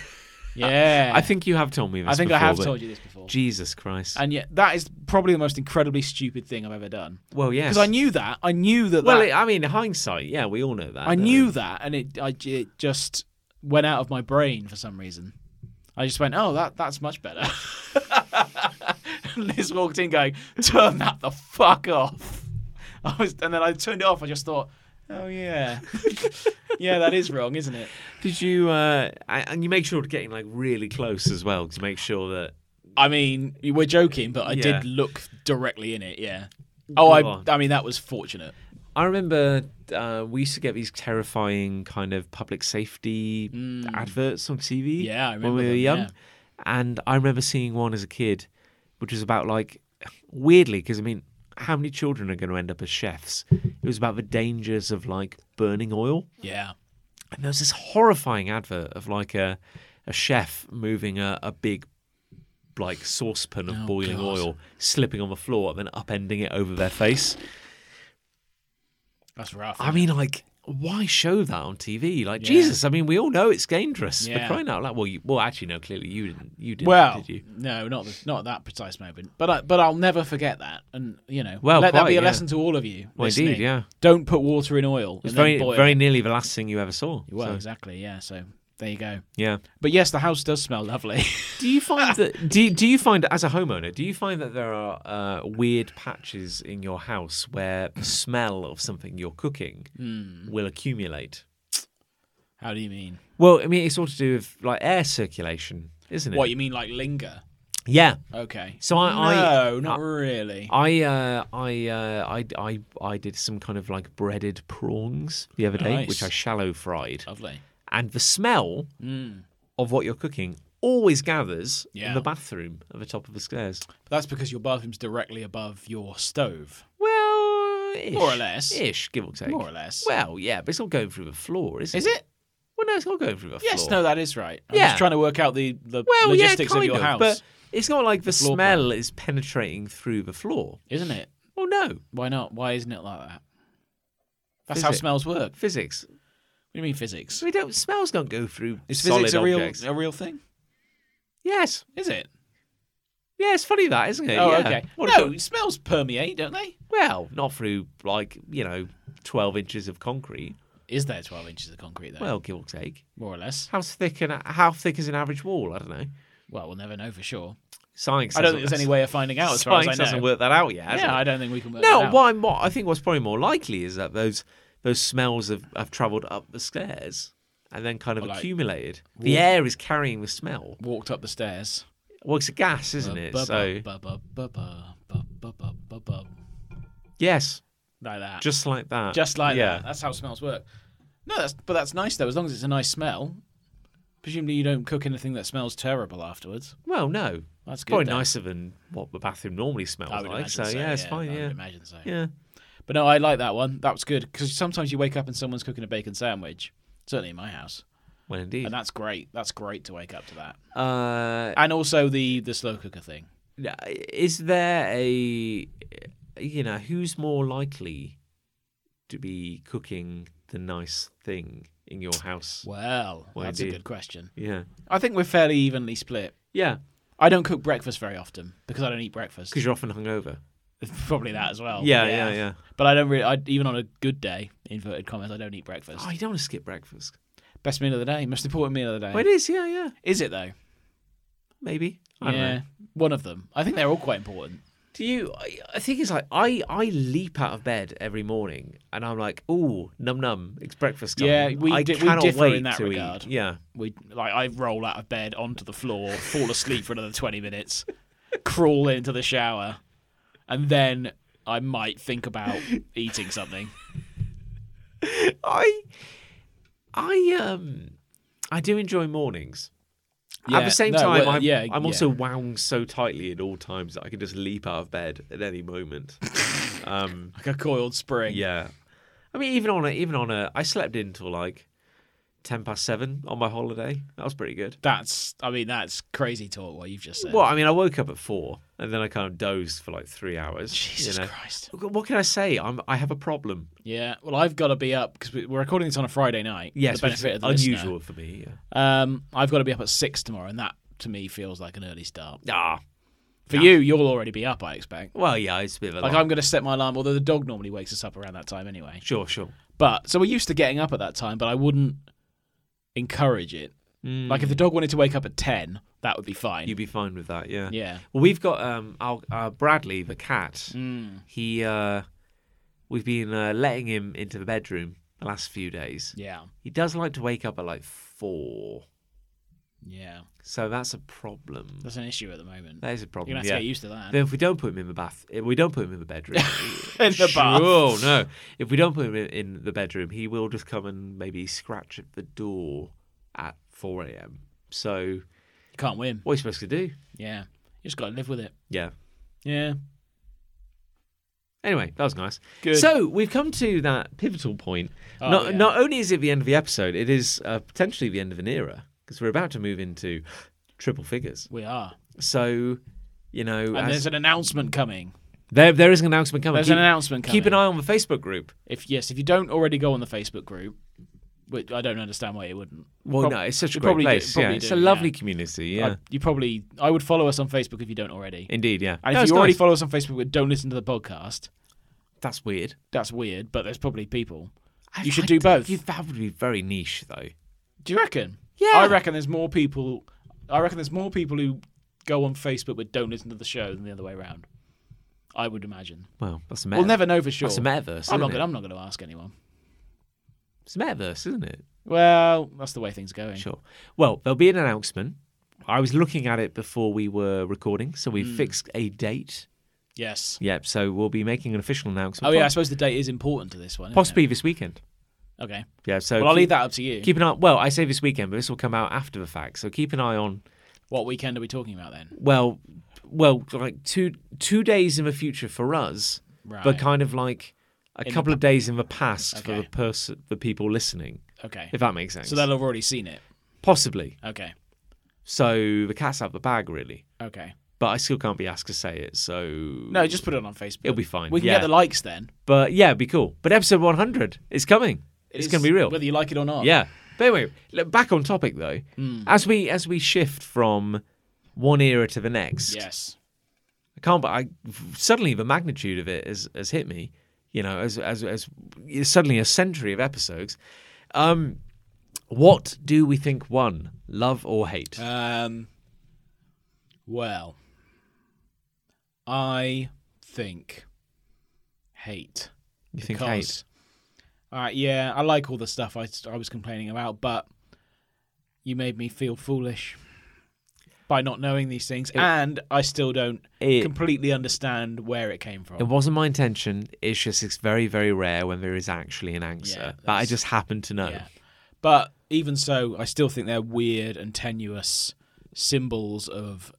[SPEAKER 2] yeah.
[SPEAKER 1] I think you have told me this.
[SPEAKER 2] I think I
[SPEAKER 1] before,
[SPEAKER 2] have
[SPEAKER 1] but
[SPEAKER 2] told you this before.
[SPEAKER 1] Jesus Christ.
[SPEAKER 2] And yet, that is probably the most incredibly stupid thing I've ever done.
[SPEAKER 1] well, yes.
[SPEAKER 2] Because I knew that. I knew that.
[SPEAKER 1] Well,
[SPEAKER 2] that-
[SPEAKER 1] it, I mean, hindsight. Yeah, we all know that.
[SPEAKER 2] I
[SPEAKER 1] don't
[SPEAKER 2] knew
[SPEAKER 1] we?
[SPEAKER 2] that, and it, I, it just went out of my brain for some reason. I just went, oh, that that's much better. Liz walked in going, turn that the fuck off. I was, and then I turned it off. I just thought, oh yeah, yeah, that is wrong, isn't it?
[SPEAKER 1] Did you? Uh, I- and you make sure to getting like really close as well to make sure that.
[SPEAKER 2] I mean, we're joking, but I
[SPEAKER 1] Yeah.
[SPEAKER 2] did look directly in it. Yeah. Oh, I,
[SPEAKER 1] God.
[SPEAKER 2] I mean, that was fortunate.
[SPEAKER 1] I remember uh, we used to get these terrifying kind of public safety adverts on TV.
[SPEAKER 2] Mm. Yeah, I
[SPEAKER 1] when
[SPEAKER 2] remember
[SPEAKER 1] we were
[SPEAKER 2] them,
[SPEAKER 1] young,
[SPEAKER 2] yeah.
[SPEAKER 1] and I remember seeing one as a kid, which was about like weirdly because I mean, how many children are going to end up as chefs? It was about the dangers of like burning oil.
[SPEAKER 2] Yeah.
[SPEAKER 1] And there was this horrifying advert of like a a chef moving a, a big like saucepan of
[SPEAKER 2] Oh,
[SPEAKER 1] boiling
[SPEAKER 2] God.
[SPEAKER 1] oil, slipping on the floor and then upending it over their face.
[SPEAKER 2] That's rough.
[SPEAKER 1] I
[SPEAKER 2] isn't
[SPEAKER 1] mean, like, why show that on TV? Like,
[SPEAKER 2] Yeah.
[SPEAKER 1] Jesus, I mean, we all know it's dangerous. Yeah.
[SPEAKER 2] Yeah.
[SPEAKER 1] We're crying out loud. Well, you, well, actually, no. Clearly, you didn't. You didn't.
[SPEAKER 2] Well,
[SPEAKER 1] did you?
[SPEAKER 2] no, not th- not at that precise moment, but I, but I'll never forget that, and you know,
[SPEAKER 1] Well,
[SPEAKER 2] let that
[SPEAKER 1] quite,
[SPEAKER 2] be a
[SPEAKER 1] yeah.
[SPEAKER 2] lesson to all of you.
[SPEAKER 1] Well,
[SPEAKER 2] listening.
[SPEAKER 1] indeed, yeah.
[SPEAKER 2] Don't put water in oil.
[SPEAKER 1] It's
[SPEAKER 2] and
[SPEAKER 1] very,
[SPEAKER 2] then boil
[SPEAKER 1] very
[SPEAKER 2] it.
[SPEAKER 1] nearly the last thing you ever saw.
[SPEAKER 2] well,
[SPEAKER 1] So,
[SPEAKER 2] exactly, yeah. So there you go.
[SPEAKER 1] yeah.
[SPEAKER 2] But yes, the house does smell lovely.
[SPEAKER 1] Do you find that? Do you, do you find as a homeowner? Do you find that there are uh, weird patches in your house where the smell of something you're cooking will accumulate?
[SPEAKER 2] How do you mean?
[SPEAKER 1] Well, I mean, it's all to do with like air circulation, isn't it?
[SPEAKER 2] What you mean, like linger?
[SPEAKER 1] yeah.
[SPEAKER 2] Okay.
[SPEAKER 1] So I, I
[SPEAKER 2] no, not really.
[SPEAKER 1] I uh, I, uh, I I I did some kind of like breaded prawns the other day,
[SPEAKER 2] Nice.
[SPEAKER 1] which I shallow fried,
[SPEAKER 2] lovely.
[SPEAKER 1] and the smell of what you're cooking always gathers in
[SPEAKER 2] Mm. Yeah.
[SPEAKER 1] the bathroom at the top of the stairs.
[SPEAKER 2] But that's because your bathroom's directly above your stove.
[SPEAKER 1] Well, ish,
[SPEAKER 2] More or less.
[SPEAKER 1] ish, give or take.
[SPEAKER 2] More or less.
[SPEAKER 1] Well, yeah, but it's not going through the floor, is it?
[SPEAKER 2] Is it?
[SPEAKER 1] Well, no, it's not going through the
[SPEAKER 2] Yes.
[SPEAKER 1] floor.
[SPEAKER 2] No, that is right. I'm
[SPEAKER 1] Yeah.
[SPEAKER 2] just trying to work out the, the
[SPEAKER 1] well,
[SPEAKER 2] logistics
[SPEAKER 1] yeah,
[SPEAKER 2] of
[SPEAKER 1] kind
[SPEAKER 2] your house,
[SPEAKER 1] but it's not like the,
[SPEAKER 2] floor
[SPEAKER 1] smell is penetrating through the floor.
[SPEAKER 2] isn't it?
[SPEAKER 1] Well, no,
[SPEAKER 2] Why not? Why isn't it like that? That's
[SPEAKER 1] Is
[SPEAKER 2] how
[SPEAKER 1] it?
[SPEAKER 2] smells work. What
[SPEAKER 1] physics.
[SPEAKER 2] do you mean physics?
[SPEAKER 1] We don't. Smells don't go through
[SPEAKER 2] Is
[SPEAKER 1] solid
[SPEAKER 2] physics a real
[SPEAKER 1] objects.
[SPEAKER 2] a real thing?
[SPEAKER 1] Yes.
[SPEAKER 2] Is it?
[SPEAKER 1] Yeah, it's funny that, isn't it?
[SPEAKER 2] Oh,
[SPEAKER 1] yeah.
[SPEAKER 2] okay.
[SPEAKER 1] What
[SPEAKER 2] no,
[SPEAKER 1] if-
[SPEAKER 2] smells permeate, don't they?
[SPEAKER 1] well, not through like you know, twelve inches of concrete.
[SPEAKER 2] Is there twelve inches of concrete though?
[SPEAKER 1] Well, give or take.
[SPEAKER 2] more or less.
[SPEAKER 1] How thick and how thick is an average wall? I don't know.
[SPEAKER 2] Well, we'll never know for sure.
[SPEAKER 1] Science.
[SPEAKER 2] I don't think
[SPEAKER 1] doesn't-
[SPEAKER 2] there's any way of finding out as far
[SPEAKER 1] Science
[SPEAKER 2] as I know.
[SPEAKER 1] doesn't work that out yet. has
[SPEAKER 2] yeah,
[SPEAKER 1] it?
[SPEAKER 2] I don't think we can work that
[SPEAKER 1] no.
[SPEAKER 2] out.
[SPEAKER 1] What I'm, what I think what's probably more likely is that those those smells have, have travelled up the stairs and then kind of
[SPEAKER 2] Well, like-
[SPEAKER 1] accumulated. the air is carrying the smell.
[SPEAKER 2] Walked up the stairs.
[SPEAKER 1] Well, it's a gas, isn't it?
[SPEAKER 2] Ba-
[SPEAKER 1] so
[SPEAKER 2] ba- ba- ba- ba- ba- ba- ba- ba- ba-
[SPEAKER 1] yes,
[SPEAKER 2] Like that.
[SPEAKER 1] just like that.
[SPEAKER 2] Just like
[SPEAKER 1] yeah.
[SPEAKER 2] that. That's how smells work. No, that's but that's nice though. As long as it's a nice smell. Presumably, you don't cook anything that smells terrible afterwards.
[SPEAKER 1] Well, no.
[SPEAKER 2] That's good.
[SPEAKER 1] Probably
[SPEAKER 2] then.
[SPEAKER 1] nicer than what the bathroom normally smells
[SPEAKER 2] I would
[SPEAKER 1] like. So,
[SPEAKER 2] imagine
[SPEAKER 1] yeah, it's
[SPEAKER 2] I
[SPEAKER 1] fine.
[SPEAKER 2] would
[SPEAKER 1] Yeah,
[SPEAKER 2] imagine so.
[SPEAKER 1] yeah.
[SPEAKER 2] But no, I like that one. That was good because sometimes you wake up and someone's cooking a bacon sandwich. Certainly in my house,
[SPEAKER 1] Well, indeed.
[SPEAKER 2] and that's great. That's great to wake up to that.
[SPEAKER 1] Uh,
[SPEAKER 2] And also the the slow cooker thing.
[SPEAKER 1] is there a you know who's more likely to be cooking the nice thing in your house?
[SPEAKER 2] Well,
[SPEAKER 1] Well,
[SPEAKER 2] that's
[SPEAKER 1] indeed.
[SPEAKER 2] a good question.
[SPEAKER 1] Yeah,
[SPEAKER 2] I think we're fairly evenly split.
[SPEAKER 1] yeah,
[SPEAKER 2] I don't cook breakfast very often because I don't eat breakfast.
[SPEAKER 1] because you're often hungover.
[SPEAKER 2] Probably that as well.
[SPEAKER 1] yeah, yeah, yeah,
[SPEAKER 2] But I don't really. I, even on a good day, inverted commas, I don't eat breakfast.
[SPEAKER 1] Oh, you don't want to skip breakfast.
[SPEAKER 2] Best meal of the day, most important meal of the day.
[SPEAKER 1] Well, it is. Yeah, yeah.
[SPEAKER 2] Is it though?
[SPEAKER 1] Maybe. I don't
[SPEAKER 2] yeah,
[SPEAKER 1] know.
[SPEAKER 2] one of them. I think they're all quite important.
[SPEAKER 1] Do you? I, I think it's like I I leap out of bed every morning and I'm like, oh, num num, it's breakfast time.
[SPEAKER 2] Yeah, we
[SPEAKER 1] I
[SPEAKER 2] di- we
[SPEAKER 1] cannot
[SPEAKER 2] differ in
[SPEAKER 1] wait
[SPEAKER 2] that
[SPEAKER 1] to eat.
[SPEAKER 2] regard.
[SPEAKER 1] Yeah,
[SPEAKER 2] We like I roll out of bed onto the floor, fall asleep for another twenty minutes, crawl into the shower, and then I might think about eating something.
[SPEAKER 1] I, I um, I do enjoy mornings. At
[SPEAKER 2] Yeah,
[SPEAKER 1] the same
[SPEAKER 2] no,
[SPEAKER 1] time,
[SPEAKER 2] well,
[SPEAKER 1] I'm,
[SPEAKER 2] yeah,
[SPEAKER 1] I'm
[SPEAKER 2] yeah.
[SPEAKER 1] also wound so tightly at all times that I can just leap out of bed at any moment. um,
[SPEAKER 2] like a coiled spring.
[SPEAKER 1] yeah, I mean, even on a, even on a, I slept in till like ten past seven on my holiday. That was pretty good.
[SPEAKER 2] That's, I mean, that's crazy talk what you've just said.
[SPEAKER 1] Well, I mean, I woke up at four and then I kind of dozed for like three hours.
[SPEAKER 2] Jesus
[SPEAKER 1] you know.
[SPEAKER 2] Christ.
[SPEAKER 1] What can I say? I'm, I have a problem.
[SPEAKER 2] Yeah. Well, I've got to be up because we're recording this on a Friday night.
[SPEAKER 1] Yes,
[SPEAKER 2] The benefit of the
[SPEAKER 1] which is
[SPEAKER 2] listener.
[SPEAKER 1] unusual for me. Yeah.
[SPEAKER 2] Um, I've got to be up at six tomorrow, and that to me feels like an early start.
[SPEAKER 1] Ah,
[SPEAKER 2] For you, you'll already be up, I expect.
[SPEAKER 1] well, yeah, it's a bit of a
[SPEAKER 2] Like
[SPEAKER 1] lot.
[SPEAKER 2] I'm going to set my alarm, although the dog normally wakes us up around that time anyway.
[SPEAKER 1] Sure, sure.
[SPEAKER 2] But so we're used to getting up at that time, but I wouldn't encourage it. Like
[SPEAKER 1] Mm.
[SPEAKER 2] if the dog wanted to wake up at ten, that would be fine.
[SPEAKER 1] You'd be fine with that, yeah.
[SPEAKER 2] yeah.
[SPEAKER 1] Well, we've got um, our, uh, Bradley, the cat.
[SPEAKER 2] Mm.
[SPEAKER 1] He, uh, we've been uh, letting him into the bedroom the last few days.
[SPEAKER 2] Yeah.
[SPEAKER 1] He does like to wake up at like four,
[SPEAKER 2] Yeah.
[SPEAKER 1] so that's a problem.
[SPEAKER 2] That's an issue at the moment.
[SPEAKER 1] That is a problem.
[SPEAKER 2] You're gonna have
[SPEAKER 1] yeah.
[SPEAKER 2] to get used to that.
[SPEAKER 1] Then if we don't put him in the bath, if we don't put him in the bedroom.
[SPEAKER 2] In the bath.
[SPEAKER 1] Oh no! If we don't put him in, in the bedroom, he will just come and maybe scratch at the door at four a.m. So
[SPEAKER 2] You can't win.
[SPEAKER 1] what are you supposed to do?
[SPEAKER 2] Yeah. You just got to live with it.
[SPEAKER 1] Yeah.
[SPEAKER 2] Yeah.
[SPEAKER 1] Anyway, that was nice.
[SPEAKER 2] Good.
[SPEAKER 1] So we've come to that pivotal point.
[SPEAKER 2] Oh,
[SPEAKER 1] not,
[SPEAKER 2] yeah.
[SPEAKER 1] not only is it the end of the episode, it is uh, potentially the end of an era because we're about to move into triple figures.
[SPEAKER 2] We are.
[SPEAKER 1] So, you know,
[SPEAKER 2] And
[SPEAKER 1] as-
[SPEAKER 2] there's an announcement coming.
[SPEAKER 1] there there is an announcement coming.
[SPEAKER 2] There's
[SPEAKER 1] keep,
[SPEAKER 2] an announcement coming.
[SPEAKER 1] Keep an eye on the Facebook group.
[SPEAKER 2] If yes, if you don't already go on the Facebook group, which I don't understand why you wouldn't.
[SPEAKER 1] Well,
[SPEAKER 2] Prob-
[SPEAKER 1] no, it's such a
[SPEAKER 2] you
[SPEAKER 1] great
[SPEAKER 2] probably do-
[SPEAKER 1] place.
[SPEAKER 2] probably
[SPEAKER 1] yeah, it's
[SPEAKER 2] do,
[SPEAKER 1] a lovely
[SPEAKER 2] yeah.
[SPEAKER 1] community.
[SPEAKER 2] I-
[SPEAKER 1] Yeah,
[SPEAKER 2] you probably I would follow us on Facebook if you don't already.
[SPEAKER 1] indeed. Yeah,
[SPEAKER 2] and
[SPEAKER 1] No,
[SPEAKER 2] if
[SPEAKER 1] it's
[SPEAKER 2] you already
[SPEAKER 1] nice.
[SPEAKER 2] follow us on Facebook but don't listen to the podcast,
[SPEAKER 1] that's weird.
[SPEAKER 2] that's weird. But there's probably people.
[SPEAKER 1] I-
[SPEAKER 2] You should
[SPEAKER 1] I
[SPEAKER 2] do
[SPEAKER 1] don't-
[SPEAKER 2] both.
[SPEAKER 1] you- that would be very niche, though.
[SPEAKER 2] Do you reckon?
[SPEAKER 1] Yeah.
[SPEAKER 2] I reckon there's more people. I reckon there's more people who go on Facebook but don't listen to the show than the other way around. I would imagine.
[SPEAKER 1] Well, that's a meta.
[SPEAKER 2] We'll never know for sure.
[SPEAKER 1] That's a metaverse.
[SPEAKER 2] I'm not.
[SPEAKER 1] isn't
[SPEAKER 2] Gonna,
[SPEAKER 1] it?
[SPEAKER 2] I'm not going to ask anyone.
[SPEAKER 1] It's a metaverse, isn't it?
[SPEAKER 2] Well, that's the way things are going.
[SPEAKER 1] Sure. Well, there'll be an announcement. I was looking at it before we were recording, so
[SPEAKER 2] Hmm.
[SPEAKER 1] we fixed a date.
[SPEAKER 2] Yes.
[SPEAKER 1] Yep. So we'll be making an official announcement.
[SPEAKER 2] Oh yeah, I
[SPEAKER 1] poss-
[SPEAKER 2] suppose the date is important to this one. isn't
[SPEAKER 1] possibly this weekend.
[SPEAKER 2] it? Okay.
[SPEAKER 1] Yeah. So
[SPEAKER 2] Well, I'll
[SPEAKER 1] keep,
[SPEAKER 2] leave that up to you.
[SPEAKER 1] Keep an eye. Well, I say this weekend, but this will come out after the fact. So keep an eye on.
[SPEAKER 2] What weekend are we talking about then?
[SPEAKER 1] Well, well, like two two days in the future for us,
[SPEAKER 2] Right.
[SPEAKER 1] but kind of like a
[SPEAKER 2] the
[SPEAKER 1] couple of days in the past for
[SPEAKER 2] Okay.
[SPEAKER 1] the person, the people listening,
[SPEAKER 2] Okay.
[SPEAKER 1] if that makes sense.
[SPEAKER 2] So they'll have already seen it.
[SPEAKER 1] possibly.
[SPEAKER 2] Okay.
[SPEAKER 1] So the cat's out of the bag, really.
[SPEAKER 2] Okay.
[SPEAKER 1] But I still can't be asked to say it. So
[SPEAKER 2] No, just put it on Facebook.
[SPEAKER 1] It'll be fine,
[SPEAKER 2] We can
[SPEAKER 1] yeah.
[SPEAKER 2] get the likes then.
[SPEAKER 1] But yeah, it'd be cool. But episode 100 is coming. It's,
[SPEAKER 2] It
[SPEAKER 1] going
[SPEAKER 2] is-
[SPEAKER 1] to be real.
[SPEAKER 2] whether you like it or not.
[SPEAKER 1] Yeah. But anyway, look, back on topic though.
[SPEAKER 2] Hmm.
[SPEAKER 1] As we as we shift from one era to the next,
[SPEAKER 2] Yes.
[SPEAKER 1] I can't. But I suddenly the magnitude of it has has hit me. You know, as as as suddenly a century of episodes. Um, what do we think won? Love or hate?
[SPEAKER 2] Um. Well, I think hate.
[SPEAKER 1] you think hate?
[SPEAKER 2] because all right yeah i like all the stuff I, I was complaining about but you made me feel foolish by not knowing these things and i still don't
[SPEAKER 1] It-
[SPEAKER 2] completely understand where it came
[SPEAKER 1] It
[SPEAKER 2] from
[SPEAKER 1] wasn't my intention. It's just it's very very rare when there is actually an answer
[SPEAKER 2] Yeah,
[SPEAKER 1] that I
[SPEAKER 2] that's-
[SPEAKER 1] just happen to know.
[SPEAKER 2] yeah but even so i still think they're weird and tenuous symbols of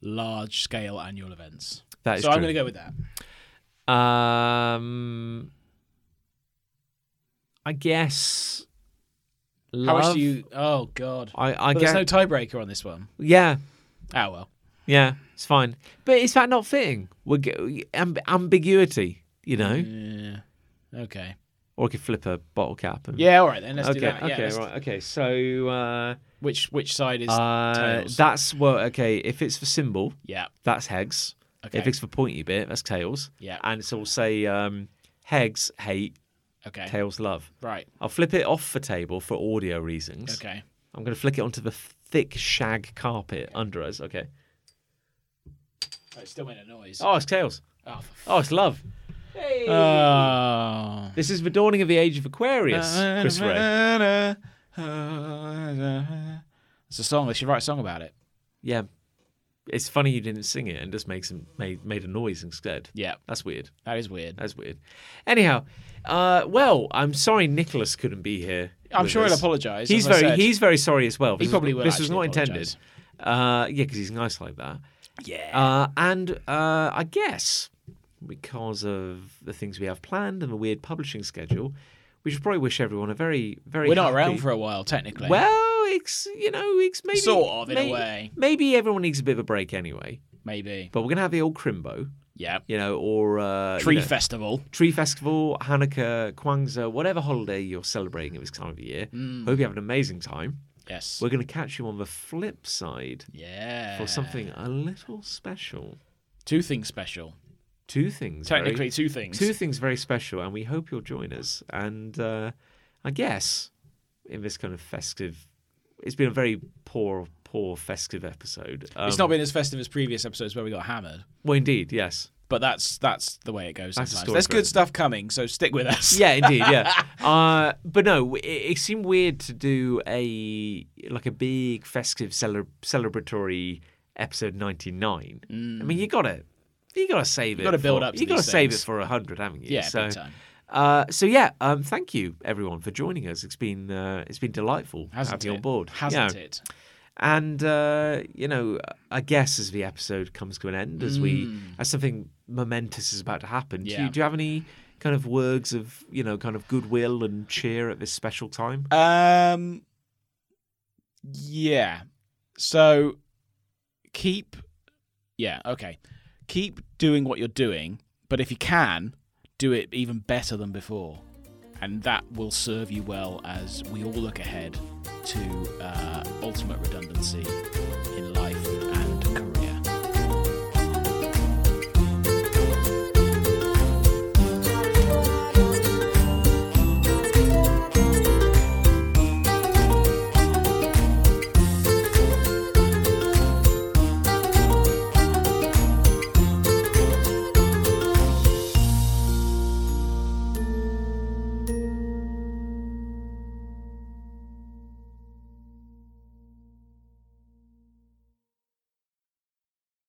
[SPEAKER 2] large scale annual events
[SPEAKER 1] That is
[SPEAKER 2] so i'm
[SPEAKER 1] true.
[SPEAKER 2] going to go with that
[SPEAKER 1] Um, I guess.
[SPEAKER 2] how
[SPEAKER 1] Love.
[SPEAKER 2] much do you oh god
[SPEAKER 1] I, I
[SPEAKER 2] but
[SPEAKER 1] guess.
[SPEAKER 2] there's no tiebreaker on this one.
[SPEAKER 1] yeah,
[SPEAKER 2] Oh well
[SPEAKER 1] yeah, it's fine. But is that not fitting? We're g- amb- ambiguity, you know.
[SPEAKER 2] yeah okay
[SPEAKER 1] Or I could flip a bottle cap. And-
[SPEAKER 2] yeah all right then let's
[SPEAKER 1] Okay.
[SPEAKER 2] do that Yeah,
[SPEAKER 1] okay.
[SPEAKER 2] let's-
[SPEAKER 1] Right. Okay. So uh,
[SPEAKER 2] which which side is
[SPEAKER 1] uh,
[SPEAKER 2] tails.
[SPEAKER 1] that's what. Okay. If it's for symbol,
[SPEAKER 2] Yeah.
[SPEAKER 1] that's hex.
[SPEAKER 2] Okay.
[SPEAKER 1] If it's for pointy bit, that's tails.
[SPEAKER 2] Yeah.
[SPEAKER 1] And so we'll say um, hex hate,
[SPEAKER 2] Okay.
[SPEAKER 1] tails love.
[SPEAKER 2] Right.
[SPEAKER 1] I'll flip it off the table for audio reasons.
[SPEAKER 2] Okay.
[SPEAKER 1] I'm going to flick it onto the thick shag carpet under us. Okay.
[SPEAKER 2] Oh, it still made a noise.
[SPEAKER 1] Oh, it's tails.
[SPEAKER 2] Oh.
[SPEAKER 1] Oh, it's love.
[SPEAKER 2] for- oh.
[SPEAKER 1] This is the dawning of the age of Aquarius,
[SPEAKER 2] Uh,
[SPEAKER 1] Chris Ray.
[SPEAKER 2] Oh. It's a song. They should write a song about it.
[SPEAKER 1] Yeah. It's funny you didn't sing it and just makes made made a noise instead.
[SPEAKER 2] Yeah,
[SPEAKER 1] That's weird.
[SPEAKER 2] that is weird.
[SPEAKER 1] That's weird. Anyhow, uh, well, I'm sorry Nicholas couldn't be here.
[SPEAKER 2] I'm
[SPEAKER 1] with
[SPEAKER 2] sure
[SPEAKER 1] us.
[SPEAKER 2] he'll apologise.
[SPEAKER 1] He's
[SPEAKER 2] as I
[SPEAKER 1] very
[SPEAKER 2] said.
[SPEAKER 1] he's very sorry as well. This was-
[SPEAKER 2] probably will
[SPEAKER 1] This was
[SPEAKER 2] actually
[SPEAKER 1] not
[SPEAKER 2] apologise.
[SPEAKER 1] intended. Uh, yeah, because he's nice like that.
[SPEAKER 2] yeah.
[SPEAKER 1] Uh, and uh, I guess because of the things we have planned and the weird publishing schedule, we should probably wish everyone a very very.
[SPEAKER 2] We're not
[SPEAKER 1] happy-
[SPEAKER 2] around for a while technically.
[SPEAKER 1] Well, it's you know it's maybe
[SPEAKER 2] Sort of, in a
[SPEAKER 1] may-
[SPEAKER 2] way.
[SPEAKER 1] Maybe everyone needs a bit of a break anyway.
[SPEAKER 2] maybe.
[SPEAKER 1] But we're gonna have the old crimbo,
[SPEAKER 2] Yeah.
[SPEAKER 1] you know, or uh, you
[SPEAKER 2] Tree
[SPEAKER 1] know,
[SPEAKER 2] festival.
[SPEAKER 1] Tree Festival, Hanukkah, Kwanzaa, whatever holiday you're celebrating at this time of year.
[SPEAKER 2] Mm.
[SPEAKER 1] Hope you have an amazing time.
[SPEAKER 2] Yes.
[SPEAKER 1] We're going to catch you on the flip side
[SPEAKER 2] yeah.
[SPEAKER 1] for something a little special.
[SPEAKER 2] Two things special.
[SPEAKER 1] Two things. very-
[SPEAKER 2] Technically, two things.
[SPEAKER 1] two things very special, and we hope you'll join us. And uh, I guess in this kind of festive, it's been a very poor, poor festive episode. Um,
[SPEAKER 2] it's not been as festive as previous episodes where we got hammered,
[SPEAKER 1] Well, indeed, yes.
[SPEAKER 2] but that's that's the way it goes.
[SPEAKER 1] That's the
[SPEAKER 2] Sometimes.
[SPEAKER 1] story
[SPEAKER 2] There's
[SPEAKER 1] for
[SPEAKER 2] good
[SPEAKER 1] it.
[SPEAKER 2] stuff coming, so stick with us.
[SPEAKER 1] Yeah, indeed. Yeah, uh, but no, it, it seemed weird to do a like a big festive cele- celebratory episode ninety nine. I mean, you gotta you gotta save it.
[SPEAKER 2] Mm. gotta build
[SPEAKER 1] for-
[SPEAKER 2] up to
[SPEAKER 1] You gotta
[SPEAKER 2] these
[SPEAKER 1] save it
[SPEAKER 2] things.
[SPEAKER 1] for a hundred, haven't you?
[SPEAKER 2] Yeah, big
[SPEAKER 1] So,
[SPEAKER 2] time.
[SPEAKER 1] uh, so yeah, um, thank you everyone for joining us. It's been uh, it's been delightful
[SPEAKER 2] Hasn't
[SPEAKER 1] having you
[SPEAKER 2] it?
[SPEAKER 1] on board.
[SPEAKER 2] Hasn't
[SPEAKER 1] Yeah.
[SPEAKER 2] it?
[SPEAKER 1] And uh, you know, I guess as the episode comes to an end, as we as something momentous is about to happen, do
[SPEAKER 2] Yeah.
[SPEAKER 1] you do you have any kind of words of you know kind of goodwill and cheer at this special time?
[SPEAKER 2] Um. Yeah. So keep. Yeah. Okay. Keep doing what you're doing, but if you can, do it even better than before, and that will serve you well as we all look ahead to uh, ultimate redundancy in life.